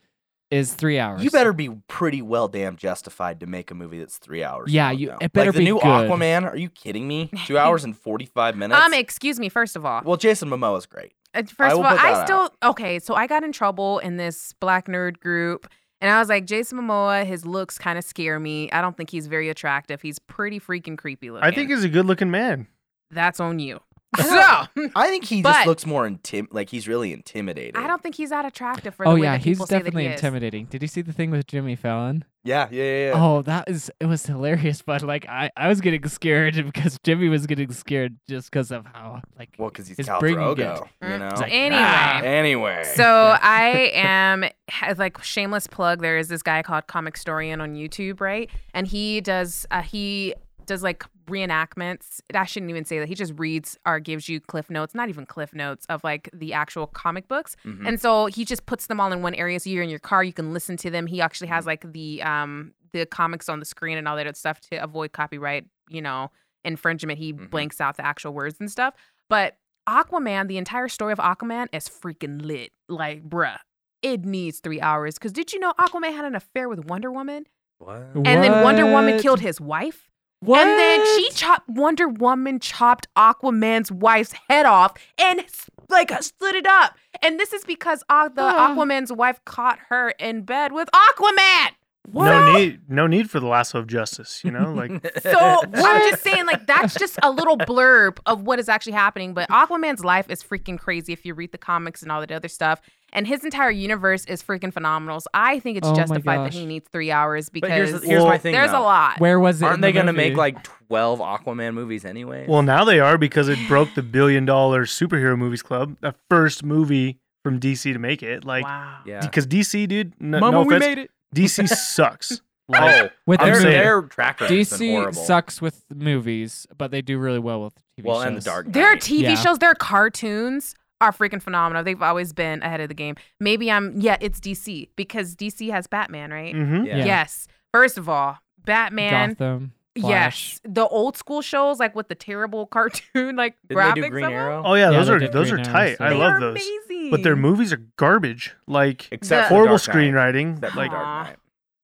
Speaker 1: is three hours.
Speaker 2: You better be pretty well damn justified to make a movie that's three hours.
Speaker 1: Yeah,
Speaker 2: long
Speaker 1: you-
Speaker 2: now.
Speaker 1: it better
Speaker 2: like the
Speaker 1: be
Speaker 2: new
Speaker 1: good.
Speaker 2: Aquaman. Are you kidding me? Two hours and forty five minutes.
Speaker 3: Um, excuse me. First of all,
Speaker 2: well, Jason Momoa's great.
Speaker 3: Uh, First of
Speaker 2: will
Speaker 3: all,
Speaker 2: put
Speaker 3: I
Speaker 2: that
Speaker 3: still okay. So I got in trouble in this black nerd group, and I was like, Jason Momoa, his looks kind of scare me. I don't think he's very attractive. He's pretty freaking creepy looking.
Speaker 4: I think he's a good-looking man.
Speaker 3: that's on you. So I
Speaker 2: I think he
Speaker 3: But-
Speaker 2: just looks more intim. Like he's really intimidated.
Speaker 3: don't think he's that attractive for the
Speaker 1: Oh
Speaker 3: way
Speaker 1: yeah,
Speaker 3: that
Speaker 1: he's
Speaker 3: people
Speaker 1: definitely
Speaker 3: say that he is.
Speaker 1: intimidating. Did you see the thing with Jimmy Fallon?
Speaker 2: Yeah, yeah, yeah. yeah.
Speaker 1: Oh, that is it was hilarious, but like I I was getting scared because Jimmy was getting scared just because of how like
Speaker 2: Well, because he's
Speaker 1: It's
Speaker 2: Cal
Speaker 1: bringing
Speaker 2: Drogo,
Speaker 3: Mm.
Speaker 2: you know.
Speaker 1: It's like,
Speaker 3: anyway,
Speaker 1: ah,
Speaker 2: anyway,
Speaker 3: So I am ha- like shameless plug. There is this guy called Comic Storian on YouTube, right? And he does uh, he does like reenactments. I shouldn't even say that. He just reads or gives you cliff notes, not even cliff notes of like the actual comic books.
Speaker 2: Mm-hmm.
Speaker 5: Mhm.
Speaker 3: And so he just puts them all in one area. So you're in your car, you can listen to them. He actually has like the um the comics on the screen and all that other stuff to avoid copyright, you know, infringement. He
Speaker 5: Mhm.
Speaker 3: blanks out the actual words and stuff. But Aquaman, the entire story of Aquaman is freaking lit. Like, bruh, it needs three hours. Cause did you know Aquaman had an affair with Wonder Woman?
Speaker 5: What?
Speaker 3: And then Wonder Woman
Speaker 1: What?
Speaker 3: killed his wife.
Speaker 1: What?
Speaker 3: And then she chopped Wonder Woman chopped Aquaman's wife's head off and s- like split it up. And this is because uh, the
Speaker 1: Ah.
Speaker 3: Aquaman's wife caught her in bed with Aquaman.
Speaker 4: No need, no need for the lasso of justice. You know, like
Speaker 3: So I'm just saying, like, that's just a little blurb of what is actually happening. But Aquaman's life is freaking crazy if you read the comics and all that other stuff. And his entire universe is freaking phenomenal. So I think it's
Speaker 1: Oh my
Speaker 3: justified that
Speaker 1: gosh.
Speaker 3: he needs three hours
Speaker 5: But here's,
Speaker 3: because
Speaker 5: here's my
Speaker 4: Well,
Speaker 5: thing.
Speaker 3: there's a
Speaker 5: though.
Speaker 3: lot.
Speaker 1: Where was it?
Speaker 5: Aren't
Speaker 1: in
Speaker 5: they
Speaker 1: the
Speaker 5: gonna make
Speaker 1: movie?
Speaker 5: like 12 Aquaman movies anyway?
Speaker 4: Well, now they are because it broke the billion dollar superhero movies club, the first movie from DC to make it. Like,
Speaker 3: wow.
Speaker 5: yeah.
Speaker 4: because DC, dude, no, no offense,
Speaker 5: it.
Speaker 4: DC sucks.
Speaker 5: Oh,
Speaker 4: Like,
Speaker 1: with
Speaker 4: I'm
Speaker 5: their,
Speaker 1: the
Speaker 4: saying-
Speaker 5: their track record's been
Speaker 1: DC
Speaker 5: horrible.
Speaker 1: sucks with movies, but they do really well with TV
Speaker 5: Well,
Speaker 1: shows.
Speaker 5: and the Dark Knight.
Speaker 3: Their TV
Speaker 1: Yeah.
Speaker 3: shows, their cartoons are freaking phenomenal. They've always been ahead of the game. Maybe I'm, yeah, it's DC because DC has Batman, right?
Speaker 4: mhm.
Speaker 5: Yeah.
Speaker 1: Yeah.
Speaker 3: Yes. First of all, Batman.
Speaker 1: Gotham. Flash.
Speaker 3: Yes, the old school shows like with the terrible cartoon like
Speaker 5: Didn't
Speaker 3: graphics.
Speaker 5: they do Green
Speaker 3: of them,
Speaker 5: Arrow?
Speaker 4: Oh yeah,
Speaker 1: Yeah,
Speaker 4: those
Speaker 1: they
Speaker 4: are
Speaker 1: did
Speaker 4: those
Speaker 1: Green
Speaker 4: are
Speaker 1: Arrow,
Speaker 4: tight.
Speaker 1: so-
Speaker 4: I
Speaker 3: They
Speaker 4: love
Speaker 3: are
Speaker 4: those,
Speaker 3: Amazing.
Speaker 4: but their movies are garbage. Like
Speaker 5: Oh, Except for
Speaker 4: horrible
Speaker 5: Dark Knight.
Speaker 4: screenwriting.
Speaker 5: Except for
Speaker 4: Like
Speaker 5: Dark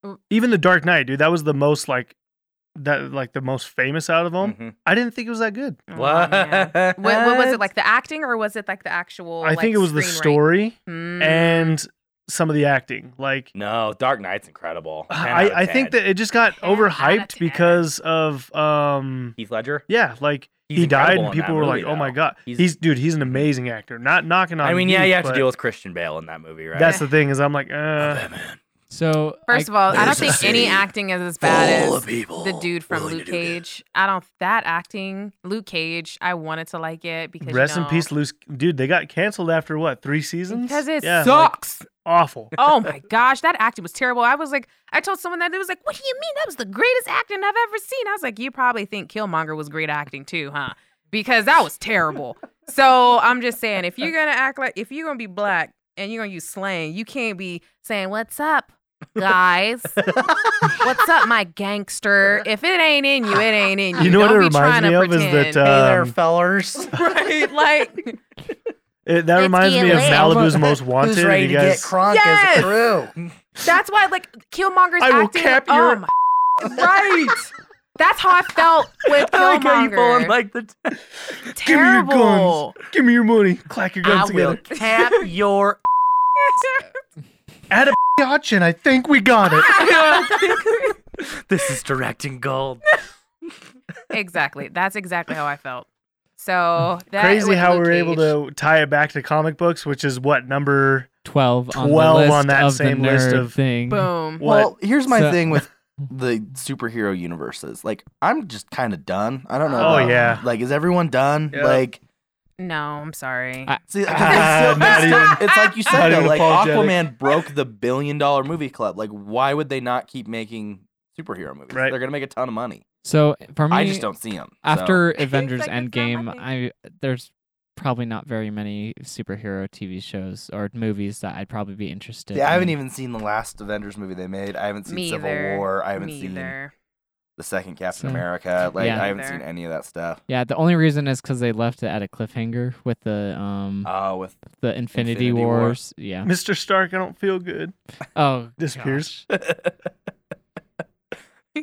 Speaker 5: Knight.
Speaker 4: even the Dark Knight, dude, that was the most like that like the most famous out of them.
Speaker 5: Mhm.
Speaker 4: I didn't think it was that good.
Speaker 3: Oh, man. What, what was it like the acting or was it like Hmm. the actual?
Speaker 4: I think it was the story
Speaker 5: Mm-hmm.
Speaker 4: and some of the acting. Like
Speaker 5: No, Dark Knight's incredible. 10 out
Speaker 4: Uh, I,
Speaker 5: of
Speaker 4: I think
Speaker 5: 10.
Speaker 4: that it just got
Speaker 3: 10 out of
Speaker 4: overhyped
Speaker 3: 10.
Speaker 4: because of um
Speaker 5: Heath Ledger.
Speaker 4: yeah like
Speaker 5: He's
Speaker 4: he died
Speaker 5: incredible
Speaker 4: and
Speaker 5: in
Speaker 4: people
Speaker 5: that
Speaker 4: were
Speaker 5: movie,
Speaker 4: like oh my
Speaker 5: though.
Speaker 4: god
Speaker 5: He's-
Speaker 4: he's, dude he's an amazing actor not knocking on
Speaker 5: I mean, yeah,
Speaker 4: Heath,
Speaker 5: you have to
Speaker 4: but
Speaker 5: deal with Christian Bale in that movie, right?
Speaker 4: that's the thing is I'm like
Speaker 5: Oh,
Speaker 4: uh
Speaker 5: Batman.
Speaker 1: So
Speaker 3: First
Speaker 1: I-
Speaker 3: of all, I don't
Speaker 2: There's a
Speaker 3: think any
Speaker 2: city
Speaker 3: acting is as bad as
Speaker 2: people
Speaker 4: Oh,
Speaker 3: the dude from
Speaker 2: willing
Speaker 3: Luke
Speaker 2: to do good.
Speaker 3: Cage. I don't that acting Luke Cage. I wanted to like it because you
Speaker 4: Rest in
Speaker 3: know,
Speaker 4: peace, Luke. Dude, they got canceled after what three seasons?
Speaker 3: Because it
Speaker 4: yeah, like,
Speaker 3: sucks.
Speaker 4: awful.
Speaker 3: oh my gosh, that acting was terrible. I was like, I told someone that they was like, "What do you mean? That was the greatest acting I've ever seen." I was like, "You probably think Killmonger was great acting too, huh?" Because that was terrible. so I'm just saying, if you're gonna act like, if you're gonna be black and you're gonna use slang, you can't be saying, "What's up, guys? What's up, my gangster?" If it ain't in you, it ain't in you.
Speaker 4: You know what
Speaker 3: Don't
Speaker 4: it
Speaker 3: be
Speaker 4: reminds
Speaker 3: trying to
Speaker 4: me of is that,
Speaker 3: pretend.
Speaker 4: uh,
Speaker 2: Hey there,
Speaker 4: Um,
Speaker 2: fellers.
Speaker 3: right? Like,
Speaker 4: It, that
Speaker 3: Let's
Speaker 4: reminds
Speaker 3: get
Speaker 4: me of
Speaker 3: lit.
Speaker 4: Malibu's Most Wanted.
Speaker 2: Who's ready
Speaker 4: and
Speaker 2: to
Speaker 4: you
Speaker 2: get
Speaker 4: guys,
Speaker 2: crunk as
Speaker 3: Yes!
Speaker 2: a crew?
Speaker 3: That's why, like, Killmonger's
Speaker 4: I will
Speaker 3: acting.
Speaker 4: cap
Speaker 3: oh
Speaker 4: your-
Speaker 3: my, right. That's how I felt with
Speaker 5: I like how you pull
Speaker 3: Killmonger.
Speaker 5: in like the.
Speaker 4: Give me your
Speaker 3: Terrible.
Speaker 4: guns. Give me your money. Clack your guns
Speaker 2: I will
Speaker 4: together.
Speaker 2: cap your.
Speaker 4: Add a yacht, and I think we got it.
Speaker 2: This is directing gold.
Speaker 3: exactly. That's exactly how I felt. So that
Speaker 4: Crazy
Speaker 3: with
Speaker 4: how we
Speaker 3: Luke
Speaker 4: were able
Speaker 3: Cage-
Speaker 4: to tie it back to comic books, which is what number.
Speaker 1: 12 on, the
Speaker 4: 12
Speaker 1: list
Speaker 4: on that
Speaker 1: of the
Speaker 4: same list
Speaker 1: nerd
Speaker 4: of-
Speaker 1: thing.
Speaker 3: boom.
Speaker 4: What?
Speaker 2: Well, here's my
Speaker 1: So-
Speaker 2: thing with the superhero universes. Like, I'm just kind of done. I don't know.
Speaker 4: Oh,
Speaker 2: about-
Speaker 4: yeah.
Speaker 2: Like, is everyone done?
Speaker 4: Yeah.
Speaker 2: Like,
Speaker 3: No, I'm sorry.
Speaker 1: I-
Speaker 2: see, 'cause
Speaker 4: Ah,
Speaker 2: it's, still,
Speaker 4: not
Speaker 2: it's, still-
Speaker 4: even-
Speaker 2: it's like you
Speaker 4: not
Speaker 2: said though.
Speaker 4: even
Speaker 2: Like,
Speaker 4: apologetic.
Speaker 2: Aquaman broke the billion dollar movie club. Like, why would they not keep making superhero movies?
Speaker 4: Right.
Speaker 2: They're gonna make a ton of money.
Speaker 1: So for me,
Speaker 2: I just don't see them.
Speaker 1: after Avengers
Speaker 3: Like, it's not
Speaker 1: Endgame,
Speaker 3: my thing.
Speaker 1: I there's probably not very many superhero TV shows or movies that I'd probably be interested.
Speaker 2: Yeah, I
Speaker 4: Mm.
Speaker 2: haven't
Speaker 1: in.
Speaker 2: even seen the last Avengers movie they made. I haven't seen
Speaker 3: Me
Speaker 2: Civil
Speaker 3: either.
Speaker 2: War. I haven't
Speaker 3: Me
Speaker 2: seen
Speaker 3: either.
Speaker 2: the second
Speaker 1: So-
Speaker 2: Captain America. Like,
Speaker 1: Yeah.
Speaker 2: I haven't
Speaker 3: Either.
Speaker 2: seen any of that stuff.
Speaker 1: Yeah, the only reason is because they left it at a cliffhanger with the um
Speaker 4: Mm.
Speaker 2: Oh, with
Speaker 1: the Infinity,
Speaker 2: Infinity War.
Speaker 1: Wars. Yeah.
Speaker 4: Mr. Stark, I don't feel good.
Speaker 1: Oh,
Speaker 4: Disappears.
Speaker 1: gosh.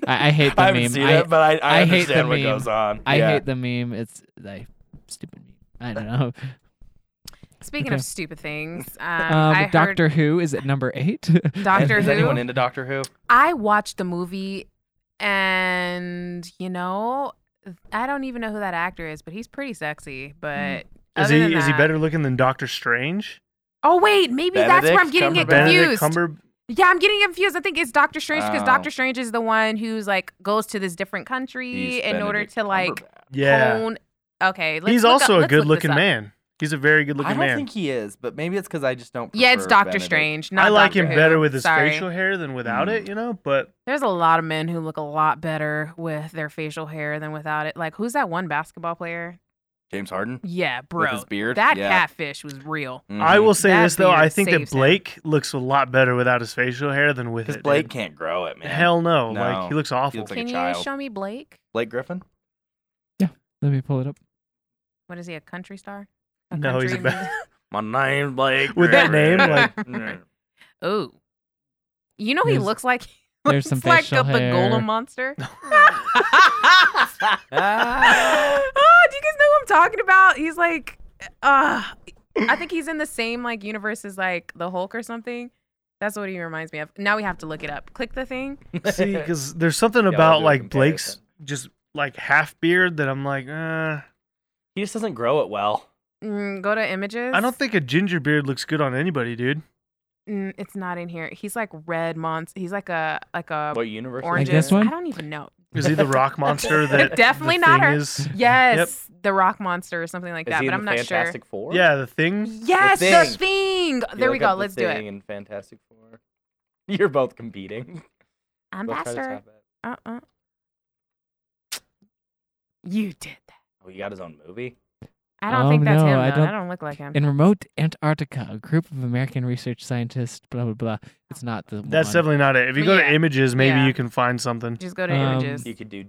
Speaker 1: I, I hate the
Speaker 2: I haven't
Speaker 1: meme.
Speaker 2: seen
Speaker 1: I,
Speaker 2: it, but I, I,
Speaker 1: I hate
Speaker 2: understand
Speaker 1: the
Speaker 2: what
Speaker 1: meme.
Speaker 2: goes on.
Speaker 1: I
Speaker 2: Yeah. Uh,
Speaker 1: hate the meme. It's like stupid meme. I don't know.
Speaker 3: Speaking
Speaker 1: Okay.
Speaker 3: of stupid things, um,
Speaker 1: Um,
Speaker 3: I heard
Speaker 1: Doctor Who is at number eight.
Speaker 3: Doctor
Speaker 2: Is
Speaker 3: Who.
Speaker 2: anyone into Doctor Who?
Speaker 3: I watched the movie and you know, I don't even know who that actor is, but he's pretty sexy. But
Speaker 4: Mm-hmm. Is
Speaker 3: other
Speaker 4: he
Speaker 3: than
Speaker 4: is he
Speaker 3: that-
Speaker 4: better looking than Doctor Strange?
Speaker 3: Oh wait, maybe that's where I'm
Speaker 2: Benedict
Speaker 3: getting it
Speaker 2: Cumberbatch?
Speaker 4: Benedict
Speaker 3: confused.
Speaker 4: Cumber.
Speaker 3: yeah, I'm getting confused. I think it's Doctor Strange because
Speaker 2: Oh.
Speaker 3: Doctor Strange is the one who's like goes to this different country
Speaker 2: He's
Speaker 3: in order
Speaker 2: Benedict
Speaker 3: to like
Speaker 2: Cumberbatch.
Speaker 4: Yeah,
Speaker 3: hone. Okay, let's
Speaker 4: he's
Speaker 3: look up-
Speaker 4: also a
Speaker 3: let's look this
Speaker 4: good looking
Speaker 3: up.
Speaker 4: man. He's a very good
Speaker 2: I
Speaker 4: looking
Speaker 2: don't
Speaker 4: man.
Speaker 2: think he is, but maybe it's because I just don't.
Speaker 3: Yeah, it's
Speaker 2: prefer
Speaker 3: Doctor
Speaker 2: Benedict.
Speaker 3: Strange. Not
Speaker 4: I like
Speaker 3: Doctor
Speaker 4: him
Speaker 3: Who.
Speaker 4: better with his
Speaker 3: Sorry.
Speaker 4: facial hair than without
Speaker 2: Mm.
Speaker 4: it. You know, but
Speaker 3: There's a lot of men who look a lot better with their facial hair than without it. Like, who's that one basketball player?
Speaker 2: James Harden
Speaker 3: Yeah,
Speaker 2: with
Speaker 3: bro.
Speaker 2: his beard.
Speaker 3: That
Speaker 2: yeah.
Speaker 3: catfish was real.
Speaker 2: Mhm.
Speaker 4: I will say
Speaker 3: That
Speaker 4: this though.
Speaker 3: beard
Speaker 4: I think that
Speaker 3: saves him.
Speaker 4: Blake looks a lot better without his facial hair than with it.
Speaker 2: Because
Speaker 4: dude.
Speaker 2: Blake can't grow it, man.
Speaker 4: Hell no.
Speaker 2: No.
Speaker 4: Like he looks awful.
Speaker 2: looks like a
Speaker 3: Can you
Speaker 2: child.
Speaker 3: show me Blake?
Speaker 2: Blake Griffin.
Speaker 1: Let me pull it up.
Speaker 3: What is he? A country star? A
Speaker 4: No, he's a
Speaker 3: country
Speaker 4: bad-
Speaker 3: music-
Speaker 2: My name's Blake.
Speaker 4: With that name, like-
Speaker 3: Ooh, you know he
Speaker 1: There's-
Speaker 3: looks like he
Speaker 1: there's
Speaker 3: looks
Speaker 1: some
Speaker 3: like
Speaker 1: facial
Speaker 3: a Pagola
Speaker 1: hair.
Speaker 3: monster. oh, do you guys know who I'm talking about? He's like, uh, I think he's in the same like universe as like the Hulk or something. That's what he reminds me of. Now we have to look it up. Click the thing.
Speaker 4: See, because there's something
Speaker 5: we'll
Speaker 4: about
Speaker 5: do a
Speaker 4: like Blake's
Speaker 5: comparison.
Speaker 4: just like half beard that I'm like, uh,
Speaker 5: He just doesn't grow it well.
Speaker 3: Mm, go to images.
Speaker 4: I don't think a ginger beard looks good on anybody, dude.
Speaker 3: Mm, it's not in here. He's like red monster. He's like a like a
Speaker 5: What universe? is
Speaker 3: orange.
Speaker 5: it?
Speaker 1: this one?
Speaker 3: I don't even know.
Speaker 4: Is he the rock monster that
Speaker 3: Definitely
Speaker 4: the
Speaker 3: not
Speaker 4: thing
Speaker 3: her.
Speaker 4: is?
Speaker 3: Yes, the Rock Monster or something like
Speaker 5: Is
Speaker 3: that,
Speaker 5: he
Speaker 3: but
Speaker 5: in
Speaker 3: I'm
Speaker 5: the
Speaker 3: not
Speaker 5: Fantastic Four?
Speaker 4: Yeah, the
Speaker 3: sure.
Speaker 4: thing.
Speaker 3: Yes, the
Speaker 2: Thing.
Speaker 3: thing.
Speaker 5: You
Speaker 3: There we
Speaker 5: look
Speaker 3: go.
Speaker 5: up The
Speaker 3: Let's do
Speaker 5: Thing
Speaker 3: it.
Speaker 5: In Fantastic Four. You're both competing.
Speaker 3: I'm
Speaker 5: Let's try to
Speaker 3: faster.
Speaker 5: top it.
Speaker 3: Uh uh. You did that.
Speaker 5: Oh, he got his own movie.
Speaker 3: I don't
Speaker 1: Oh,
Speaker 3: think that's
Speaker 1: no,
Speaker 3: him.
Speaker 1: I
Speaker 3: though. I
Speaker 1: don't-
Speaker 3: don't look like him.
Speaker 1: In remote Antarctica, a group of American research scientists, blah blah blah. It's not the
Speaker 4: That's
Speaker 1: one.
Speaker 4: definitely not it. If you go
Speaker 3: Yeah.
Speaker 4: to images, maybe
Speaker 3: Yeah.
Speaker 4: you can find something.
Speaker 3: Just go to
Speaker 1: Um,
Speaker 3: images.
Speaker 5: You could do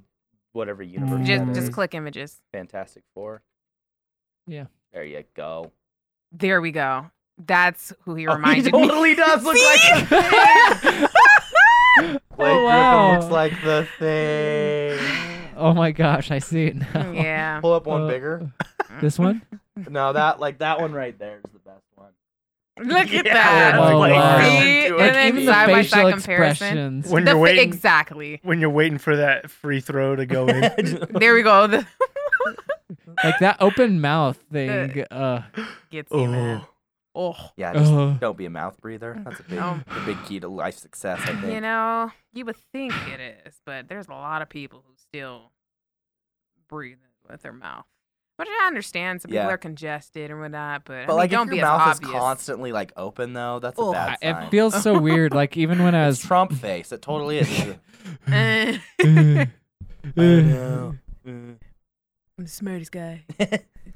Speaker 5: whatever universe.
Speaker 3: Just
Speaker 5: that
Speaker 3: just
Speaker 5: is.
Speaker 3: click images.
Speaker 5: Fantastic Four.
Speaker 1: Yeah.
Speaker 5: There you go.
Speaker 3: There we go. That's who he
Speaker 5: Oh,
Speaker 3: reminded
Speaker 5: he
Speaker 3: me.
Speaker 5: totally does look like the thing.
Speaker 2: Blake
Speaker 3: Oh,
Speaker 1: Oh, wow.
Speaker 2: Griffin looks like the thing.
Speaker 1: Oh my gosh, I see it now.
Speaker 3: yeah.
Speaker 2: Pull up one
Speaker 1: Uh,
Speaker 2: bigger.
Speaker 1: This one?
Speaker 3: uh.
Speaker 2: No, that like that one right there is the best one.
Speaker 3: Look at
Speaker 5: Yeah,
Speaker 3: that.
Speaker 1: that's Oh, like wow.
Speaker 3: See?
Speaker 5: Like,
Speaker 3: And
Speaker 1: Like,
Speaker 3: then
Speaker 1: even the
Speaker 3: side by
Speaker 1: facial
Speaker 3: side comparison.
Speaker 1: expressions.
Speaker 4: When
Speaker 3: The
Speaker 4: you're
Speaker 3: fa-
Speaker 4: waiting,
Speaker 3: exactly.
Speaker 4: when you're waiting for that free throw to go in.
Speaker 3: There we go. The-
Speaker 1: like that open mouth thing. Uh,
Speaker 3: Gets you, man.
Speaker 4: oh,
Speaker 3: Oh,
Speaker 2: Yeah, just
Speaker 1: Ugh.
Speaker 2: don't be a mouth breather. That's a big,
Speaker 3: No.
Speaker 2: a big key to life success. I think.
Speaker 3: you know, you would think it is, but there's a lot of people who still breathe with their mouth. Which I understand. Some people
Speaker 2: Yeah.
Speaker 3: are congested and whatnot, but, I
Speaker 2: but
Speaker 3: mean,
Speaker 2: like,
Speaker 3: don't
Speaker 2: if
Speaker 3: be
Speaker 2: your
Speaker 3: as
Speaker 2: mouth
Speaker 3: obvious.
Speaker 2: is constantly like open though, that's a
Speaker 3: Ugh.
Speaker 2: bad sign.
Speaker 1: it feels so weird. Like even when I
Speaker 2: it's
Speaker 1: was.
Speaker 2: Trump face. It totally is.
Speaker 3: Eh,
Speaker 1: Eh.
Speaker 2: know.
Speaker 3: I'm the smartest guy.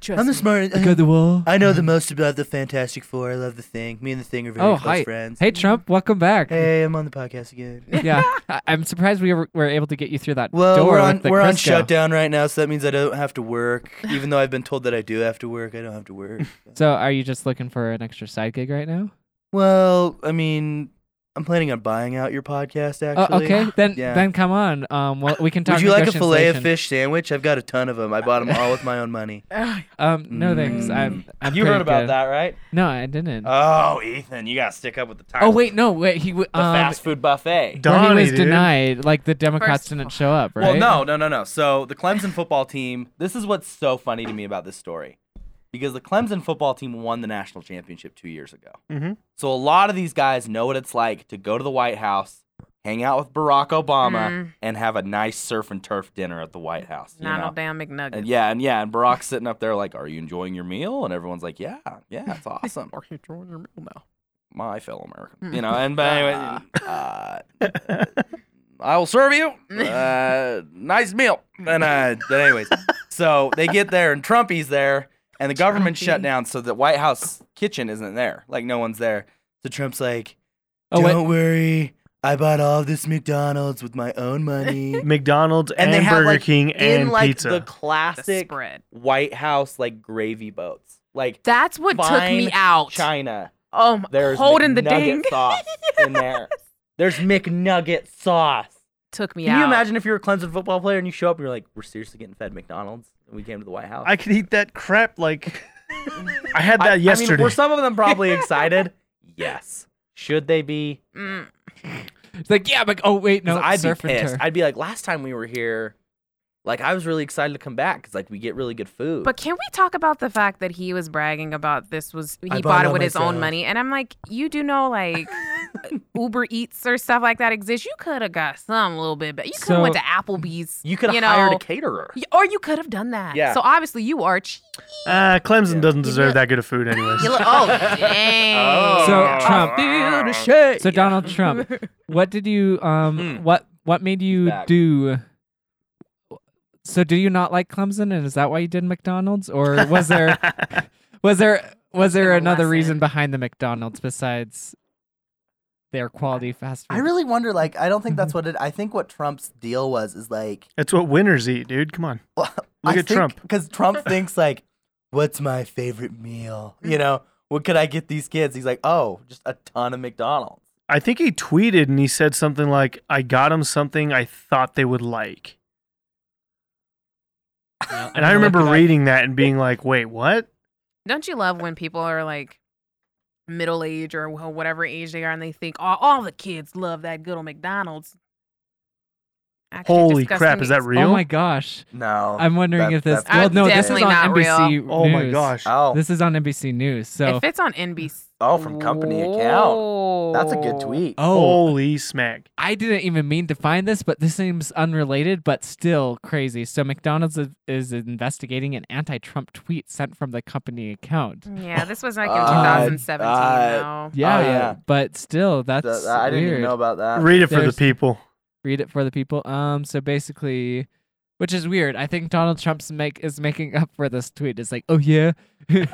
Speaker 3: Trust
Speaker 7: I'm
Speaker 3: me.
Speaker 7: the smartest.
Speaker 1: Go the wall.
Speaker 7: I know the most about the Fantastic Four. I love the Thing. Me and the Thing are very
Speaker 1: Oh,
Speaker 7: close
Speaker 1: hi.
Speaker 7: friends.
Speaker 1: Hey Trump, welcome back.
Speaker 7: Hey, I'm on the podcast again.
Speaker 1: Yeah, I- I'm surprised we were, were able to get you through that
Speaker 7: Well,
Speaker 1: door
Speaker 7: we're on
Speaker 1: with the
Speaker 7: we're on
Speaker 1: Crisco.
Speaker 7: shutdown right now, so that means I don't have to work. Even though I've been told that I do have to work, I don't have to work.
Speaker 1: So, are you just looking for an extra side gig right now?
Speaker 7: well, I mean, I'm planning on buying out your podcast.
Speaker 1: Oh,
Speaker 7: Actually,
Speaker 1: okay, then
Speaker 7: Yeah.
Speaker 1: then come on. Um, well, we can talk.
Speaker 7: Would you like a fillet of
Speaker 1: negotiation.
Speaker 7: fish sandwich? I've got a ton of them. I bought them all with my own money.
Speaker 3: Ugh,
Speaker 1: Um, no thanks.
Speaker 7: Mm.
Speaker 1: I'm. I'm
Speaker 2: you
Speaker 1: pretty
Speaker 2: heard about
Speaker 1: good.
Speaker 2: that, right?
Speaker 1: No, I didn't.
Speaker 2: Oh, Ethan, you gotta stick up with the time.
Speaker 1: oh wait, no wait. He w-
Speaker 2: the
Speaker 1: um,
Speaker 2: fast food buffet.
Speaker 1: where
Speaker 4: Donnie,
Speaker 1: he was
Speaker 4: dude.
Speaker 1: denied. Like the Democrats
Speaker 3: First of all-
Speaker 1: didn't show up,
Speaker 2: Well,
Speaker 1: right?
Speaker 2: no, no, no, no. So the Clemson football team. This is what's so funny to me about this story, because the Clemson football team won the national championship two years ago.
Speaker 4: Mhm.
Speaker 2: So a lot of these guys know what it's like to go to the White House, hang out with Barack Obama,
Speaker 3: Mm.
Speaker 2: and have a nice surf and turf dinner at the White House. You know?
Speaker 3: Donald damn McNugget.
Speaker 2: And yeah, and yeah, and Barack's sitting up there like, "Are you enjoying your meal?" And everyone's like, "Yeah, yeah, it's awesome."
Speaker 3: Or you drawing your meal now.
Speaker 2: My fellow American,
Speaker 3: Mm.
Speaker 2: you know. And but anyway,
Speaker 3: Ah.
Speaker 2: uh, I will serve you. Uh, nice meal. And uh, but anyways, so they get there and Trumpy's there, and the government shut
Speaker 3: Trumpy.
Speaker 2: down, so the White House kitchen isn't there. Like no one's there.
Speaker 7: So Trump's like,
Speaker 1: Oh wait.
Speaker 7: "Don't worry, I bought all this McDonald's with my own money."
Speaker 4: McDonald's and,
Speaker 2: And they have,
Speaker 4: Burger
Speaker 2: like,
Speaker 4: King
Speaker 2: In
Speaker 4: and
Speaker 2: like
Speaker 4: pizza.
Speaker 2: the
Speaker 3: The
Speaker 2: classic
Speaker 3: spread.
Speaker 2: White House like gravy boats, like
Speaker 3: That's what took me
Speaker 2: Fine
Speaker 3: out.
Speaker 2: China.
Speaker 3: Oh, my-
Speaker 2: There's
Speaker 3: holding the
Speaker 2: McNugget
Speaker 3: ding.
Speaker 2: sauce in there. There's McNugget sauce.
Speaker 3: took me
Speaker 2: Can
Speaker 3: out.
Speaker 2: you imagine if you were a Clemson football player and you show up and you're like, we're seriously getting fed McDonald's and we came to the White House?
Speaker 4: I could eat that crap like I had that
Speaker 2: I- I mean,
Speaker 4: yesterday.
Speaker 2: were some of them probably excited? yes. Should they be?
Speaker 3: Mm.
Speaker 1: It's like yeah, but oh wait,
Speaker 2: 'Cause
Speaker 1: no.
Speaker 2: I'd be
Speaker 1: surf and
Speaker 2: pissed.
Speaker 1: turf.
Speaker 2: I'd be like, last time we were here, like I was really excited to come back because like we get really good food.
Speaker 3: But can we talk about the fact that he was bragging about this was he
Speaker 7: I
Speaker 3: bought,
Speaker 7: bought it
Speaker 3: it
Speaker 7: all
Speaker 3: with his own
Speaker 7: myself.
Speaker 3: money, and I'm like, you do know like Uber Eats or stuff like that exists. You could have got some little bit, but you could have went to
Speaker 1: So-
Speaker 3: Applebee's,
Speaker 2: you could have
Speaker 3: you know-
Speaker 2: hired a caterer.
Speaker 3: Y- or you could have done that.
Speaker 2: Yeah.
Speaker 3: So obviously you are cheap.
Speaker 4: Ah, Clemson
Speaker 2: Yeah.
Speaker 4: doesn't deserve that good of food, anyways.
Speaker 3: You look, oh
Speaker 2: Oh.
Speaker 3: dang.
Speaker 1: So Trump.
Speaker 3: I feel the shake.
Speaker 1: So Donald Trump, what did you um what what made you
Speaker 2: Hmm. back.
Speaker 1: do? So do you not like Clemson, and is that why you did McDonald's, or was there was there was there
Speaker 3: Lesson.
Speaker 1: another reason behind the McDonald's besides their quality fast food?
Speaker 7: I really wonder. Like, I don't think that's what it. I think what Trump's deal was is like,
Speaker 4: That's what winners eat, dude. Come on.
Speaker 7: Well,
Speaker 4: Look at Trump.
Speaker 7: Because Trump thinks like, what's my favorite meal?
Speaker 3: Mm.
Speaker 7: You know, what could I get these kids? He's like, oh,
Speaker 2: Just a ton of McDonald's.
Speaker 4: I think he tweeted and he said something like, "I got them something I thought they would like," and I remember reading that and being like, "Wait, what?"
Speaker 3: Don't you love when people are like middle age or wh- whatever age they are and they think oh, all the kids love that good old McDonald's? Actually
Speaker 4: Holy
Speaker 3: disgusting
Speaker 4: crap, is that
Speaker 3: eats.
Speaker 4: real?
Speaker 1: Oh my gosh!
Speaker 2: No.
Speaker 1: I'm wondering
Speaker 2: Oh, That-
Speaker 1: if this.
Speaker 2: that's-
Speaker 1: Well,
Speaker 3: I'm
Speaker 1: no, this is
Speaker 3: definitely
Speaker 1: on
Speaker 3: not real.
Speaker 1: NBC.
Speaker 4: Oh my
Speaker 1: News.
Speaker 4: gosh.
Speaker 2: oh.
Speaker 1: This is on NBC News. So
Speaker 3: If it's on NBC.
Speaker 2: oh, from company account. That's a good
Speaker 3: Whoa.
Speaker 2: tweet.
Speaker 1: oh,
Speaker 4: Holy smack.
Speaker 1: I didn't even mean to find this, but this seems unrelated, but still crazy. So McDonald's is, is investigating an anti-Trump tweet sent from the company account.
Speaker 3: Yeah, this was like in
Speaker 2: Uh,
Speaker 3: 2017.
Speaker 2: uh,
Speaker 3: though.
Speaker 1: Yeah,
Speaker 2: yeah.
Speaker 1: but still, that's
Speaker 2: Th- I didn't
Speaker 1: weird.
Speaker 2: even know about that.
Speaker 4: Read it for the
Speaker 1: there's-
Speaker 4: people.
Speaker 1: Read it for the people. Um, so basically, which is weird. I think Donald Trump's make is making up for this tweet. It's like, oh yeah, you,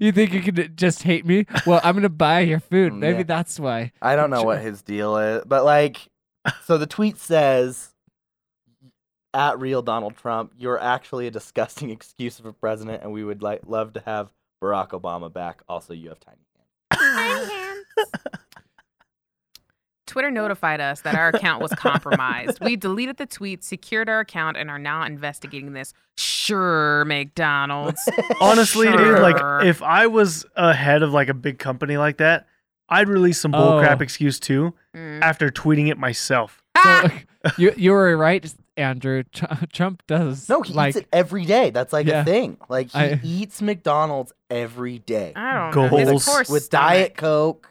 Speaker 1: you think you can just hate me? Well, I'm gonna buy your food.
Speaker 2: Mm,
Speaker 1: Maybe
Speaker 2: yeah.
Speaker 1: that's why.
Speaker 2: I don't know what his deal is, but like, so the tweet says, "At real Donald Trump, you're actually a disgusting excuse of a president, and we would like love to have Barack Obama back. Also, you have tiny hands.
Speaker 3: Twitter notified us that our account was compromised. we deleted the tweet, secured our account, and are now investigating this. Sure, McDonald's.
Speaker 4: Honestly, dude,
Speaker 3: Sure.
Speaker 4: like if I was ahead of like a big company like that, I'd release some bullcrap
Speaker 1: Oh.
Speaker 4: excuse too
Speaker 3: Mm. Ah!
Speaker 4: after tweeting it myself.
Speaker 1: So, you you were right. Andrew. Tr- Trump does.
Speaker 2: No, he
Speaker 1: like,
Speaker 2: eats it every day. That's like
Speaker 1: Yeah.
Speaker 2: a thing. Like he
Speaker 1: I-
Speaker 2: eats McDonald's every day
Speaker 3: I don't know. He's a
Speaker 4: Goals.
Speaker 3: poor
Speaker 2: with
Speaker 3: stomach.
Speaker 2: Diet Coke,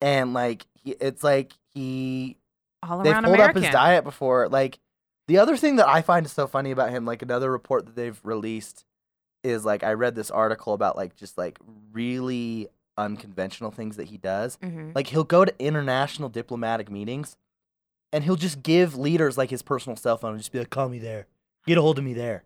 Speaker 2: and like he, it's like he
Speaker 3: all
Speaker 2: they've
Speaker 3: around
Speaker 2: pulled
Speaker 3: American.
Speaker 2: up his diet before. Like the other thing that I find so funny about him, like another report that they've released, is like I read this article about like just like really unconventional things that he does.
Speaker 3: Mhm.
Speaker 2: Like he'll go to international diplomatic meetings, and he'll just give leaders like his personal cell phone and just be like, "Call me there, get a hold of me there."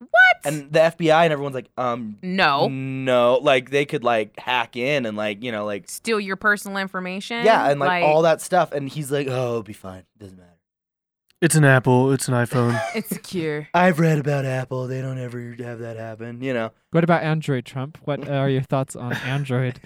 Speaker 3: What?
Speaker 2: And the FBI and everyone's like, "Um,
Speaker 3: no.
Speaker 2: no." Like they could like hack in and like you know like
Speaker 3: Steal your personal information.
Speaker 2: yeah and like, all that stuff. And he's like, "Oh, it'll be fine. Doesn't matter."
Speaker 4: It's an Apple. It's an iPhone.
Speaker 3: It's secure.
Speaker 2: I've read about Apple. They don't ever have that happen, you know.
Speaker 1: What about Android, Trump? What are your thoughts on Android?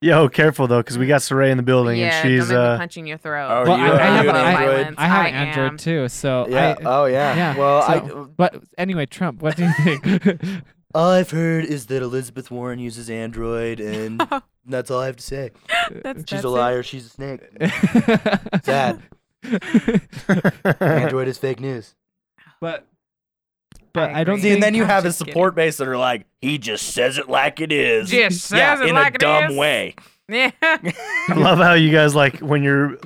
Speaker 4: Yo, careful though, because we got Saray in the building,
Speaker 3: yeah,
Speaker 4: and she's
Speaker 3: don't make me
Speaker 4: uh,
Speaker 3: punch you in your throat.
Speaker 5: Oh,
Speaker 1: well,
Speaker 5: you
Speaker 1: I,
Speaker 5: are-
Speaker 1: I have
Speaker 5: you an
Speaker 1: an
Speaker 5: Android?
Speaker 1: Android. I have an
Speaker 3: I
Speaker 1: Android
Speaker 3: am.
Speaker 1: too. So
Speaker 2: Yeah.
Speaker 1: I,
Speaker 2: oh yeah.
Speaker 1: yeah,
Speaker 2: Well,
Speaker 1: so- But anyway, Trump, what do you think?
Speaker 2: I all I've heard is that Elizabeth Warren uses Android, and that's all I have to say.
Speaker 3: That's,
Speaker 2: She's
Speaker 3: that's
Speaker 2: a
Speaker 3: it.
Speaker 2: liar. She's a snake. Sad.
Speaker 4: uh,
Speaker 2: Android is fake news.
Speaker 1: but but
Speaker 3: I
Speaker 1: I, don't
Speaker 3: agree.
Speaker 1: think
Speaker 3: See,
Speaker 7: and then you
Speaker 3: I'm
Speaker 7: have his
Speaker 3: just kidding.
Speaker 7: support base that are like, he just says it like it is.
Speaker 3: Just says
Speaker 7: yeah,
Speaker 3: it
Speaker 7: in a
Speaker 3: like it
Speaker 7: dumb
Speaker 3: is.
Speaker 7: way.
Speaker 3: Yeah.
Speaker 4: I love how you guys like when you're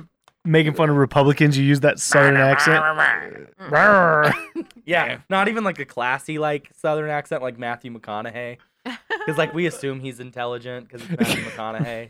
Speaker 4: making fun of Republicans, you use that Southern accent.
Speaker 5: Yeah, not even like a classy like Southern accent like Matthew McConaughey, because like we assume he's intelligent because it's Matthew McConaughey.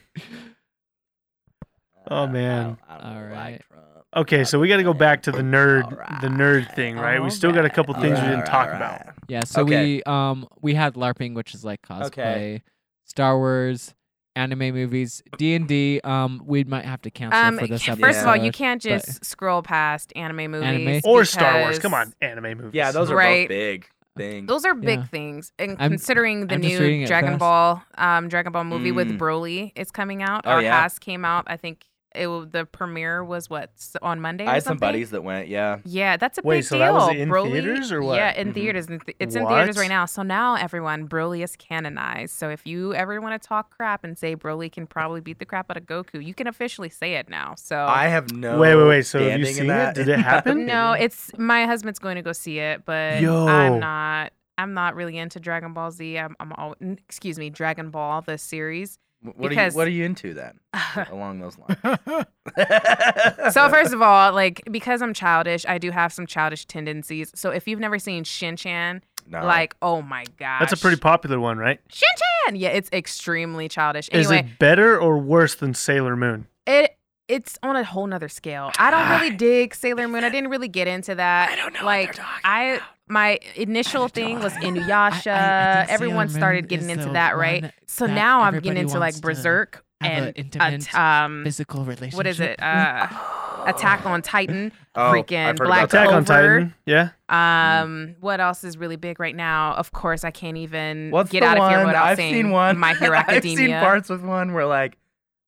Speaker 4: Oh, man.
Speaker 5: I don't,
Speaker 1: All
Speaker 5: really
Speaker 1: right.
Speaker 5: like Trump.
Speaker 4: Okay, so we got to go back to the nerd,
Speaker 5: Alright.
Speaker 4: the nerd thing, right? We still got a couple things we didn't talk about.
Speaker 1: yeah. So
Speaker 5: Okay.
Speaker 1: we um we had LARPing, which is like cosplay,
Speaker 5: Okay.
Speaker 1: Star Wars, anime movies, D and D. Um, we might have to cancel
Speaker 3: Um,
Speaker 1: for this
Speaker 3: yeah,
Speaker 1: episode.
Speaker 3: first of all, you
Speaker 1: but-
Speaker 3: can't just scroll past anime movies
Speaker 1: Anime?
Speaker 4: Or Star Wars.
Speaker 3: because
Speaker 4: Come on, anime movies.
Speaker 5: Yeah, those are
Speaker 3: Right.
Speaker 5: both big things.
Speaker 3: Those are big
Speaker 1: Yeah.
Speaker 3: things, and
Speaker 1: I'm-
Speaker 3: considering the
Speaker 1: I'm just reading
Speaker 3: new
Speaker 1: it
Speaker 3: Dragon
Speaker 1: fast.
Speaker 3: Ball, um, Dragon Ball movie with
Speaker 5: Mm.
Speaker 3: Broly is coming out.
Speaker 5: Oh,
Speaker 3: Our
Speaker 5: yeah.
Speaker 3: House came out. I think it will, the premiere was what s- on Monday. Or
Speaker 5: I had some
Speaker 3: something?
Speaker 5: buddies that went. Yeah,
Speaker 3: Yeah, that's a
Speaker 4: Wait,
Speaker 3: big
Speaker 4: so
Speaker 3: deal.
Speaker 4: that was in
Speaker 3: Broly,
Speaker 4: theaters or what?
Speaker 3: Yeah, in
Speaker 5: Mhm.
Speaker 3: theaters. In th- it's in theaters
Speaker 4: What?
Speaker 3: right now. So now everyone, Broly is canonized. So if you ever want to talk crap and say Broly can probably beat the crap out of Goku, you can officially say it now. So
Speaker 5: I have no.
Speaker 4: Wait, wait, wait. So have you
Speaker 5: standing in
Speaker 4: seen it?
Speaker 5: that.
Speaker 4: Did it happen?
Speaker 3: No, it's my husband's going to go see it, but
Speaker 4: Yo.
Speaker 3: I'm not. I'm not really into Dragon Ball Z. I'm, I'm all, n- excuse me, Dragon Ball the series.
Speaker 5: What are you
Speaker 3: because-
Speaker 5: What are you into then? Along those lines.
Speaker 2: Oh,
Speaker 3: so first of all, like because I'm childish, I do have some childish tendencies. So if you've never seen Shin Chan,
Speaker 5: No.
Speaker 3: like oh my god,
Speaker 4: Uh, That's a pretty popular one, right?
Speaker 3: Shin Chan. Yeah, it's extremely childish.
Speaker 4: Is
Speaker 3: Anyway,
Speaker 4: it better or worse than Sailor Moon?
Speaker 3: it it's on a whole nother scale. I don't really dig Sailor Moon. I didn't really get into that. I don't know. Like I my initial thing was Inuyasha.
Speaker 1: I- I think Sailor
Speaker 3: everyone
Speaker 1: Moon
Speaker 3: started getting
Speaker 1: is
Speaker 3: into
Speaker 1: the
Speaker 3: that, right?
Speaker 1: one
Speaker 3: So
Speaker 1: that
Speaker 3: now I'm
Speaker 1: everybody
Speaker 3: getting into
Speaker 1: wants
Speaker 3: like
Speaker 1: to
Speaker 3: Berserk
Speaker 1: have a
Speaker 3: and a
Speaker 1: intimate
Speaker 3: t- um
Speaker 1: physical relationship.
Speaker 3: what is it?
Speaker 1: with-
Speaker 3: Uh Attack on Titan,
Speaker 5: Oh, I've heard
Speaker 3: freaking
Speaker 5: about
Speaker 3: Black
Speaker 5: that.
Speaker 4: Attack on
Speaker 3: Clover.
Speaker 4: Titan. Yeah.
Speaker 3: Um, what else is really big right now? Of course, I can't even
Speaker 5: What's
Speaker 3: get
Speaker 5: the
Speaker 3: out of here
Speaker 5: one-
Speaker 3: without
Speaker 5: I've
Speaker 3: saying
Speaker 5: seen one.
Speaker 3: My Hero Academia.
Speaker 5: I've seen parts with one where like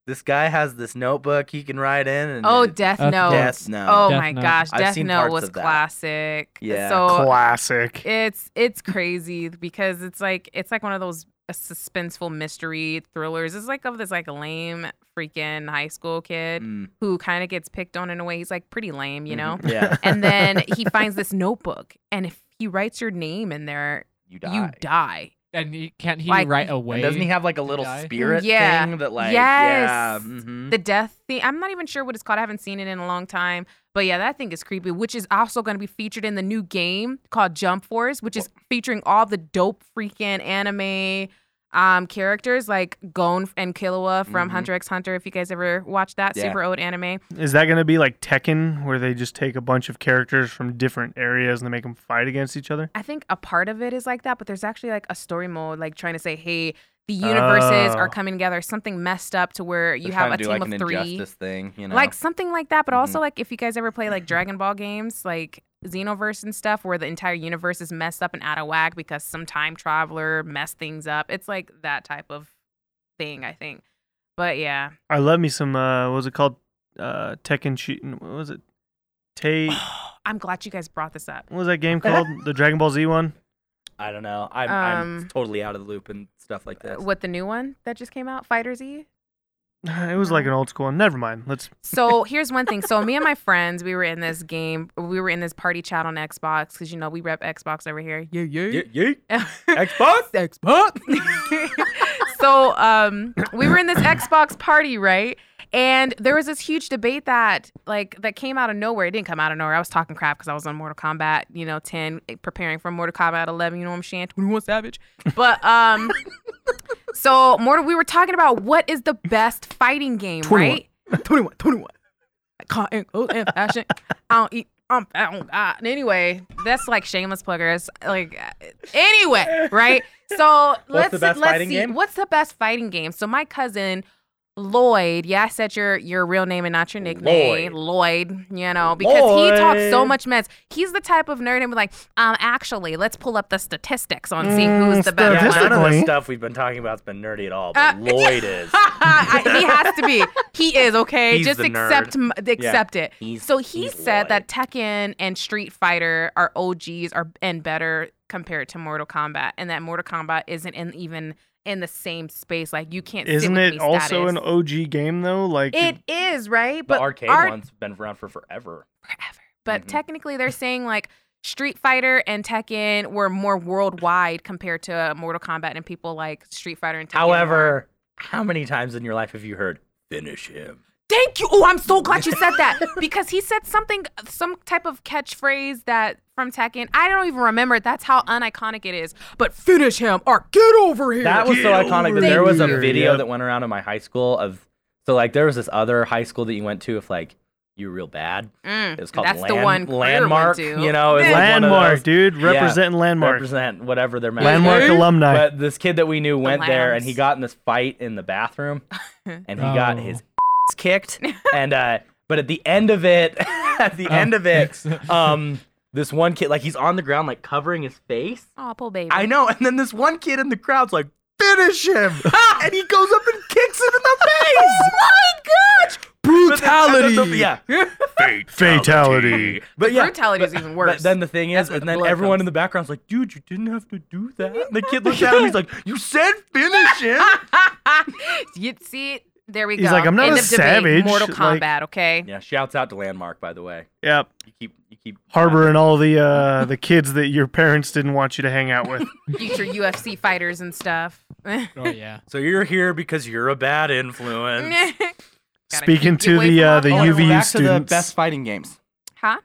Speaker 5: this guy has this notebook he can write in. And
Speaker 3: Oh,
Speaker 5: it-
Speaker 3: Death
Speaker 1: Okay.
Speaker 3: Note.
Speaker 5: Death Note.
Speaker 3: Oh
Speaker 1: Uh, Death
Speaker 3: my
Speaker 1: Note.
Speaker 3: gosh,
Speaker 5: I've
Speaker 3: Death
Speaker 5: seen
Speaker 3: Note
Speaker 5: parts
Speaker 3: was
Speaker 5: of that.
Speaker 3: classic.
Speaker 5: Yeah.
Speaker 3: So
Speaker 4: Classic.
Speaker 3: it's it's crazy because it's like it's like one of those uh, suspenseful mystery thrillers. It's like of this like lame freaking high school kid
Speaker 5: Mm,
Speaker 3: who kind of gets picked on in a way. He's like pretty lame, you know.
Speaker 5: yeah,
Speaker 3: and then he finds this notebook, and if he writes your name in there,
Speaker 5: you die.
Speaker 3: you die.
Speaker 1: and he, can't he
Speaker 3: Like-
Speaker 1: right
Speaker 5: And
Speaker 1: away?
Speaker 5: doesn't he have like a little
Speaker 1: die?
Speaker 5: spirit
Speaker 3: Yeah.
Speaker 5: thing that like yeah
Speaker 3: Yes.
Speaker 5: mhm.
Speaker 3: the death thing. I'm not even sure what it's called. I haven't seen it in a long time. But yeah, that thing is creepy, which is also going to be featured in the new game called Jump Force, which is featuring all the dope freaking anime um characters like Gon and Killua from
Speaker 5: Mhm.
Speaker 3: Hunter x Hunter. If you guys ever watched that
Speaker 5: Yeah.
Speaker 3: super old anime,
Speaker 4: Is that going to be like Tekken, where they just take a bunch of characters from different areas and they make them fight against each other?
Speaker 3: I think a part of it is like that, but there's actually like a story mode, like trying to say, hey, the universes are
Speaker 4: Oh.
Speaker 3: coming together, something messed up to where you
Speaker 5: They're
Speaker 3: have
Speaker 5: trying
Speaker 3: a
Speaker 5: to
Speaker 3: team
Speaker 5: do like
Speaker 3: of
Speaker 5: an
Speaker 3: three.
Speaker 5: injustice thing, you know.
Speaker 3: like something like that but also like if you guys ever play like dragon ball games like xenoverse and stuff where the entire universe is messed up and out of whack because some time traveler messed things up it's like that type of thing i think but yeah
Speaker 4: I love me some. Uh, what was it called? Uh, Tekken. Shi- What was it? Tay.
Speaker 3: i'm glad you guys brought this up
Speaker 4: What was that game called? the Dragon Ball Z one.
Speaker 5: I don't know. I'm,
Speaker 3: Um,
Speaker 5: I'm totally out of the loop and stuff like this.
Speaker 3: what the new one that just came out fighter z
Speaker 4: It was
Speaker 3: Oh.
Speaker 4: like an old school. Never mind. Let's.
Speaker 3: So here's one thing. So me and my friends, we were in this game. We were in this party chat on Xbox because you know we rep Xbox over here. Yeah, yeah.
Speaker 2: Ye- ye- Xbox?
Speaker 3: so um, we were in this Xbox party, right? And there was this huge debate that like that came out of nowhere. It didn't come out of nowhere. I was talking crap because I was on Mortal Kombat, you know, ten, preparing for Mortal Kombat eleven. You know what I'm saying? Twenty one Savage. But um, so Mortal, we were talking about what is the best fighting game, right? 21, 21. I can't and close and eh, oh, fashion. I don't eat. I'm, I don't, uh, anyway, that's like shameless pluggers. Like, uh, anyway, right? So let's
Speaker 2: the best
Speaker 3: let's
Speaker 2: fighting
Speaker 3: see
Speaker 2: game?
Speaker 3: what's the best fighting game. So my cousin Lloyd, yeah, I said your your real name and not your nickname, Lloyd. you know, because he talks so
Speaker 2: Lloyd.
Speaker 3: much mess. He's the type of nerd and be like, um, actually, let's pull up the statistics on seeing
Speaker 2: Mm,
Speaker 3: who's the best.
Speaker 2: Yeah,
Speaker 3: one.
Speaker 2: none of the
Speaker 4: Statistically-
Speaker 2: stuff we've been talking about has been nerdy at all,
Speaker 3: Uh,
Speaker 2: but Lloyd is.
Speaker 3: I- he has to be. He is okay.
Speaker 2: He's
Speaker 3: Just
Speaker 2: the nerd.
Speaker 3: accept m- accept it.
Speaker 2: He's-
Speaker 3: so he
Speaker 2: he's
Speaker 3: said that Tekken and Street Fighter are OGs are and better compared to Mortal Kombat, and that Mortal Kombat isn't in, even in the same space. Like you can't. sit
Speaker 4: Isn't
Speaker 3: with
Speaker 4: it
Speaker 3: me
Speaker 4: also
Speaker 3: status.
Speaker 4: an OG game though? Like
Speaker 3: It is right,
Speaker 2: The
Speaker 3: but
Speaker 2: arcade
Speaker 3: art-
Speaker 2: one's been around for forever.
Speaker 3: forever. But
Speaker 2: Mhm.
Speaker 3: technically, they're saying like Street Fighter and Tekken were more worldwide compared to uh, Mortal Kombat, and people like Street Fighter and Tekken. were-
Speaker 2: However, how many times in your life have you heard finish him?
Speaker 3: Thank you. Oh, I'm so glad you said that because he said something, some type of catchphrase that from Tekken. I don't even remember. it. That's how uniconic it is. But finish him or get over here.
Speaker 2: That was so
Speaker 4: Get
Speaker 2: iconic
Speaker 4: over
Speaker 2: that there was a
Speaker 4: here.
Speaker 2: video
Speaker 4: Yep.
Speaker 2: that went around in my high school of so like there was this other high school that you went to if like you were real bad.
Speaker 3: Mm,
Speaker 2: It was called
Speaker 3: that's the
Speaker 2: Land-
Speaker 3: one. Greer
Speaker 2: landmark.
Speaker 3: Went to.
Speaker 2: You know, it was like one of
Speaker 4: landmark,
Speaker 2: those-
Speaker 4: dude.
Speaker 2: Yeah.
Speaker 4: Representing landmark.
Speaker 2: represent whatever their
Speaker 4: landmark alumni.
Speaker 2: But this kid that we knew went there and
Speaker 3: Lambs.
Speaker 2: he got in this fight in the bathroom and he got
Speaker 1: Oh.
Speaker 2: his ass kicked. And uh but at the end of it at
Speaker 1: Oh,
Speaker 2: the end of it, um this one kid like he's on the ground like covering his face.
Speaker 3: Oh, poor baby.
Speaker 2: I know, and then this one kid in the crowd's like, finish him! and he goes up and kicks him in the
Speaker 3: Oh
Speaker 2: face! Brutality! yeah.
Speaker 4: Fatality.
Speaker 2: But yeah.
Speaker 3: Brutality is even worse.
Speaker 2: But then the thing is,
Speaker 3: where the
Speaker 2: and then
Speaker 3: blood
Speaker 2: everyone
Speaker 3: comes.
Speaker 2: in the background's like, dude, you didn't have to do that. And the kid looks at him, he's like, you said finish him!
Speaker 3: you see it. There we go.
Speaker 4: He's like, I'm not
Speaker 3: End
Speaker 4: a
Speaker 3: of debate,
Speaker 4: savage,
Speaker 3: Mortal
Speaker 4: like-
Speaker 3: Kombat. Okay.
Speaker 2: Yeah, shouts out to Landmark, by the way.
Speaker 4: Yep.
Speaker 2: You keep, you keep
Speaker 4: Harboring all the uh, the kids that your parents didn't want you to hang out with.
Speaker 3: Future UFC fighters and stuff.
Speaker 1: Oh yeah.
Speaker 2: So you're here because you're a bad influence.
Speaker 3: Gotta
Speaker 4: Speaking
Speaker 3: keep you
Speaker 4: to
Speaker 3: away
Speaker 4: the
Speaker 3: from
Speaker 4: uh,
Speaker 3: all
Speaker 4: the
Speaker 3: those-
Speaker 4: UVU
Speaker 5: back to the
Speaker 4: students,
Speaker 5: best fighting games.
Speaker 3: Huh?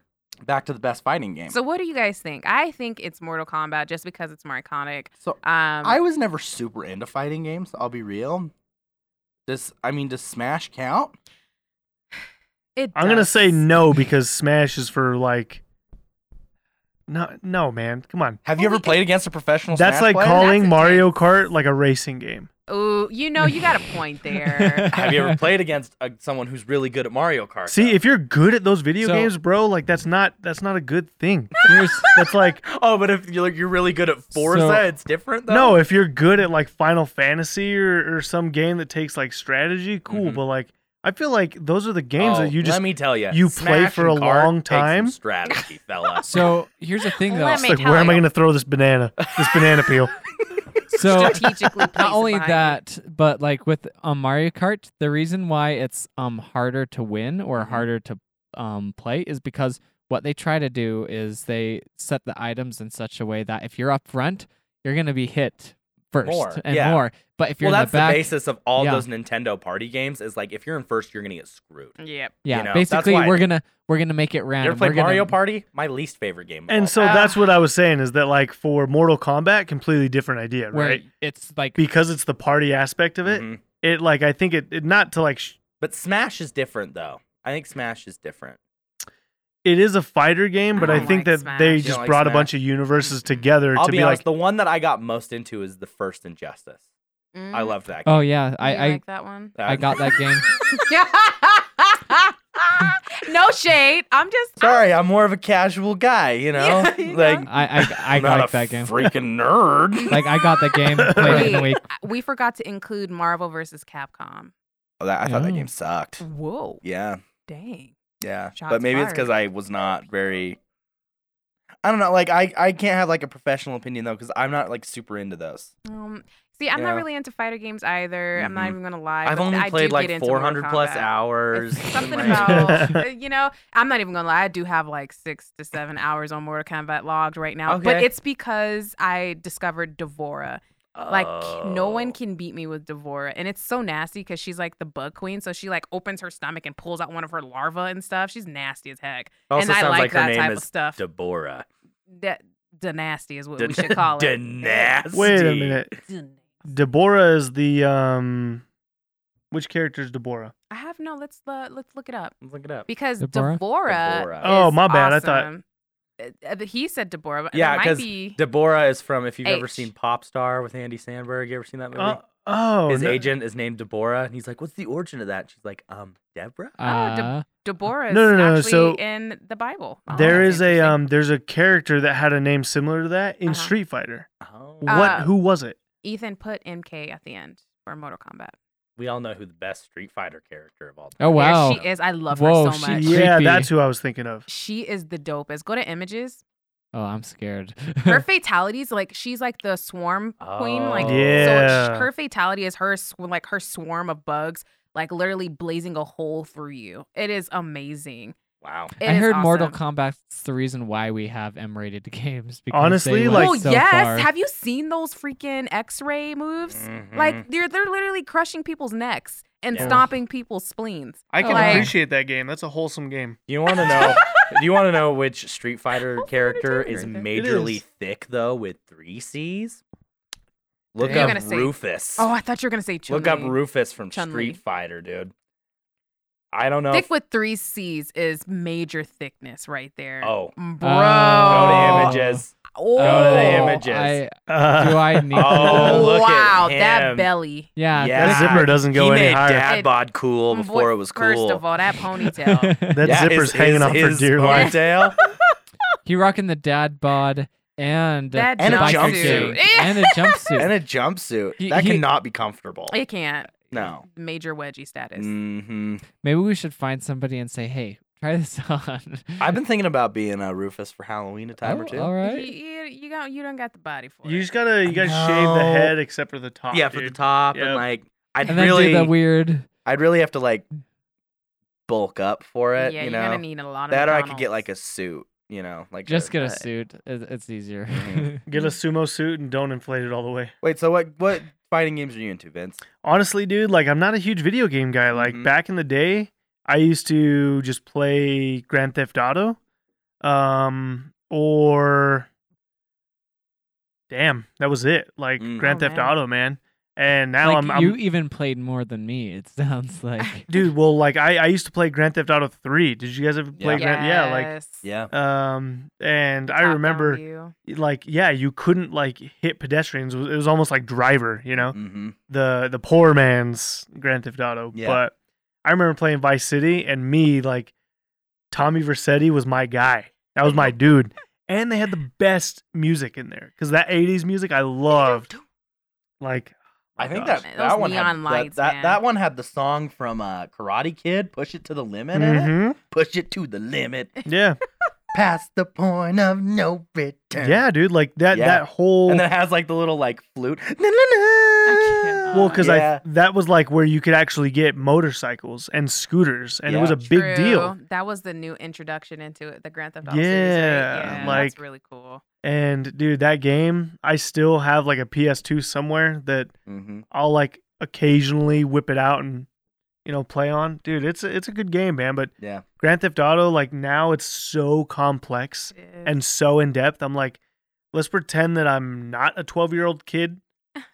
Speaker 5: Back to the best fighting game.
Speaker 3: So what do you guys think? I think it's Mortal Kombat just because it's more iconic.
Speaker 5: So,
Speaker 3: um, I
Speaker 5: I was never super into fighting games. I'll be real. Does I mean does Smash count?
Speaker 3: it
Speaker 4: I'm gonna
Speaker 3: does.
Speaker 4: say no because Smash is for like. No, no, man, come on.
Speaker 5: Have you ever played against a professional?
Speaker 4: That's like
Speaker 5: Smash player?
Speaker 4: calling
Speaker 3: That's
Speaker 4: Mario
Speaker 3: intense.
Speaker 4: Kart like a racing game.
Speaker 3: Ooh, you know, you got a point there.
Speaker 2: Have you ever played against uh someone who's really good at Mario Kart?
Speaker 4: See,
Speaker 2: though?
Speaker 4: if you're good at those video
Speaker 1: So-
Speaker 4: games, bro, like that's not that's not a good thing.
Speaker 1: Here's
Speaker 4: That's like
Speaker 2: oh, but if you're, you're really good at Forza,
Speaker 1: So-
Speaker 2: it's different though.
Speaker 4: no, if you're good at like Final Fantasy or, or some game that takes like strategy, cool.
Speaker 2: Mhm.
Speaker 4: But like, I feel like those are the games
Speaker 2: Oh,
Speaker 4: that you just
Speaker 2: let me tell you,
Speaker 4: you play for a long time?
Speaker 2: strategy, fella.
Speaker 1: so here's the thing though.
Speaker 3: Let
Speaker 4: It's
Speaker 3: me
Speaker 4: like,
Speaker 3: tell
Speaker 4: where am I
Speaker 3: you.
Speaker 4: going to throw this banana? This banana peel.
Speaker 1: So
Speaker 3: Strategically, place
Speaker 1: not only
Speaker 3: behind
Speaker 1: that, but like with um, Mario Kart, the reason why it's um harder to win or
Speaker 2: Mm-hmm.
Speaker 1: harder to um play is because what they try to do is they set the items in such a way that if you're up front, you're gonna be hit first
Speaker 2: More,
Speaker 1: and
Speaker 2: yeah.
Speaker 1: more. But if you're
Speaker 2: well,
Speaker 1: in
Speaker 2: that's
Speaker 1: the back,
Speaker 2: basis of all
Speaker 1: yeah.
Speaker 2: those Nintendo party games. Is like if you're in first, you're gonna get screwed.
Speaker 3: you. Yep.
Speaker 1: yeah,
Speaker 2: you know, that's
Speaker 1: basically
Speaker 2: why-
Speaker 1: we're gonna we're gonna make it
Speaker 2: You
Speaker 1: random.
Speaker 2: ever played
Speaker 1: We're gonna-
Speaker 2: Mario Party? My least favorite game. of all
Speaker 4: And so
Speaker 2: time.
Speaker 4: that's what I was saying is that like for Mortal Kombat, completely different idea,
Speaker 1: where
Speaker 4: right?
Speaker 1: it's like
Speaker 4: Because it's the party aspect of it.
Speaker 2: Mhm.
Speaker 4: It like I think it, it not to like sh-
Speaker 2: But Smash is different though. I think Smash is different.
Speaker 4: it is a fighter game,
Speaker 3: I
Speaker 4: but I,
Speaker 3: don't
Speaker 4: think
Speaker 3: like
Speaker 4: that
Speaker 3: Smash.
Speaker 4: they
Speaker 3: You
Speaker 4: just
Speaker 2: don't like
Speaker 4: brought a
Speaker 2: Smash?
Speaker 4: bunch of universes together
Speaker 2: I'll
Speaker 4: to
Speaker 2: be,
Speaker 4: be
Speaker 2: honest.
Speaker 4: like
Speaker 2: the one that I got most into is the first Injustice. I
Speaker 3: Mm,
Speaker 2: love that. Game.
Speaker 1: oh yeah, I
Speaker 3: you
Speaker 1: I,
Speaker 3: like that one.
Speaker 1: I got that game.
Speaker 3: no shade. I'm just
Speaker 2: Sorry, I'm more of a casual guy. You know,
Speaker 3: Yeah, you
Speaker 2: like
Speaker 3: know.
Speaker 1: I I, I
Speaker 2: I'm not
Speaker 1: like
Speaker 2: a
Speaker 1: that game.
Speaker 2: Freaking nerd.
Speaker 1: Like I got the game played it in a
Speaker 3: Wait.
Speaker 1: week.
Speaker 3: We forgot to include Marvel versus Capcom.
Speaker 5: Oh, that, I thought that
Speaker 1: No.
Speaker 5: game sucked.
Speaker 3: Whoa,
Speaker 5: Yeah,
Speaker 3: dang.
Speaker 5: yeah.
Speaker 3: Shots
Speaker 5: but maybe it's because
Speaker 3: fired.
Speaker 5: I was not very. I don't know. Like I, I can't have like a professional opinion though because I'm not like super into those.
Speaker 3: Um, See, I'm
Speaker 2: Yeah.
Speaker 3: not really into fighter games either. I'm
Speaker 2: Mhm.
Speaker 3: not even gonna lie.
Speaker 2: I've
Speaker 3: but
Speaker 2: only
Speaker 3: I do
Speaker 2: played
Speaker 3: get
Speaker 2: like
Speaker 3: into Mortal
Speaker 2: 400 plus
Speaker 3: Kombat.
Speaker 2: hours.
Speaker 3: It's
Speaker 2: and,
Speaker 3: something
Speaker 2: like-
Speaker 3: about uh, you know. I'm not even gonna lie. I do have like six to seven hours on Mortal Kombat logged right now, but
Speaker 2: Okay.
Speaker 3: it's because I discovered Devora. Like no one can beat me with Devora, and it's so nasty because she's like the bug queen. So she like opens her stomach and pulls out one of her larvae and stuff. She's nasty as heck,
Speaker 2: Also
Speaker 3: and I
Speaker 2: sounds
Speaker 3: like,
Speaker 2: like her
Speaker 3: that
Speaker 2: name
Speaker 3: type
Speaker 2: is
Speaker 3: of stuff.
Speaker 2: Deborah.
Speaker 3: that the nasty is what
Speaker 2: Da-
Speaker 3: we should call
Speaker 2: da-
Speaker 3: it.
Speaker 2: nasty.
Speaker 4: Wait a minute.
Speaker 3: Denasty.
Speaker 4: Deborah is the um, which character is Deborah?
Speaker 3: I have no. Let's uh, let's look it up
Speaker 2: Let's look it up.
Speaker 3: because
Speaker 1: Deborah?
Speaker 3: Deborah.
Speaker 2: Deborah.
Speaker 4: Oh,
Speaker 3: is
Speaker 4: my bad, I thought-
Speaker 3: awesome. Uh, uh, he said Deborah. But
Speaker 2: Yeah,
Speaker 3: yeah, might
Speaker 2: 'cause
Speaker 3: be.
Speaker 2: Deborah is from if you've ever
Speaker 3: H.
Speaker 2: seen Pop Star with Andy Sandberg. You ever seen that movie?
Speaker 4: Uh, oh,
Speaker 2: His
Speaker 4: no-
Speaker 2: agent is named Deborah, and he's like, "What's the origin of that?" She's like, "Um, Deborah."
Speaker 3: Oh,
Speaker 1: Uh,
Speaker 3: Deborah is
Speaker 4: No, no, no,
Speaker 3: actually
Speaker 4: so
Speaker 3: in the Bible. Oh,
Speaker 4: There
Speaker 3: that's
Speaker 4: is a
Speaker 3: interesting.
Speaker 4: um, there's a character that had a name similar to that in
Speaker 3: Uh-huh.
Speaker 4: Street Fighter.
Speaker 2: Oh,
Speaker 4: What?
Speaker 3: Uh,
Speaker 4: Who was it?
Speaker 3: Ethan put MK at the end for Mortal Kombat.
Speaker 2: we all know who the best Street Fighter character of all time.
Speaker 1: oh wow.
Speaker 3: There she is. I love
Speaker 1: Whoa,
Speaker 3: her so
Speaker 1: she-
Speaker 3: much.
Speaker 4: Yeah,
Speaker 1: creepy.
Speaker 4: that's who I was thinking of.
Speaker 3: She is the dopest. Go to images.
Speaker 1: Oh, I'm scared.
Speaker 3: Her fatalities, like she's like the swarm queen. Like
Speaker 2: Oh.
Speaker 3: so,
Speaker 4: Yeah.
Speaker 3: it's- her fatality is her sw- like her swarm of bugs, like literally blazing a hole through you. It is amazing.
Speaker 2: Wow.
Speaker 3: It
Speaker 1: I
Speaker 3: is
Speaker 1: heard Mortal
Speaker 3: awesome.
Speaker 1: Kombat's the reason why we have M-rated games. Because
Speaker 4: Honestly,
Speaker 1: they
Speaker 4: like-
Speaker 1: went
Speaker 3: oh
Speaker 1: so
Speaker 3: yes,
Speaker 1: far.
Speaker 3: have you seen those freaking X-ray moves?
Speaker 2: Mm-hmm.
Speaker 3: Like they're they're literally crushing people's necks and
Speaker 2: Yeah.
Speaker 3: stomping people's spleens.
Speaker 4: I can
Speaker 3: Like-
Speaker 4: appreciate that game. That's a wholesome game.
Speaker 2: you want to know? do you want to know which Street Fighter
Speaker 3: Whole
Speaker 2: character
Speaker 3: Fighter
Speaker 2: is
Speaker 3: right
Speaker 4: It
Speaker 2: majorly
Speaker 4: is.
Speaker 2: thick though, with three C's? Look
Speaker 1: You're
Speaker 2: up
Speaker 3: gonna say-
Speaker 2: Rufus.
Speaker 3: Oh, I thought you were gonna say Chun
Speaker 2: Look up Rufus from
Speaker 3: Chun-Li.
Speaker 2: Street Fighter, dude. I don't know.
Speaker 3: Thick
Speaker 2: if-
Speaker 3: with three C's is major thickness right there.
Speaker 2: oh,
Speaker 3: bro.
Speaker 2: go
Speaker 1: Oh.
Speaker 2: to images. go to the
Speaker 3: Oh.
Speaker 2: images.
Speaker 1: I, do
Speaker 4: Uh,
Speaker 1: I need?
Speaker 2: Oh, look at
Speaker 3: wow,
Speaker 2: him.
Speaker 3: that belly.
Speaker 1: yeah.
Speaker 2: Yeah.
Speaker 4: that zipper doesn't go
Speaker 2: he
Speaker 4: any
Speaker 2: made
Speaker 4: higher.
Speaker 2: dad
Speaker 3: It-
Speaker 2: bod cool
Speaker 3: Mm,
Speaker 2: before
Speaker 3: boy,
Speaker 2: it was cool.
Speaker 3: First of all, that ponytail.
Speaker 4: That
Speaker 2: Yeah, his-
Speaker 4: zipper's hanging
Speaker 2: his-
Speaker 4: on for
Speaker 2: his
Speaker 4: dear life.
Speaker 2: ponytail.
Speaker 1: he rocking the dad bod and
Speaker 3: That
Speaker 1: the
Speaker 2: And a
Speaker 1: biker gang
Speaker 2: jumpsuit.
Speaker 3: Yeah.
Speaker 1: and a jumpsuit.
Speaker 5: and a jumpsuit.
Speaker 1: He-
Speaker 5: that
Speaker 1: he-
Speaker 5: cannot be comfortable.
Speaker 3: it can't.
Speaker 5: No.
Speaker 3: Major wedgie status.
Speaker 5: Mm-hmm.
Speaker 2: hmm
Speaker 1: Maybe we should find somebody and say, "Hey, try this on."
Speaker 5: I've been thinking about being a Rufus for Halloween a time
Speaker 1: oh,
Speaker 5: or two.
Speaker 1: All
Speaker 3: You,
Speaker 1: right.
Speaker 3: you, you don't you don't got the body for
Speaker 4: You
Speaker 3: it.
Speaker 4: just gotta, you gotta shave the
Speaker 5: No.
Speaker 4: head except for the top.
Speaker 5: yeah, for the
Speaker 4: dude.
Speaker 5: top
Speaker 4: Yep.
Speaker 5: and like I'd
Speaker 1: And then
Speaker 5: really,
Speaker 1: do the weird.
Speaker 5: I'd really have to like bulk up for it.
Speaker 3: Mm. yeah,
Speaker 5: you
Speaker 3: you're
Speaker 5: know,
Speaker 3: gonna need a lot of
Speaker 5: that or I could get like a
Speaker 3: McDonald's.
Speaker 5: suit. You know, like
Speaker 1: Just get a
Speaker 5: but-
Speaker 1: suit. It, it's easier.
Speaker 5: Mhm.
Speaker 4: Mm-hmm. Get a sumo suit and don't inflate it all the way.
Speaker 5: Wait, so what? What fighting games are you into, Vince?
Speaker 4: Honestly, dude, like I'm not a huge video game guy. Like
Speaker 5: Mhm.
Speaker 4: back in the day, I used to just play Grand Theft Auto, um, or damn, that was it. Like
Speaker 2: Mm.
Speaker 4: Grand
Speaker 3: Oh,
Speaker 4: Theft
Speaker 3: man.
Speaker 4: Auto, man. And now
Speaker 1: Like,
Speaker 4: I'm, I'm
Speaker 1: you even played more than me. It sounds like.
Speaker 4: dude. Well, like I, I used to play Grand Theft Auto Three. Did you guys ever play Grand? Yeah, like
Speaker 3: Yes.
Speaker 5: Yeah,
Speaker 4: um, and I
Speaker 3: Top-down
Speaker 4: remember
Speaker 3: view.
Speaker 4: like yeah, you couldn't like hit pedestrians. It was- it was almost like Driver, you know.
Speaker 5: mm-hmm.
Speaker 4: the the poor man's Grand Theft Auto.
Speaker 5: Yeah.
Speaker 4: But I remember playing Vice City and me like Tommy Vercetti was my guy. That was my dude. And they had the best music in there because that '80s music I loved. Like
Speaker 5: I think
Speaker 4: gosh.
Speaker 5: that
Speaker 3: Those
Speaker 5: that one had
Speaker 3: neon lights,
Speaker 5: that, that,
Speaker 3: man.
Speaker 5: that one had the song from uh, Karate Kid, "Push It to the Limit."
Speaker 1: Mm-hmm.
Speaker 5: In it.
Speaker 4: Mhm.
Speaker 5: Push it to the limit,
Speaker 4: Mm-hmm. yeah,
Speaker 5: past the point of no return.
Speaker 4: yeah, dude. Like that
Speaker 5: Yeah.
Speaker 4: that whole
Speaker 5: and then it has like the little like flute. Na, na, na.
Speaker 3: cannot.
Speaker 4: well, because
Speaker 5: Yeah.
Speaker 4: I that was like where you could actually get motorcycles and scooters, and it was
Speaker 5: Yeah.
Speaker 4: a big deal.
Speaker 3: True. That was the new introduction into it, the Grand Theft Auto series.
Speaker 4: Yeah,
Speaker 3: Right? Yeah,
Speaker 4: like-
Speaker 3: that's really cool.
Speaker 4: And dude, that game I still have like a PS2 somewhere that
Speaker 5: Mhm.
Speaker 4: I'll like occasionally whip it out and you know play on. Dude, it's a, it's a good game, man. But
Speaker 5: Yeah.
Speaker 4: Grand Theft Auto, like now it's so complex
Speaker 3: It is.
Speaker 4: and so in depth. I'm like, let's pretend that I'm not a 12 year old kid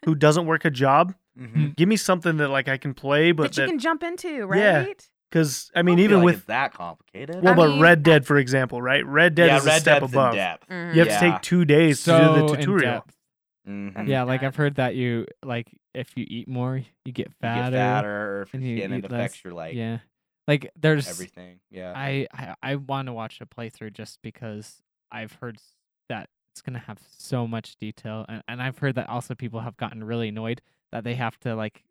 Speaker 4: who doesn't work a job.
Speaker 5: Mhm.
Speaker 4: Give me something that like I can play, but
Speaker 3: that you
Speaker 4: that
Speaker 3: can jump into,
Speaker 4: Yeah.
Speaker 3: right?
Speaker 4: because I
Speaker 5: I
Speaker 4: mean
Speaker 5: don't feel
Speaker 4: even
Speaker 5: like
Speaker 4: with
Speaker 5: it's that complicated.
Speaker 4: well,
Speaker 3: I
Speaker 4: but
Speaker 3: mean,
Speaker 4: Red Dead for example, right? Red Dead
Speaker 5: yeah,
Speaker 4: is
Speaker 5: Red
Speaker 4: a step
Speaker 5: Dead's
Speaker 4: above.
Speaker 5: in depth.
Speaker 3: Mhm.
Speaker 1: Mm-hmm.
Speaker 4: You have to
Speaker 5: Yeah.
Speaker 4: take two days
Speaker 1: so
Speaker 4: to do the
Speaker 1: in
Speaker 4: tutorial.
Speaker 1: depth.
Speaker 5: Mhm.
Speaker 1: Yeah, like
Speaker 3: God.
Speaker 1: I've heard that you like if you eat more, you get
Speaker 5: You
Speaker 1: fatter.
Speaker 5: get fatter, or if
Speaker 1: and
Speaker 5: you're
Speaker 1: you
Speaker 5: skinny,
Speaker 1: eat
Speaker 5: it
Speaker 1: less.
Speaker 5: affects your like
Speaker 1: yeah, like there's
Speaker 5: everything. Yeah.
Speaker 1: I I, I want to watch a playthrough just because I've heard s- that it's gonna have so much detail, and and I've heard that also people have gotten really annoyed that they have to like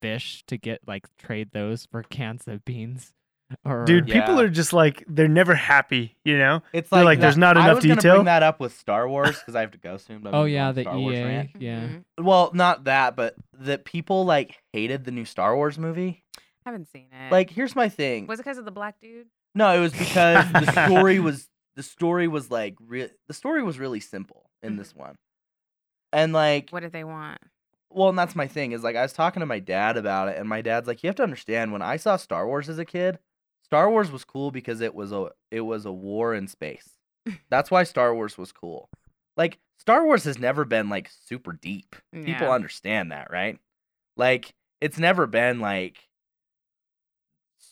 Speaker 1: fish to get like trade those for cans of beans. Or
Speaker 4: Dude, people
Speaker 5: Yeah.
Speaker 4: are just like they're never happy, you know?
Speaker 2: It's
Speaker 4: They're like, there's not
Speaker 2: I
Speaker 4: enough
Speaker 2: was gonna
Speaker 4: detail?
Speaker 2: Bring that up with Star Wars because I have to go soon. but I've
Speaker 1: oh
Speaker 2: been
Speaker 1: yeah,
Speaker 2: on
Speaker 1: the
Speaker 2: Star Wars
Speaker 1: EA,
Speaker 2: rant.
Speaker 1: yeah.
Speaker 3: Mhm.
Speaker 2: Well, not that, but that people like hated the new Star Wars movie.
Speaker 3: haven't seen it.
Speaker 2: Like, here's my thing.
Speaker 3: was it because of the black dude?
Speaker 2: No, it was because the story was the story was like re- the story was really simple in this one, and like
Speaker 3: What did they want?
Speaker 2: well, and that's my thing is like I was talking to my dad about it, and my dad's like, you have to understand when I saw Star Wars as a kid, Star Wars was cool because it was a it was a war in space. That's why Star Wars was cool. Like Star Wars has never been like super deep. People
Speaker 3: Yeah.
Speaker 2: understand that, right? Like it's never been like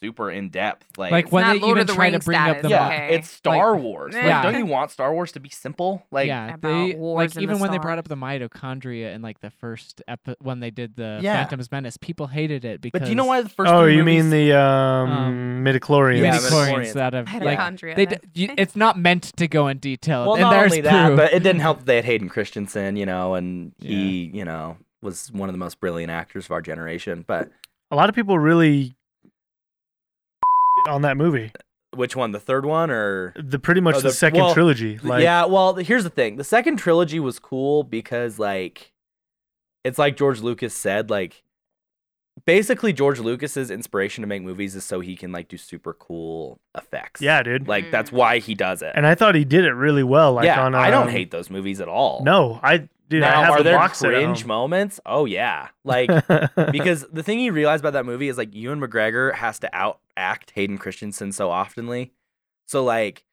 Speaker 2: super in depth. Like,
Speaker 1: Like when
Speaker 3: not
Speaker 1: they
Speaker 3: Lord of
Speaker 1: even
Speaker 3: the
Speaker 1: try to
Speaker 3: Rings
Speaker 1: bring up
Speaker 3: status,
Speaker 1: the
Speaker 2: yeah,
Speaker 1: mo-
Speaker 3: okay.
Speaker 2: it's Star Wars. Like,
Speaker 1: Yeah.
Speaker 2: don't you want Star Wars to be simple? Like,
Speaker 1: yeah,
Speaker 3: About
Speaker 1: they
Speaker 3: wars
Speaker 1: like
Speaker 3: and the
Speaker 1: even when they brought
Speaker 3: stars.
Speaker 1: up the mitochondria in like the first epi- when they did the
Speaker 2: Yeah.
Speaker 1: Phantom's Menace, people hated it because
Speaker 2: but do you know why the first?
Speaker 4: Oh,
Speaker 2: three
Speaker 4: you mean
Speaker 2: movies-
Speaker 4: the um,
Speaker 1: Um,
Speaker 4: midichlorians.
Speaker 5: Yeah,
Speaker 1: midichlorians
Speaker 5: midichlorians.
Speaker 1: that have like
Speaker 3: Mitochondria.
Speaker 1: they d-
Speaker 3: that-
Speaker 1: you, it's not meant to go in detail
Speaker 2: Well,
Speaker 1: and
Speaker 2: not
Speaker 1: there's
Speaker 2: only that,
Speaker 1: proof.
Speaker 5: but it didn't help that they had Hayden Christensen, you know, and he, you know, was one of the most brilliant actors of our generation. But
Speaker 4: A lot of people really on that movie.
Speaker 5: which one? The third one or
Speaker 4: The pretty much
Speaker 5: Oh,
Speaker 4: the,
Speaker 5: the-
Speaker 4: second
Speaker 5: well,
Speaker 4: trilogy. Like
Speaker 5: yeah, well, th- here's the thing. The second trilogy was cool because like it's like George Lucas said like basically George Lucas's inspiration to make movies is so he can like do super cool effects.
Speaker 4: Yeah, dude.
Speaker 5: Like that's why he does it.
Speaker 4: and I thought he did it really well. Like
Speaker 5: yeah,
Speaker 4: on um,
Speaker 5: I don't hate those movies at all.
Speaker 4: No, I dude,
Speaker 5: Now,
Speaker 4: I have
Speaker 5: are
Speaker 4: the
Speaker 5: there
Speaker 4: box set at
Speaker 5: cringe
Speaker 4: home.
Speaker 5: moments? Oh yeah. Like because the thing you realize about that movie is like Ewan McGregor has to out act Hayden Christensen so oftenly. So like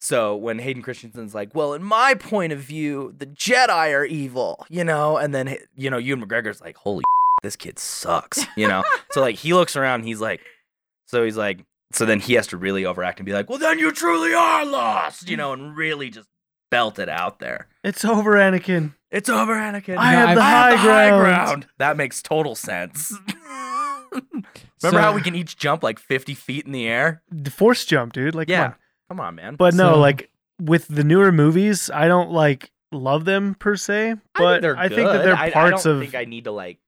Speaker 5: so when Hayden Christensen's like, "Well, in my point of view, the Jedi are evil," you know, and then you know Ewan McGregor's like, "Holy this kid sucks," you know. so like he looks around, he's like, so he's like, so then he has to really overact and be like, "Well, then you truly are lost," you know, and really just belt it out there.
Speaker 4: it's over, Anakin.
Speaker 5: It's over, Anakin.
Speaker 4: I have the high ground.
Speaker 5: That makes total sense. Remember
Speaker 1: So-
Speaker 5: how we can each jump like 50 feet in the air?
Speaker 4: The force jump, dude. Like come
Speaker 5: yeah.
Speaker 4: on.
Speaker 5: Come on, man.
Speaker 4: But no,
Speaker 1: So-
Speaker 4: like with the newer movies, I don't like love them per se, but I think, that
Speaker 5: good.
Speaker 4: they're
Speaker 5: I-
Speaker 4: parts
Speaker 5: I don't
Speaker 4: of
Speaker 5: think I need to like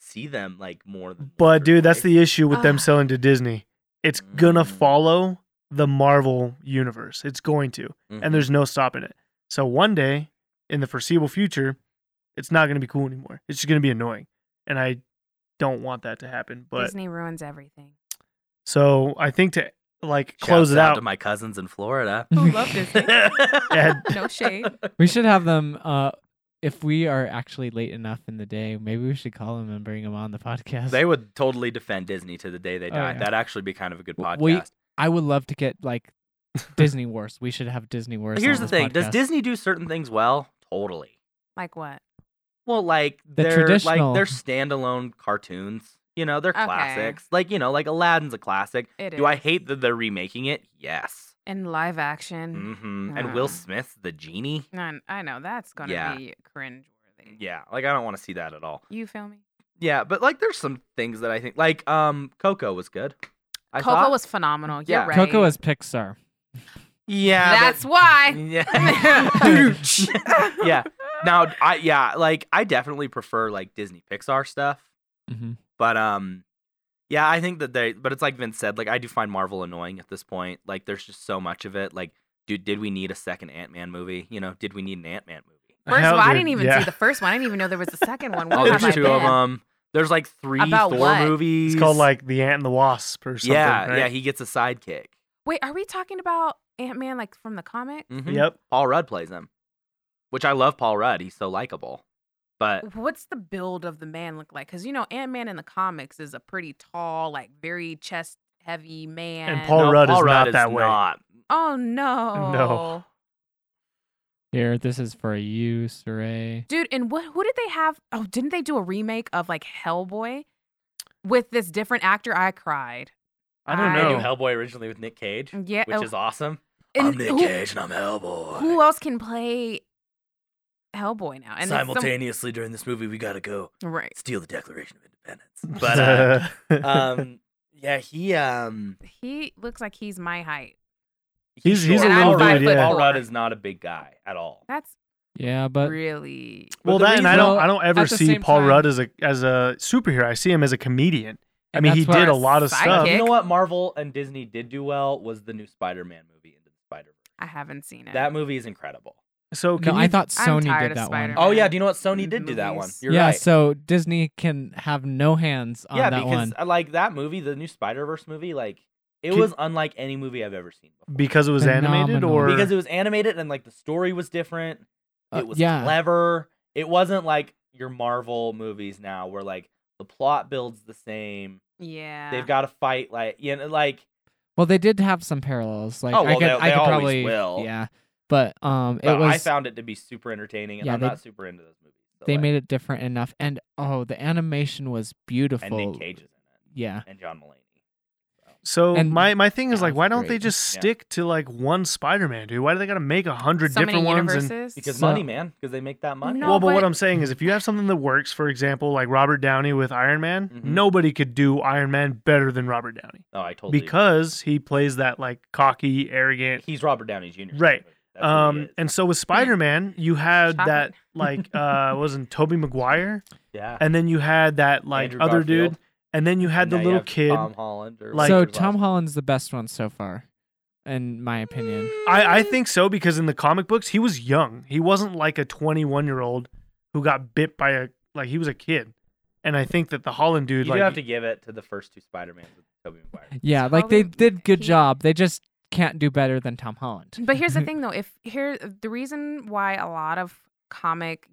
Speaker 5: see them like more than.
Speaker 4: But dude, that's the issue with them
Speaker 3: Ah.
Speaker 4: selling to Disney. It's gonna
Speaker 5: Mm.
Speaker 4: follow the Marvel universe. It's going to, and
Speaker 5: Mm-hmm.
Speaker 4: there's no stopping it. So one day in the foreseeable future, it's not gonna be cool anymore. It's just gonna be annoying, and I don't want that to happen. But
Speaker 3: Disney ruins everything.
Speaker 4: so I think to like close it out.
Speaker 5: to my cousins in Florida.
Speaker 3: Who love Disney?
Speaker 4: Yeah,
Speaker 3: no shade.
Speaker 1: we should have them uh if we are actually late enough in the day, maybe we should call them and bring them on the podcast.
Speaker 5: They would totally defend Disney to the day they
Speaker 1: Oh,
Speaker 5: die.
Speaker 1: yeah.
Speaker 5: That'd actually be kind of a good podcast.
Speaker 1: We- I would love to get like Disney Wars. We should have Disney Wars.
Speaker 5: Here's
Speaker 1: on
Speaker 5: the
Speaker 1: this
Speaker 5: thing Does
Speaker 1: podcast.
Speaker 5: Disney do certain things well? Totally.
Speaker 3: Like what?
Speaker 5: Well, like
Speaker 1: The
Speaker 5: they're
Speaker 1: traditional-
Speaker 5: like they're standalone cartoons. You know, they're
Speaker 3: Okay.
Speaker 5: classics. Like you know, like Aladdin's a classic.
Speaker 3: It is.
Speaker 5: Do I hate that they're remaking it? Yes.
Speaker 3: In live
Speaker 1: Mm.
Speaker 3: action.
Speaker 5: hmm And Will
Speaker 3: Uh.
Speaker 5: Smith, the genie.
Speaker 3: None- I know that's gonna
Speaker 5: Yeah.
Speaker 3: be cringe worthy.
Speaker 5: Yeah, like I don't want to see that at all.
Speaker 3: You feel me?
Speaker 5: Yeah, but like there's some things that I think like um Coco was good. I
Speaker 3: Coco
Speaker 5: thought.
Speaker 3: was phenomenal. You're
Speaker 5: Yeah.
Speaker 3: right.
Speaker 1: Coco is Pixar.
Speaker 5: yeah.
Speaker 3: That's
Speaker 5: but-
Speaker 3: why.
Speaker 5: yeah. yeah. Now I yeah like I definitely prefer like Disney Pixar stuff.
Speaker 1: hmm
Speaker 5: But um yeah, I think that they but it's like Vince said, like I do find Marvel annoying at this point. Like there's just so much of it. Like, dude, did we need a second Ant Man movie? You know, did we need an Ant Man movie?
Speaker 3: First of all,
Speaker 4: Hell,
Speaker 3: I
Speaker 4: dude,
Speaker 3: didn't even
Speaker 4: yeah.
Speaker 3: see the first one. I didn't even know there was a second one.
Speaker 5: Oh,
Speaker 3: Where have I
Speaker 5: there's two of
Speaker 3: been?
Speaker 5: them. There's like three
Speaker 3: About
Speaker 5: Thor
Speaker 3: what? It's
Speaker 5: movies.
Speaker 4: It's called like the Ant and the Wasp or something.
Speaker 5: yeah,
Speaker 4: right?
Speaker 5: yeah. He gets a sidekick.
Speaker 3: Wait, are we talking about Ant Man like from the comic?
Speaker 2: Mm-hmm.
Speaker 5: Mhm.
Speaker 4: Yep.
Speaker 5: Paul Rudd plays him, which I love. Paul Rudd. He's so likable. But
Speaker 3: What's the build of the man look like? Because you know, Ant Man in the comics is a pretty tall, like very chest heavy man.
Speaker 4: And Paul Rudd is not that way.
Speaker 5: not.
Speaker 3: Oh no,
Speaker 4: No.
Speaker 1: Here, this is for you, Saray.
Speaker 3: dude. And what? Who did they have? Oh, didn't they do a remake of like Hellboy with this different actor? I cried.
Speaker 4: I don't
Speaker 5: I
Speaker 3: I-
Speaker 5: knew
Speaker 4: know.
Speaker 5: Hellboy originally with Nick Cage,
Speaker 3: Yeah, oh,
Speaker 5: which is awesome.
Speaker 3: and
Speaker 5: I'm Nick
Speaker 3: who,
Speaker 5: Cage and I'm Hellboy.
Speaker 3: who else can play Hellboy now? it's some-
Speaker 5: Simultaneously during this movie, we gotta go
Speaker 3: right?
Speaker 5: steal the Declaration of Independence. But uh, um, yeah, he um,
Speaker 3: He looks like he's my height.
Speaker 4: He's- he's
Speaker 3: a
Speaker 5: short.
Speaker 3: little
Speaker 5: Paul Rudd-
Speaker 3: dude, yeah.
Speaker 5: Paul Rudd is not a big guy at all.
Speaker 3: That's
Speaker 1: Yeah, but
Speaker 3: really
Speaker 4: well,
Speaker 1: But the
Speaker 4: that and I
Speaker 1: reason-
Speaker 4: don't I don't ever
Speaker 1: at the
Speaker 4: see
Speaker 1: same
Speaker 4: Paul
Speaker 1: time-
Speaker 4: Rudd as a as a superhero. I see him as a comedian, I mean, he
Speaker 1: that's
Speaker 4: did
Speaker 1: where-
Speaker 4: a lot of stuff.
Speaker 2: You know
Speaker 3: Kick.
Speaker 2: what Marvel and Disney did do well was the new Spider-Man movie into the Spider-Verse.
Speaker 3: I haven't seen it.
Speaker 2: That movie is incredible.
Speaker 4: So
Speaker 1: No,
Speaker 4: can
Speaker 1: I
Speaker 4: you-
Speaker 1: thought
Speaker 3: I'm
Speaker 1: Sony
Speaker 3: tired
Speaker 1: did
Speaker 3: of
Speaker 1: that one.
Speaker 3: Spider-Man.
Speaker 2: Oh yeah, do you know what Sony did do that one?
Speaker 3: Movies.
Speaker 2: You're
Speaker 1: yeah,
Speaker 2: right.
Speaker 1: so Disney can have no hands on
Speaker 2: yeah,
Speaker 1: that
Speaker 2: because
Speaker 1: one.
Speaker 2: uh, like that movie, the new Spider-Verse movie, like it
Speaker 4: Could-
Speaker 2: was unlike any movie I've ever seen before.
Speaker 4: because it was animated,
Speaker 1: Phenomenal.
Speaker 4: or
Speaker 2: because it was animated and like the story was different.
Speaker 1: Uh,
Speaker 2: It was
Speaker 1: yeah.
Speaker 2: clever. It wasn't like your Marvel movies now where like the plot builds the same.
Speaker 3: Yeah.
Speaker 2: They've got to fight like you know like
Speaker 1: Well, they did have some parallels. Like
Speaker 2: Oh,
Speaker 1: I
Speaker 2: well,
Speaker 1: could,
Speaker 2: they-
Speaker 1: I
Speaker 2: they
Speaker 1: could
Speaker 2: always
Speaker 1: probably,
Speaker 2: will.
Speaker 1: yeah. But um, it
Speaker 2: but
Speaker 1: was
Speaker 2: I found it to be super entertaining and
Speaker 1: Yeah,
Speaker 2: I'm
Speaker 1: they-
Speaker 2: not super into those movies. So,
Speaker 1: they
Speaker 2: like,
Speaker 1: made it different enough, and oh, the animation was beautiful.
Speaker 2: and Nick Cage is in it
Speaker 1: Yeah,
Speaker 2: and John Mulaney.
Speaker 4: so.
Speaker 1: and
Speaker 4: my my thing is
Speaker 1: that
Speaker 4: like,
Speaker 1: was
Speaker 4: why don't they
Speaker 1: great.
Speaker 4: just
Speaker 2: Yeah.
Speaker 4: stick to like one Spider-Man, dude? Why do they got to make a hundred
Speaker 3: so
Speaker 4: different
Speaker 3: many
Speaker 4: ones? And
Speaker 3: universes.
Speaker 2: Because
Speaker 1: So-
Speaker 2: money, man, because they make that money.
Speaker 3: No,
Speaker 4: well, but, what
Speaker 3: but-
Speaker 4: I'm saying is, if you have something that works, for example, like Robert Downey with Iron Man,
Speaker 2: Mhm.
Speaker 4: nobody could do Iron Man better than Robert Downey
Speaker 2: no, Oh, I totally
Speaker 4: because he plays that like cocky, arrogant.
Speaker 2: he's Robert Downey Jr. in that
Speaker 4: Right.
Speaker 2: movie. That's who he
Speaker 4: Um,
Speaker 2: is.
Speaker 4: and so with Spider-Man, you had
Speaker 3: Shocker.
Speaker 4: that like uh wasn't Toby Maguire,
Speaker 2: yeah.
Speaker 4: and then you had that like
Speaker 2: Andrew
Speaker 4: other
Speaker 2: Garfield.
Speaker 4: dude, and then you had
Speaker 2: And
Speaker 4: the
Speaker 2: now you
Speaker 4: little
Speaker 2: have um,
Speaker 4: kid.
Speaker 2: Tom Holland. Or
Speaker 4: like-
Speaker 1: so
Speaker 2: whatever's
Speaker 1: Tom
Speaker 2: last-
Speaker 1: Holland's the best one so far, in my opinion.
Speaker 3: Mm,
Speaker 4: I, I think so because in the comic books he was young. He wasn't like a 21 year old who got bit by a like he was a kid. And I think that the Holland dude
Speaker 2: You
Speaker 4: like
Speaker 2: do have to give it to the first two Spider Mans with Tobey Maguire.
Speaker 1: Yeah,
Speaker 3: It's
Speaker 1: like they
Speaker 3: probably-
Speaker 1: did good
Speaker 3: he-
Speaker 1: job. They just can't do better than Tom Holland.
Speaker 3: But here's the thing, though. If here, the reason why a lot of comic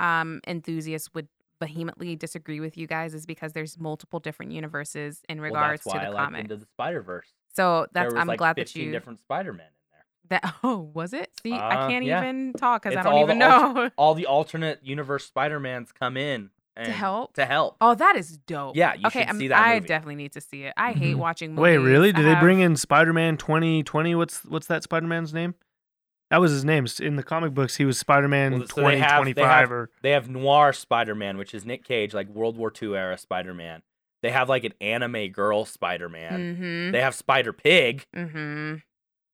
Speaker 3: um, enthusiasts would vehemently disagree with you guys is because there's multiple different universes in
Speaker 2: Well,
Speaker 3: regards
Speaker 2: that's why
Speaker 3: to
Speaker 2: I
Speaker 3: the
Speaker 2: liked
Speaker 3: comic.
Speaker 2: Into the Spider Verse.
Speaker 3: so
Speaker 2: There
Speaker 3: that's
Speaker 2: was
Speaker 3: I'm
Speaker 2: like
Speaker 3: glad that
Speaker 2: 15
Speaker 3: you
Speaker 2: different Spider Men in there.
Speaker 3: that oh was it? See,
Speaker 2: Uh,
Speaker 3: I can't
Speaker 2: yeah.
Speaker 3: even talk because I
Speaker 2: It's
Speaker 3: don't
Speaker 2: all
Speaker 3: even
Speaker 2: the ultra-
Speaker 3: know
Speaker 2: All the alternate universe Spider Mans come in and
Speaker 3: help?
Speaker 2: To help.
Speaker 3: Oh, that is dope.
Speaker 2: Yeah, you
Speaker 3: okay,
Speaker 2: should
Speaker 3: I'm-
Speaker 2: see that
Speaker 3: I
Speaker 2: movie. Mm-hmm.
Speaker 3: definitely need to see it. I hate
Speaker 1: Mhm.
Speaker 3: watching movies.
Speaker 4: Wait, really?
Speaker 3: I
Speaker 4: Did they
Speaker 3: have-
Speaker 4: bring in Spider-Man 2020? What's what's that Spider-Man's name? That was his name. S- In the comic books he was Spider-Man
Speaker 2: Well, so they have- they
Speaker 4: 2025
Speaker 2: have-
Speaker 4: or
Speaker 2: They have noir Spider Man, which is Nick Cage, like World War II era Spider Man. They have like an anime girl Spider Man.
Speaker 3: Mhm.
Speaker 2: They have Spider Pig,
Speaker 4: Um,
Speaker 3: Mhm.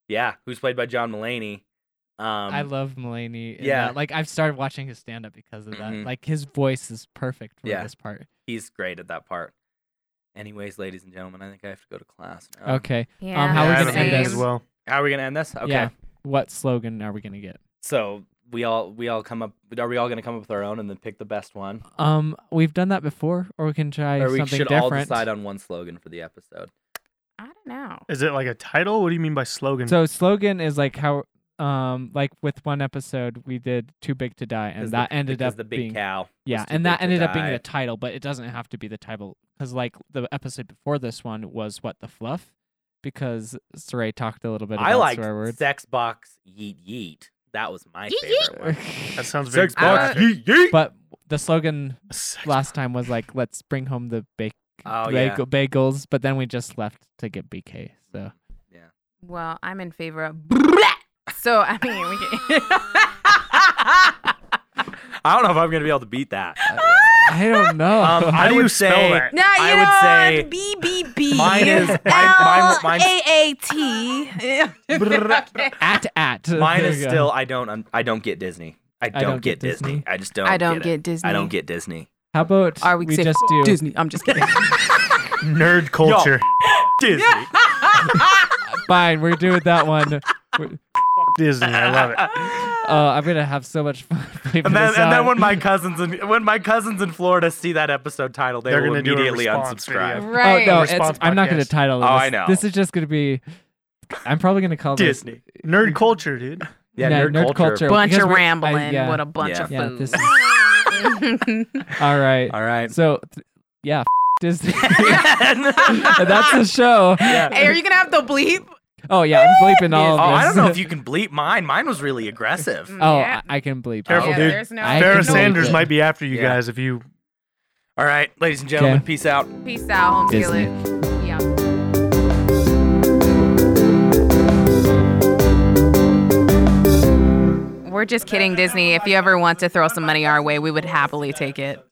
Speaker 2: yeah, who's played by John Mulaney. Um,
Speaker 1: I love Mulaney. in
Speaker 2: yeah.
Speaker 1: that. like I've started watching his stand up because of that.
Speaker 2: Mhm.
Speaker 1: Like his voice is perfect for
Speaker 2: Yeah.
Speaker 1: this part.
Speaker 2: he's great at that part. Anyways, ladies and gentlemen, I think I have to go to class. now.
Speaker 1: Okay,
Speaker 3: Yeah,
Speaker 1: how
Speaker 4: Yeah,
Speaker 1: we
Speaker 4: I
Speaker 1: gonna
Speaker 4: don't
Speaker 1: end
Speaker 4: think
Speaker 1: this?
Speaker 4: as well.
Speaker 2: How are we gonna end this? Um, Okay.
Speaker 1: Yeah. what slogan are we gonna get?
Speaker 2: So we all we all come up. Are we all gonna come up with our own and then pick the best one?
Speaker 1: Um, we've done that before, or we can try
Speaker 2: or we
Speaker 1: something
Speaker 2: should
Speaker 1: different.
Speaker 2: all decide on one slogan for the episode.
Speaker 3: I don't know.
Speaker 4: Is it like a title? What do you mean by slogan?
Speaker 1: So slogan is like how, um, like with one episode we did "Too Big to Die,"
Speaker 2: 'Cause
Speaker 1: and that
Speaker 2: the,
Speaker 1: ended
Speaker 2: because
Speaker 1: up
Speaker 2: the big
Speaker 1: being
Speaker 2: cow.
Speaker 1: yeah,
Speaker 2: was too
Speaker 1: and that
Speaker 2: big to
Speaker 1: ended up being
Speaker 2: die.
Speaker 1: the title, but it doesn't have to be the title because like the episode before this one was what the fluff, because Saray talked a little bit about
Speaker 2: I like
Speaker 1: swear words.
Speaker 2: sex box yeet yeet. That was my
Speaker 3: Yeet
Speaker 2: favorite one.
Speaker 4: that sounds very
Speaker 2: Sex box
Speaker 3: Uh,
Speaker 2: yeet yeet.
Speaker 1: but the slogan
Speaker 4: Sex-
Speaker 1: last time was like "Let's bring home the bake
Speaker 2: Oh yeah.
Speaker 1: bagel- bagels," but then we just left to get BK. So
Speaker 2: Mm,
Speaker 3: Well, I'm in favor of. So I mean, we can.
Speaker 2: I don't know if I'm gonna be able to beat that.
Speaker 1: I don't know.
Speaker 2: Um,
Speaker 4: How
Speaker 2: I
Speaker 4: do
Speaker 2: would
Speaker 4: you spell
Speaker 2: say-
Speaker 4: that?
Speaker 3: No,
Speaker 2: I
Speaker 3: you
Speaker 2: would
Speaker 3: know,
Speaker 2: say
Speaker 3: it's B B B.
Speaker 2: mine is- mine-
Speaker 3: L
Speaker 2: mine- mine-
Speaker 3: A A T. Okay.
Speaker 1: at at
Speaker 2: Mine
Speaker 1: There
Speaker 2: is
Speaker 1: you go.
Speaker 2: still I don't un- I don't get Disney. I don't,
Speaker 1: don't get
Speaker 2: get, Disney.
Speaker 1: Disney.
Speaker 2: I just don't.
Speaker 3: I don't
Speaker 2: it.
Speaker 3: get Disney.
Speaker 2: I don't get Disney.
Speaker 1: How about
Speaker 3: Are we,
Speaker 1: we
Speaker 3: safe?
Speaker 1: just do?
Speaker 3: Disney? I'm just kidding.
Speaker 4: Nerd culture.
Speaker 2: Disney.
Speaker 1: Fine, we're doing that one. We're-
Speaker 4: Disney. I love it.
Speaker 1: Uh, I'm gonna have so much fun. playing
Speaker 2: And then,
Speaker 1: this
Speaker 2: and then
Speaker 1: out.
Speaker 2: when my cousins in when my cousins in Florida see that episode title, they
Speaker 4: They're
Speaker 2: will
Speaker 4: gonna do a
Speaker 2: immediately
Speaker 4: response video.
Speaker 2: unsubscribe.
Speaker 1: oh
Speaker 3: right.
Speaker 1: no,
Speaker 4: Response
Speaker 1: it's- I'm not gonna
Speaker 4: podcast.
Speaker 1: title this.
Speaker 2: Oh, I know.
Speaker 1: This is just gonna be. I'm probably gonna call this
Speaker 2: Disney.
Speaker 4: Nerd culture, dude.
Speaker 2: Yeah,
Speaker 1: Yeah,
Speaker 2: nerd,
Speaker 1: nerd
Speaker 2: culture.
Speaker 1: culture.
Speaker 3: Bunch
Speaker 1: Because
Speaker 3: of
Speaker 1: we- I-
Speaker 3: rambling.
Speaker 1: yeah.
Speaker 3: What a bunch
Speaker 2: Yeah.
Speaker 3: of
Speaker 1: Yeah,
Speaker 3: food.
Speaker 1: this All right.
Speaker 2: All right.
Speaker 1: So, th- yeah, f- Disney. And That's the show.
Speaker 3: hey, are you gonna have to bleep?
Speaker 1: Oh yeah, I'm bleeping all
Speaker 2: oh,
Speaker 1: of this.
Speaker 2: I don't know if you can bleep mine. Mine was really aggressive.
Speaker 1: Oh,
Speaker 3: Yeah.
Speaker 1: I, I can bleep.
Speaker 4: Careful,
Speaker 1: it.
Speaker 3: yeah,
Speaker 4: dude.
Speaker 3: There's no
Speaker 1: I can
Speaker 4: Farrah
Speaker 3: no-
Speaker 1: totally
Speaker 4: Sanders
Speaker 1: do it.
Speaker 4: might be after you
Speaker 2: Yeah.
Speaker 4: guys if you
Speaker 2: All right, ladies and gentlemen,
Speaker 1: Okay.
Speaker 2: peace out.
Speaker 3: Peace out, home
Speaker 1: Disney.
Speaker 3: skillet. Yeah. We're just kidding, Disney. If you ever want to throw some money our way, we would happily take it.